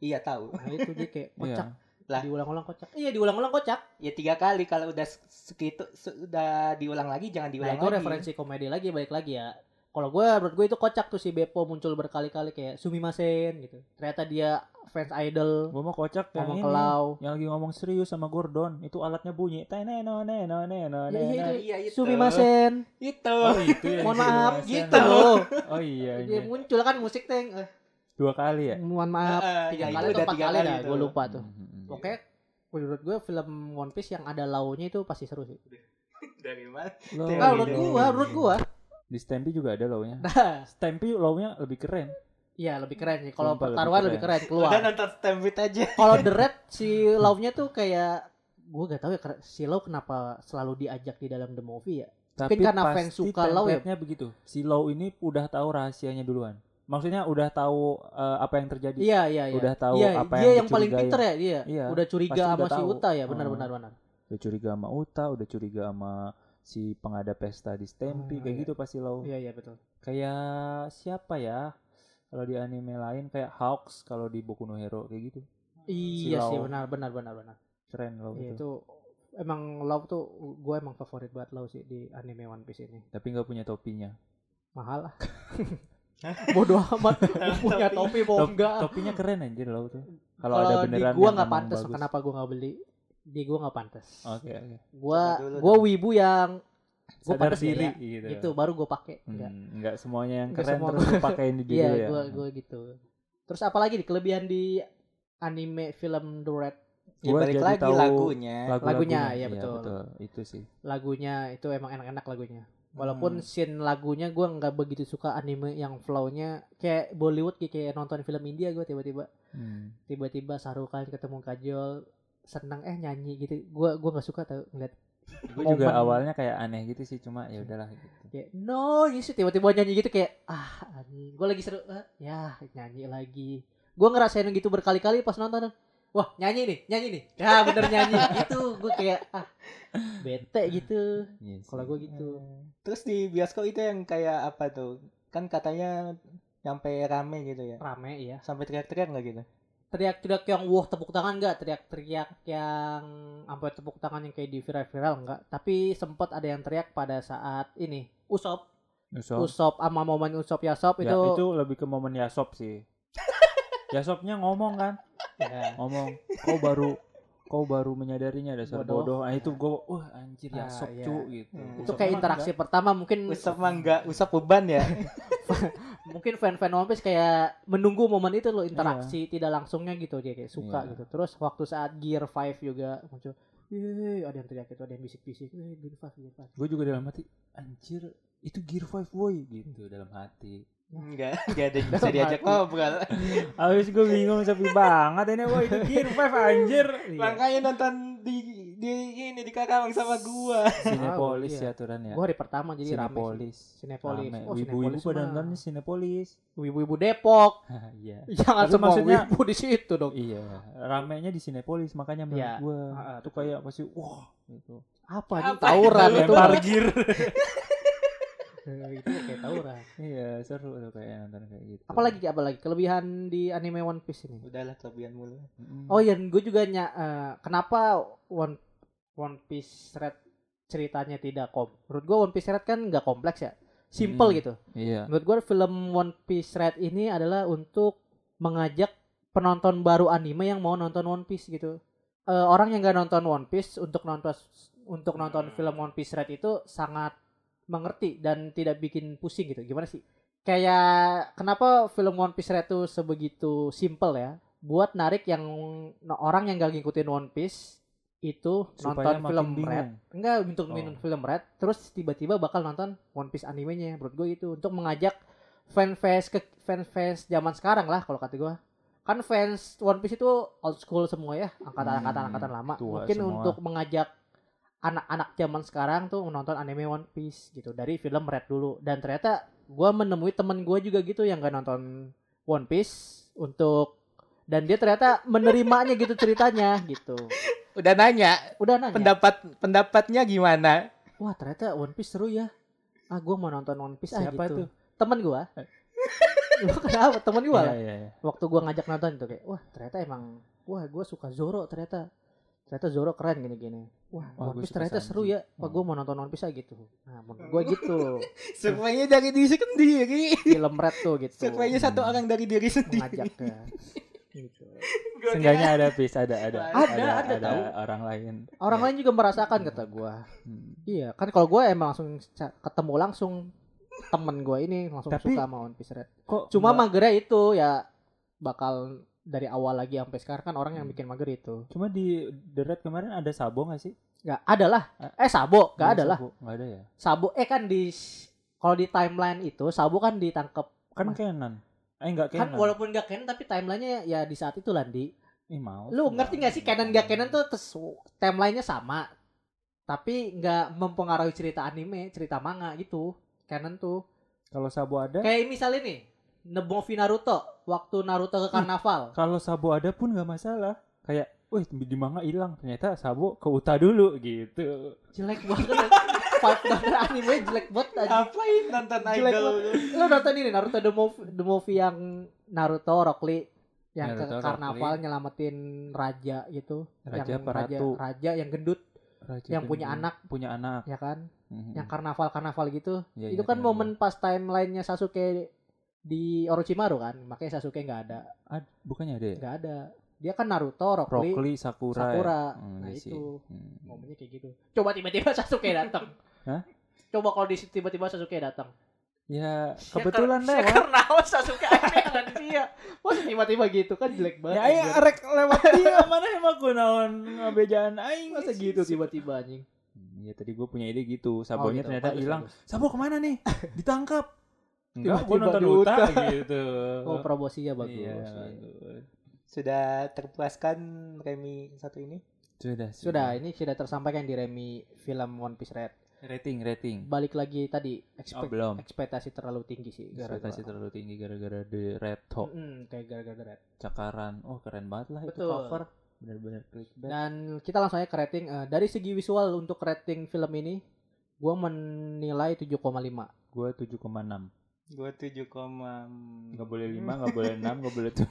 S1: iya tahu
S2: Nah, itu dia kayak
S3: Iya.
S2: kocak.
S1: Lah.
S2: Diulang-ulang kocak. Iya, diulang-ulang kocak.
S1: ya tiga kali kalau udah se- segitu sudah diulang lagi jangan
S2: Nah,
S1: diulang
S2: itu
S1: lagi
S2: referensi komedi lagi balik lagi ya. Kalau gue menurut gue itu kocak tuh si Beppo muncul berkali-kali kayak Sumimasen gitu. Ternyata dia fans idol,
S3: Gua mau kocak yang
S2: ngomong
S3: ini.
S2: kelau.
S3: Yang lagi ngomong serius sama Gordon, itu alatnya bunyi. Teneno neno neno
S2: Ya, iya,
S3: neno.
S2: itu.
S1: iya itu
S2: Sumimasen,
S1: itu
S3: Oh itu ya.
S2: mohon maaf gitu.
S3: Oh iya.
S2: dia
S3: iya.
S2: muncul kan musik teng. Eh,
S3: Dua kali ya.
S2: mohon
S1: Heeh,
S2: maaf. Oh, Tiga
S1: ya, itu
S2: kali atau
S1: udah
S2: empat
S1: tiga
S2: kali
S1: kali
S2: dah,
S1: tuh.
S2: gue lupa tuh.
S3: Hmm, hmm, hmm.
S2: Oke, menurut gue film One Piece yang ada launya itu pasti seru sih.
S1: Dari mana?
S3: Lo-
S1: Teori
S2: Nah, menurut
S1: dari-
S2: gua,
S3: iya,
S2: menurut gua.
S3: Di Stampy juga ada lawnya.
S2: Nah,
S3: Stampy lawnya lebih keren.
S2: iya lebih keren sih. Kalau
S3: Sumpah, lebih
S2: pertaruhan
S3: keren.
S2: lebih keren, keluar.
S1: Udah nonton Stampede aja.
S2: Kalau The Red si love-nya tuh kayak gua gak tahu ya kera- si Lau kenapa selalu diajak di dalam the movie ya.
S3: Tapi
S2: karena
S3: pasti
S2: fans suka Law ya.
S3: template-nya begitu. Si Law ini udah tahu rahasianya duluan. Maksudnya udah tahu eh, apa yang terjadi.
S2: Iya iya iya.
S3: Udah tahu
S2: Iya,
S3: apa
S2: dia
S3: yang
S2: yang paling
S3: dicurigai.
S2: pinter ya dia.
S3: Iya,
S2: udah curiga
S3: pasti
S2: sama
S3: udah
S2: si
S3: tahu.
S2: Uta ya, benar
S3: Hmm.
S2: benar benar.
S3: Udah curiga sama Uta, udah curiga sama si pengada pesta di Stampy
S2: Hmm,
S3: kayak
S2: iya.
S3: gitu pasti Law.
S2: Iya iya betul.
S3: Kayak siapa ya? Kalau di anime lain kayak Hawks kalau di Boku no Hero kayak gitu.
S2: Iya
S3: Lau.
S2: sih benar benar benar benar.
S3: Keren Law
S2: Iya,
S3: itu.
S2: itu emang love tuh gue emang favorit banget love sih di anime One Piece ini.
S3: Tapi nggak punya topinya.
S2: Mahal lah. Bodoh amat Mau punya topi mau
S3: Top-
S2: enggak.
S3: Topinya keren anjir Law tuh. Kalau ada
S2: Ah. Kalau di
S3: beneran
S2: gua
S3: yang
S2: nggak
S3: emang
S2: pantas
S3: bagus.
S2: kenapa gua nggak beli? Di gua nggak pantas.
S3: Oke, oke.
S2: Gua
S1: Coba dulu
S2: gua
S1: dong.
S2: wibu yang gua
S3: Sadar
S2: pantas nggak
S3: diri
S2: ya?
S3: gitu.
S2: gitu baru gua pakai.
S3: Hmm,
S2: Enggak.
S3: nggak semuanya yang
S2: Nggak
S3: keren
S2: semua.
S3: terus lu pakein di diri
S2: Iya,
S3: lu ya.
S2: gua gua gitu. Terus apalagi di kelebihan di anime film The Red
S1: Ya,
S3: Gua
S1: balik
S3: jadi
S1: lagi
S3: tahu
S1: lagunya.
S2: Lagunya, iya, betul.
S3: Itu sih.
S2: lagunya itu emang enak-enak lagunya.
S3: Hmm.
S2: Walaupun scene lagunya gua nggak begitu suka anime yang flow-nya kayak Bollywood gitu, kayak nonton film India gua tiba-tiba
S3: Hmm.
S2: tiba-tiba Sarukan ketemu Kajol seneng eh nyanyi gitu. Gua gua nggak suka tau ngeliat
S3: Gue juga
S2: Momen-
S3: awalnya kayak aneh gitu sih cuma ya udahlah gitu.
S2: kayak no Yesus tiba-tiba nyanyi gitu kayak ah anjing gue lagi seru eh, ya nyanyi lagi gue ngerasain gitu berkali-kali pas nonton wah nyanyi nih nyanyi nih ya bener nyanyi gitu gue kayak ah bete gitu
S3: Iya sih. Eh.
S2: kalau gue gitu
S1: Terus di bioskop itu yang kayak apa tuh? Kan katanya nyampe rame gitu ya.
S2: rame ya
S1: Sampai teriak-teriak nggak gitu?
S2: teriak-teriak yang wah tepuk tangan enggak teriak-teriak yang sampai tepuk tangan yang kayak di viral-viral enggak tapi sempat ada yang teriak pada saat ini usop
S3: Usop.
S2: usop sama momen usop yasop
S3: Ya,
S2: itu,
S3: itu lebih ke momen Yasop sih. Yasopnya ngomong kan,
S2: Ya.
S3: ngomong. Kau baru kau baru menyadarinya dasar
S2: Bodoh.
S3: bodoh. Ah itu gue wah anjir
S2: Ah,
S3: Yasop
S2: iya.
S3: cu gitu.
S1: Hmm.
S2: itu
S3: Usop
S2: kayak
S3: mah
S2: interaksi pertama mungkin
S1: Usap mah nggak, usap beban ya.
S2: mungkin fan-fan One Piece kayak menunggu momen itu loh interaksi tidak langsungnya gitu dia kayak suka
S3: Iya.
S2: gitu terus waktu saat Gear 5 juga muncul Yeay, ada yang teriak itu ada yang bisik-bisik "Yeay, Gear 5 Gear 5
S3: Gue juga dalam hati anjir itu Gear 5 boy gitu dalam hati.
S1: Enggak, enggak ada yang bisa diajak ngobrol.
S3: Abis gue bingung sepi banget ini boy Oh, itu Gear
S2: Iya.
S3: 5 anjir.
S1: Makanya nonton di di ini di Karawang sama gua.
S3: Sinepolis
S2: iya.
S3: ya aturan ya.
S2: gue hari pertama jadi rame sih.
S3: Sinepolis.
S2: Sinepolis.
S3: Rame.
S2: Oh,
S3: Wibu-wibu
S2: Sinepolis
S3: pada
S2: mah.
S3: nontonnya Sinepolis.
S2: wibu-wibu Depok
S3: Iya.
S2: jangan
S3: Tapi
S2: semua
S3: maksudnya-
S2: wibu di situ dong
S3: Iya, ramenya di Sinepolis makanya menurut
S2: Iya.
S3: gua
S2: Ah, ah,
S3: itu kayak pasti wah gitu.
S2: apa nih
S1: Apa
S2: tawuran
S1: itu?
S2: itu
S1: Lempar
S2: gear itu kayak tawuran
S3: Iya, seru tuh kayak nonton kayak gitu.
S2: apalagi apalagi kelebihan di anime One Piece ini
S1: Udahlah kelebihan mulu.
S3: Mm.
S2: Oh iya, gue juga nya eh, kenapa One One Piece Red ceritanya tidak kom. Menurut gue One Piece Red kan nggak kompleks ya, simple
S3: Hmm.
S2: gitu.
S3: Iya.
S2: Menurut gue film One Piece Red ini adalah untuk mengajak penonton baru anime yang mau nonton One Piece gitu. Eh, orang yang nggak nonton One Piece untuk nonton untuk
S3: Hmm.
S2: nonton film One Piece Red itu sangat mengerti dan tidak bikin pusing gitu. Gimana sih? Kayak kenapa film One Piece Red itu sebegitu simple ya? Buat narik yang orang yang nggak ngikutin One Piece itu
S3: Supaya
S2: nonton
S3: makin
S2: film
S3: bingung.
S2: Red Enggak, untuk
S3: Oh.
S2: minum film Red, terus tiba-tiba bakal nonton One Piece animenya. Menurut gue itu untuk mengajak fanfest ke fanfest zaman sekarang lah kalau kata gue. Kan fans One Piece itu old school semua ya, angkatan-angkatan
S3: Hmm,
S2: angkatan lama.
S3: tua
S2: Mungkin
S3: semua.
S2: untuk mengajak anak-anak zaman sekarang tuh menonton anime One Piece gitu dari film Red dulu. Dan ternyata gue menemui temen gue juga gitu yang gak nonton One Piece untuk dan dia ternyata menerimanya gitu ceritanya gitu.
S1: Udah nanya,
S2: Udah nanya.
S1: pendapat pendapatnya gimana?
S2: wah ternyata One Piece seru ya ah gue mau nonton One Piece ah
S3: Siapa
S2: gitu
S3: tuh? Eh.
S2: temen gue kenapa temen gue
S3: Iya,
S2: lah
S3: iya, iya.
S2: waktu gue ngajak nonton itu kayak wah ternyata emang wah gue suka Zoro ternyata ternyata Zoro keren gini gini wah
S3: Wah,
S2: One
S3: gua
S2: Piece
S3: suka
S2: ternyata
S3: Sanji.
S2: seru ya wah
S3: Hmm.
S2: gue mau nonton One Piece ah gitu nah menurut gue gitu
S1: Surveinya dari diri sendiri.
S3: Oh.
S2: film Red tuh gitu
S1: Surveinya satu orang dari diri sendiri.
S2: ngajak ke gitu.
S1: Gua
S3: Seenggaknya ada pis, ada
S1: Ada,
S3: ada
S2: ada,
S3: ada
S2: tahu.
S3: orang lain. Iya.
S2: orang lain juga merasakan kata gue
S3: Hmm.
S2: iya kan kalau gue emang langsung ca- ketemu langsung temen gue ini langsung
S3: Tapi-
S2: suka sama One Piece Red
S3: Kok
S2: Cuma
S3: nggak-
S2: magernya itu ya bakal dari awal lagi sampai sekarang kan orang yang bikin mager itu.
S3: Cuma di The Red kemarin ada Sabo nggak sih?
S2: Gak ada lah. Eh Sabo, gak ada lah.
S3: Nggak ada ya?
S2: Sabo eh kan di kalau di timeline itu Sabo kan ditangkep.
S3: Kan
S2: Mas-
S3: Kenan. Eh nggak
S2: Kan
S3: Kenan.
S2: walaupun gak canon tapi timelinenya ya di saat itu Landi.
S3: Ih, mau.
S2: Lu ngerti gak sih canon gak canon tuh tes, timelinenya sama. Tapi nggak mempengaruhi cerita anime, cerita manga gitu. Canon tuh.
S3: Kalau Sabo ada,
S2: Kayak misalnya nih, Nebovi Naruto waktu Naruto ke karnaval.
S3: kalau Sabo ada pun nggak masalah. Kayak, wih di manga hilang. Ternyata Sabo ke Uta dulu gitu.
S2: Jelek banget. Five dollar anime jelek banget anjing.
S1: Ngapain nonton
S2: Jelek
S1: idol?
S2: banget. Lu nonton ini Naruto the movie, the movie yang Naruto Rock Lee yang
S3: Naruto,
S2: ke
S3: Rock
S2: karnaval
S3: Lee.
S2: nyelamatin raja gitu
S3: Raja
S2: yang
S3: apa ratu?
S2: raja raja yang gendut
S3: Raja
S2: Yang punya
S3: Gendut.
S2: anak.
S3: Punya anak.
S2: ya kan
S3: Mhm.
S2: yang karnaval karnaval gitu
S3: Iya,
S2: itu
S3: iya,
S2: kan
S3: iya,
S2: momen pas timelinenya Sasuke di Orochimaru kan makanya Sasuke nggak ada
S3: iya. Ad, bukannya ada ya?
S2: nggak ada dia kan Naruto Rock Lee
S3: Rockley, Sakura. ya?
S2: Sakura
S3: Hmm,
S2: nah
S3: iya sih.
S2: itu
S3: Hmm.
S2: momennya kayak gitu coba tiba-tiba Sasuke datang
S3: Hah?
S2: coba kalau di tiba-tiba Sasuke datang
S3: Ya kebetulan
S2: deh
S3: lewat.
S2: karena Sasuke aneh kan dia masa tiba-tiba gitu kan jelek banget
S4: Ya
S3: iya,
S4: aing
S2: anjir.
S4: arek lewat dia mana emang kunaon ngabejaan aing
S3: Iya,
S2: masa gitu tiba-tiba anjing
S3: Hmm, Ya tadi gue punya ide gitu. Sabonya
S2: gitu.
S3: ternyata
S2: Bagus,
S3: hilang.
S2: bagus.
S3: Sabo kemana nih? Ditangkap. Enggak, gue
S2: Tiba-tiba
S3: nonton
S2: di
S3: Uta
S2: Uta.
S3: gitu.
S2: oh promosinya bagus
S3: Iya,
S2: Iya.
S3: bagus.
S1: Sudah terpuaskan Remi satu ini?
S3: Sudah,
S2: sudah ini sudah tersampaikan di Remi film One Piece Red
S3: Rating, rating.
S2: balik lagi tadi
S3: Oh,
S2: ekspek-
S3: belum.
S2: ekspektasi terlalu tinggi sih gara-gara-
S3: Ekspektasi terlalu tinggi gara-gara The Red Talk
S2: Mm-mm, Hmm, kayak gara-gara Red
S3: Cakaran. Oh, keren banget lah itu
S2: Betul. Nah.
S3: cover. Bener-bener clickbait.
S2: dan kita langsung aja ke rating Eh, dari segi visual untuk rating film ini gua menilai 7,5
S3: Gue 7,6.
S1: Gue 7,7,0
S3: Gak boleh 5, gak boleh 6, gak boleh 7.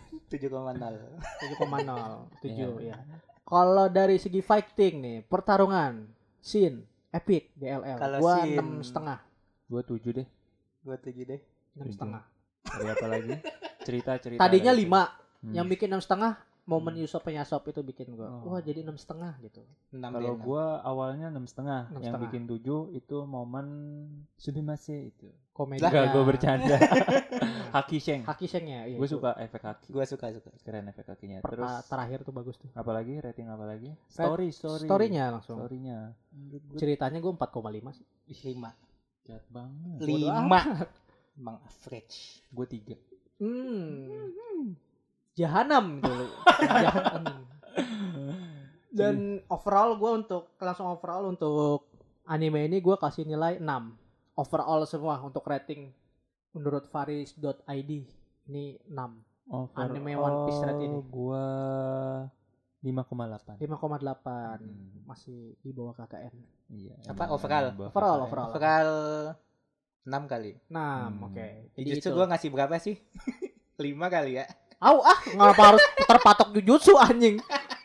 S2: 7,0 7
S3: Iya.
S2: ya Kalau dari segi fighting nih, pertarungan, scene, epic, DLL.
S1: Kalau
S2: gua
S1: scene-
S2: enam setengah,
S3: Gue 7 deh.
S1: Gue 7 deh.
S2: enam
S3: Tujuh.
S2: setengah.
S3: Dari apa lagi? Cerita-cerita.
S2: Tadinya
S3: dari-
S2: lima,
S3: Iya, Hmm.
S2: yang bikin enam setengah momen Yusuf penyasop itu bikin gua.
S3: Oh.
S2: Wah jadi enam setengah gitu.
S1: 6
S3: Kalau gua awalnya enam setengah,
S2: Enam
S3: yang
S2: setengah.
S3: bikin tujuh itu momen sublimasi itu.
S2: Komedi.
S3: Enggak, gue bercanda. Haki Sheng.
S2: Haki sengnya, iya.
S3: Gue
S2: itu.
S3: suka efek haki.
S1: Gue suka suka.
S3: Keren efek kakinya.
S2: Per-
S3: Terus
S2: terakhir tuh bagus tuh.
S3: apalagi rating apalagi?
S2: Red-
S3: Story, story.
S2: Storynya langsung.
S3: Storynya.
S2: Ceritanya gua 4,5 sih.
S1: 5.
S3: Jahat banget.
S1: 5. Bang average.
S3: Gue tiga.
S2: Hmm. Jahanam dulu. Jahanam. Dan overall gue untuk langsung overall untuk anime ini gue kasih nilai 6. Overall semua untuk rating menurut faris.id ini 6.
S3: Overall,
S2: Anime One Piece Red ini.
S3: Gue
S2: 5,8
S3: 5,8. Hmm,
S2: masih di bawah KKN. 6
S3: Iya.
S1: Apa,
S3: emang ya?
S1: overall?
S3: di bawah
S2: Overall,
S3: KKN.
S2: overall.
S1: Overall 6 kali.
S3: Hmm.
S2: Nah, oke. Jadi
S1: Justru
S2: itu.
S1: gue ngasih berapa sih? 5 kali ya.
S2: Au ah, ngapa harus terpatok jujutsu anjing?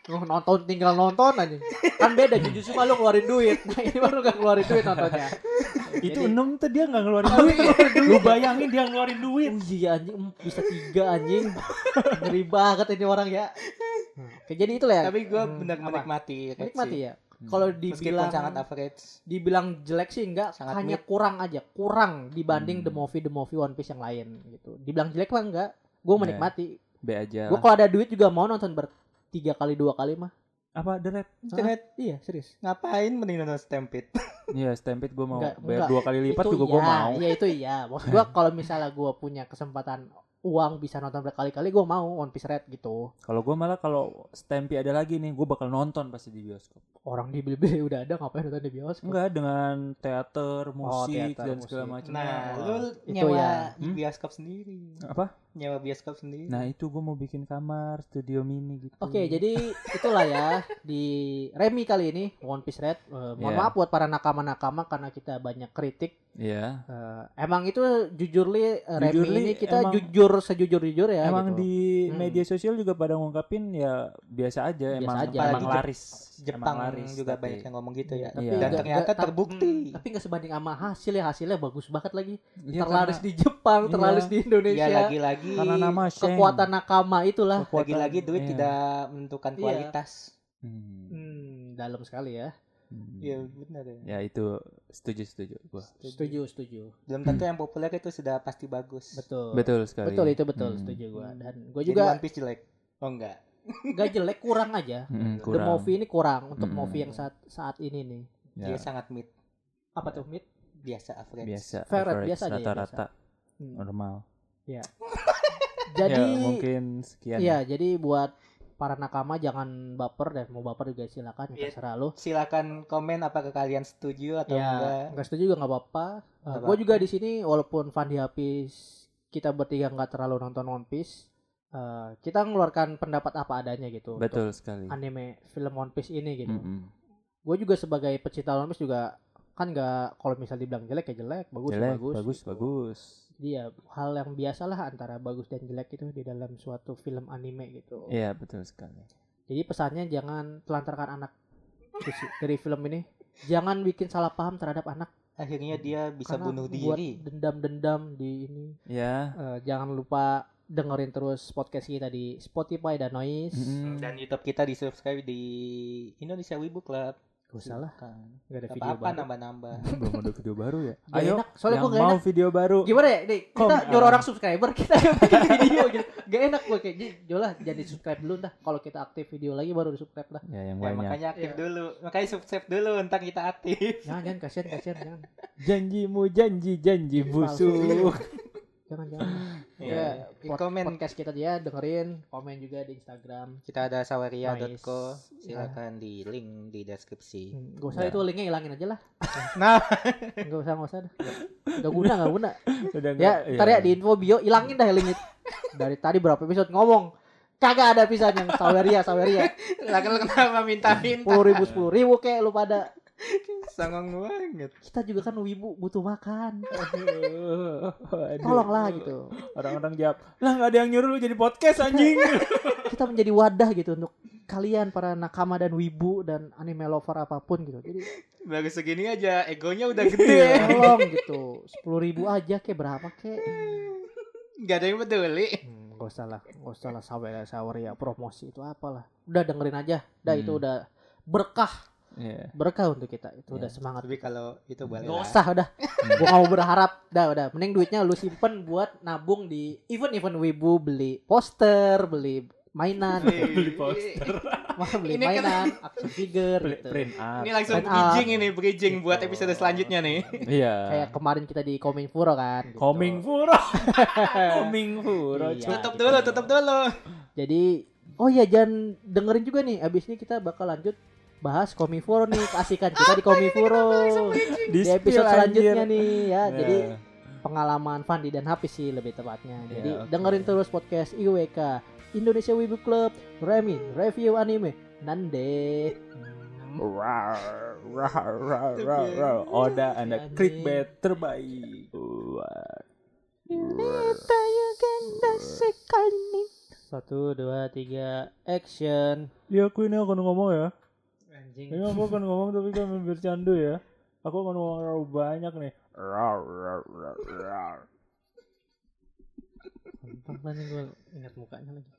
S2: Lu nonton tinggal nonton anjing. Kan beda jujutsu mah lu keluarin duit. Nah, ini baru gak keluarin duit nontonnya. Jadi-
S3: Itu
S2: iya.
S3: enam tuh dia gak ngeluarin duit. Lu bayangin dia ngeluarin duit.
S2: Oh iya anjing em, bisa tiga anjing Ngeri banget ini orang ya Oke jadi itulah ya
S1: Hmm. Tapi gue
S2: Hmm,
S1: benar
S2: apa?
S1: menikmati.
S2: Menikmati ya
S3: Hmm.
S2: Kalau
S1: Meskipun
S2: dibilang
S1: sangat average.
S2: Dibilang jelek sih enggak
S1: Sangat
S2: Hanya
S1: mid.
S2: kurang aja Kurang dibanding
S3: Hmm.
S2: The Movie The Movie One Piece yang lain gitu Dibilang jelek mah enggak Gue
S3: Ya.
S2: menikmati
S3: B aja.
S2: Gue
S3: lah.
S2: kalau ada duit juga mau nonton ber tiga kali dua kali mah
S3: Apa The Red?
S1: Internet
S2: Iya serius
S1: ngapain mending nonton Stampede?
S3: Iya, Stampede gue mau.
S2: Enggak, enggak.
S3: Bayar dua kali lipat juga gue
S2: iya,
S3: mau.
S2: Iya itu iya Maksud gue kalau misalnya gue punya kesempatan Uang bisa nonton berkali-kali Gue mau One Piece Red gitu
S3: Kalau gue malah kalau Stampede ada lagi nih, gue bakal nonton pasti di bioskop.
S2: Orang di beli udah ada ngapain nonton di bioskop
S3: Enggak dengan teater, musik
S2: teater,
S3: dan segala
S2: musik.
S3: macam.
S1: Nah, lu
S2: Oh, Itu
S1: nyewa
S2: ya.
S3: Hmm?
S1: bioskop sendiri.
S3: apa?
S1: Nyewa bioskop sendiri.
S3: Nah itu gue mau bikin kamar studio mini gitu.
S2: Oke, jadi itulah ya di Remi kali ini One Piece Red. Eh, mohon
S3: Iya.
S2: maaf buat para nakama-nakama karena kita banyak kritik.
S3: Iya.
S2: Eh, emang itu jujur li eh, Remi
S3: Jujurly,
S2: ini kita
S3: emang-
S2: jujur sejujur-jujur ya.
S3: emang
S2: gitu.
S3: di
S2: Hmm.
S3: media sosial juga pada ngungkapin ya biasa aja
S2: Biasa
S3: emang
S2: aja.
S3: emang
S1: Apalagi
S3: laris.
S1: Jepang
S3: emang laris,
S1: juga
S3: tapi- Iya,
S1: banyak yang ngomong gitu ya.
S3: Tapi
S1: Dan
S3: nggak-
S1: ternyata
S2: nggak- Hmm,
S1: terbukti.
S2: tapi nggak sebanding sama hasilnya hasilnya bagus banget lagi
S3: Iya,
S2: terlaris
S3: karena-
S2: di Jepang
S3: Iya.
S2: terlaris di
S1: Ya
S2: Indonesia
S1: lagi-lagi
S3: karena nama Sheng.
S2: kekuatan nakama itulah
S3: Kekuatan-
S1: lagi-lagi duit
S3: iya.
S1: tidak menentukan
S2: Iya.
S1: kualitas.
S3: Hmm.
S2: hmm, dalam sekali ya
S3: Hmm.
S1: Iya benar ya.
S3: Ya itu setuju setuju gue.
S2: setuju setuju
S1: Belum tentu yang populer itu sudah pasti bagus.
S2: betul
S3: Betul sekali.
S2: betul itu betul
S3: Hmm.
S2: setuju gua
S1: Hmm.
S2: dan gua
S1: Jadi
S2: juga
S1: One Piece jelek. Oh enggak.
S2: Gak jelek kurang aja
S3: Mm-mm,
S2: The
S3: Hmm, kurang. Hmm.
S2: movie ini kurang untuk
S3: Mm-mm.
S2: movie yang saat saat ini nih
S3: Ya,
S1: Dia sangat mid
S2: apa tuh mid
S1: biasa average.
S3: biasa.
S2: Fair,
S3: average,
S2: biasa aja ya,
S3: Rata-rata
S2: Hmm.
S3: normal.
S2: jadi
S3: ya, mungkin sekian.
S2: Iya, jadi buat para nakama jangan baper dan mau baper juga silakan
S1: Iya.
S2: terserah lo.
S1: Silakan komen apakah kalian setuju atau enggak.
S2: Ya, nggak setuju juga nggak apa-apa.
S1: Nggak
S2: gue juga di sini walaupun Fandi habis kita bertiga nggak terlalu nonton One Piece, eh, kita ngeluarkan pendapat apa adanya gitu.
S3: Betul
S2: Untuk
S3: sekali.
S2: anime film One Piece ini gitu.
S3: Mm-mm.
S2: Gue juga sebagai pecinta One Piece juga kan nggak kalau misal dibilang jelek ya jelek, bagus ya
S3: Jelek,
S2: bagus.
S3: bagus,
S2: gitu.
S3: bagus.
S2: Iya, hal yang biasalah antara bagus dan jelek itu di dalam suatu film anime gitu.
S3: Iya, betul sekali.
S2: Jadi pesannya jangan telantarkan anak Terus dari film ini. Jangan bikin salah paham terhadap anak
S1: Akhirnya dia bisa
S2: karena
S1: bunuh
S2: buat
S1: diri.
S2: Dendam-dendam di ini.
S3: Ya.
S2: Eh, jangan lupa dengerin terus podcast kita di Spotify dan Noise.
S3: Mm-mm.
S1: Dan YouTube kita di subscribe di Indonesia Wibu Club.
S2: Gak usah lah,
S1: Bukan.
S2: gak ada
S1: Gak
S2: video
S1: apa-apa
S2: baru.
S1: nambah-nambah.
S3: Belum ada video baru ya.
S2: Gak
S3: Ayo,
S2: enak, soalnya
S3: yang
S2: gue gak
S3: mau
S2: enak.
S3: video baru.
S2: Gimana ya, nih, kita
S3: Kom-
S2: nyuruh orang subscriber, kita yang bikin video gitu. Gak enak gue kayak, jadi jolah jangan di subscribe dulu dah. Kalau kita aktif video lagi baru di subscribe dah.
S3: Ya, yang
S1: Ya,
S3: banyak.
S1: makanya aktif
S2: Iya.
S1: dulu. Makanya subscribe dulu entar kita aktif.
S2: Jangan, jangan, kasihan, kasihan, jangan.
S3: Janjimu janji janji
S2: Palsu.
S3: busuk.
S2: Jangan, jangan.
S1: Iya.
S2: Ya, pod-
S1: Komen.
S2: podcast kita dia dengerin, komen juga di Instagram.
S1: Kita ada sawaria.co.
S2: Nice.
S1: Silakan di link di deskripsi.
S2: Hmm, Gak usah
S3: Ya.
S2: itu linknya hilangin aja lah.
S1: Nah.
S2: Gak usah gak usah dah. Gak guna gak guna.
S3: Udah
S2: Ya
S3: nggak- iya,
S2: ntar ya di info bio hilangin dah link itu. Dari tadi berapa episode ngomong kagak ada pisan yang saweria saweria
S1: Lah kan kenapa minta-minta?
S2: puluh ribu sepuluh ribu kayak lu pada
S1: Songong banget.
S2: kita juga kan wibu butuh makan
S3: Aduh.
S2: tolonglah
S3: Iya.
S2: gitu
S3: Orang-orang jawab, lah nggak ada yang nyuruh lu jadi podcast anjing.
S2: kita menjadi wadah gitu untuk kalian para nakama dan wibu dan anime lover apapun gitu jadi
S1: Baru segini aja egonya udah
S2: ya,
S3: Iya.
S1: gede.
S2: tolong gitu sepuluh ribu aja kayak berapa kayak
S1: Gak ada yang peduli.
S2: Hmm, gak usah lah, gak usah lah sawer sawer ya promosi itu apalah. Udah dengerin aja. Dah itu
S3: Hmm.
S2: udah berkah,
S3: Iya.
S2: berkah untuk kita. Itu
S3: Ya.
S2: udah semangat.
S1: Tapi kalau itu Iya. boleh
S2: Gak
S1: lah.
S2: usah udah. Gua gak mau berharap. Dah udah, mending duitnya lu simpen buat nabung di event-event Wibu beli poster, beli mainan,
S1: Beli
S2: mah beli
S1: Ini kan-
S2: mainan, action figure
S3: Print-
S2: gitu.
S3: Print up.
S1: Ini langsung
S2: Line up.
S1: bridging ini bridging buat
S2: Gitu.
S1: episode selanjutnya nih.
S3: Iya.
S2: Kayak kemarin kita di Kominfo kan. gitu.
S3: Coming Furo. Coming Furo.
S2: Iya.
S3: cuy.
S1: Tutup dulu, tutup dulu.
S2: Jadi oh iya jangan dengerin juga nih. Abis ini kita bakal lanjut bahas Komifuro nih keasikan kita di Komifuro.
S3: Di
S2: di episode
S3: spill,
S2: selanjutnya
S3: anjir.
S2: nih ya.
S4: Iya.
S3: Ya.
S2: Jadi pengalaman Fandi dan Hafiz sih lebih tepatnya. Jadi
S3: Ya, oke.
S2: dengerin terus podcast IWK Indonesia Wibu Club Remi Review Anime Nande.
S3: Rar, rar, rar, rar, rar. Oda anda clickbait terbaik. Wah.
S2: Satu dua tiga action.
S4: Ya aku ini akan ngomong ya.
S2: Anjing.
S4: Ini aku akan ngomong tapi kan bercandu ya. Aku akan ngomong terlalu banyak nih.
S3: Rar, rar, rar, rar.
S2: Tonton nih gue ingat mukanya lagi.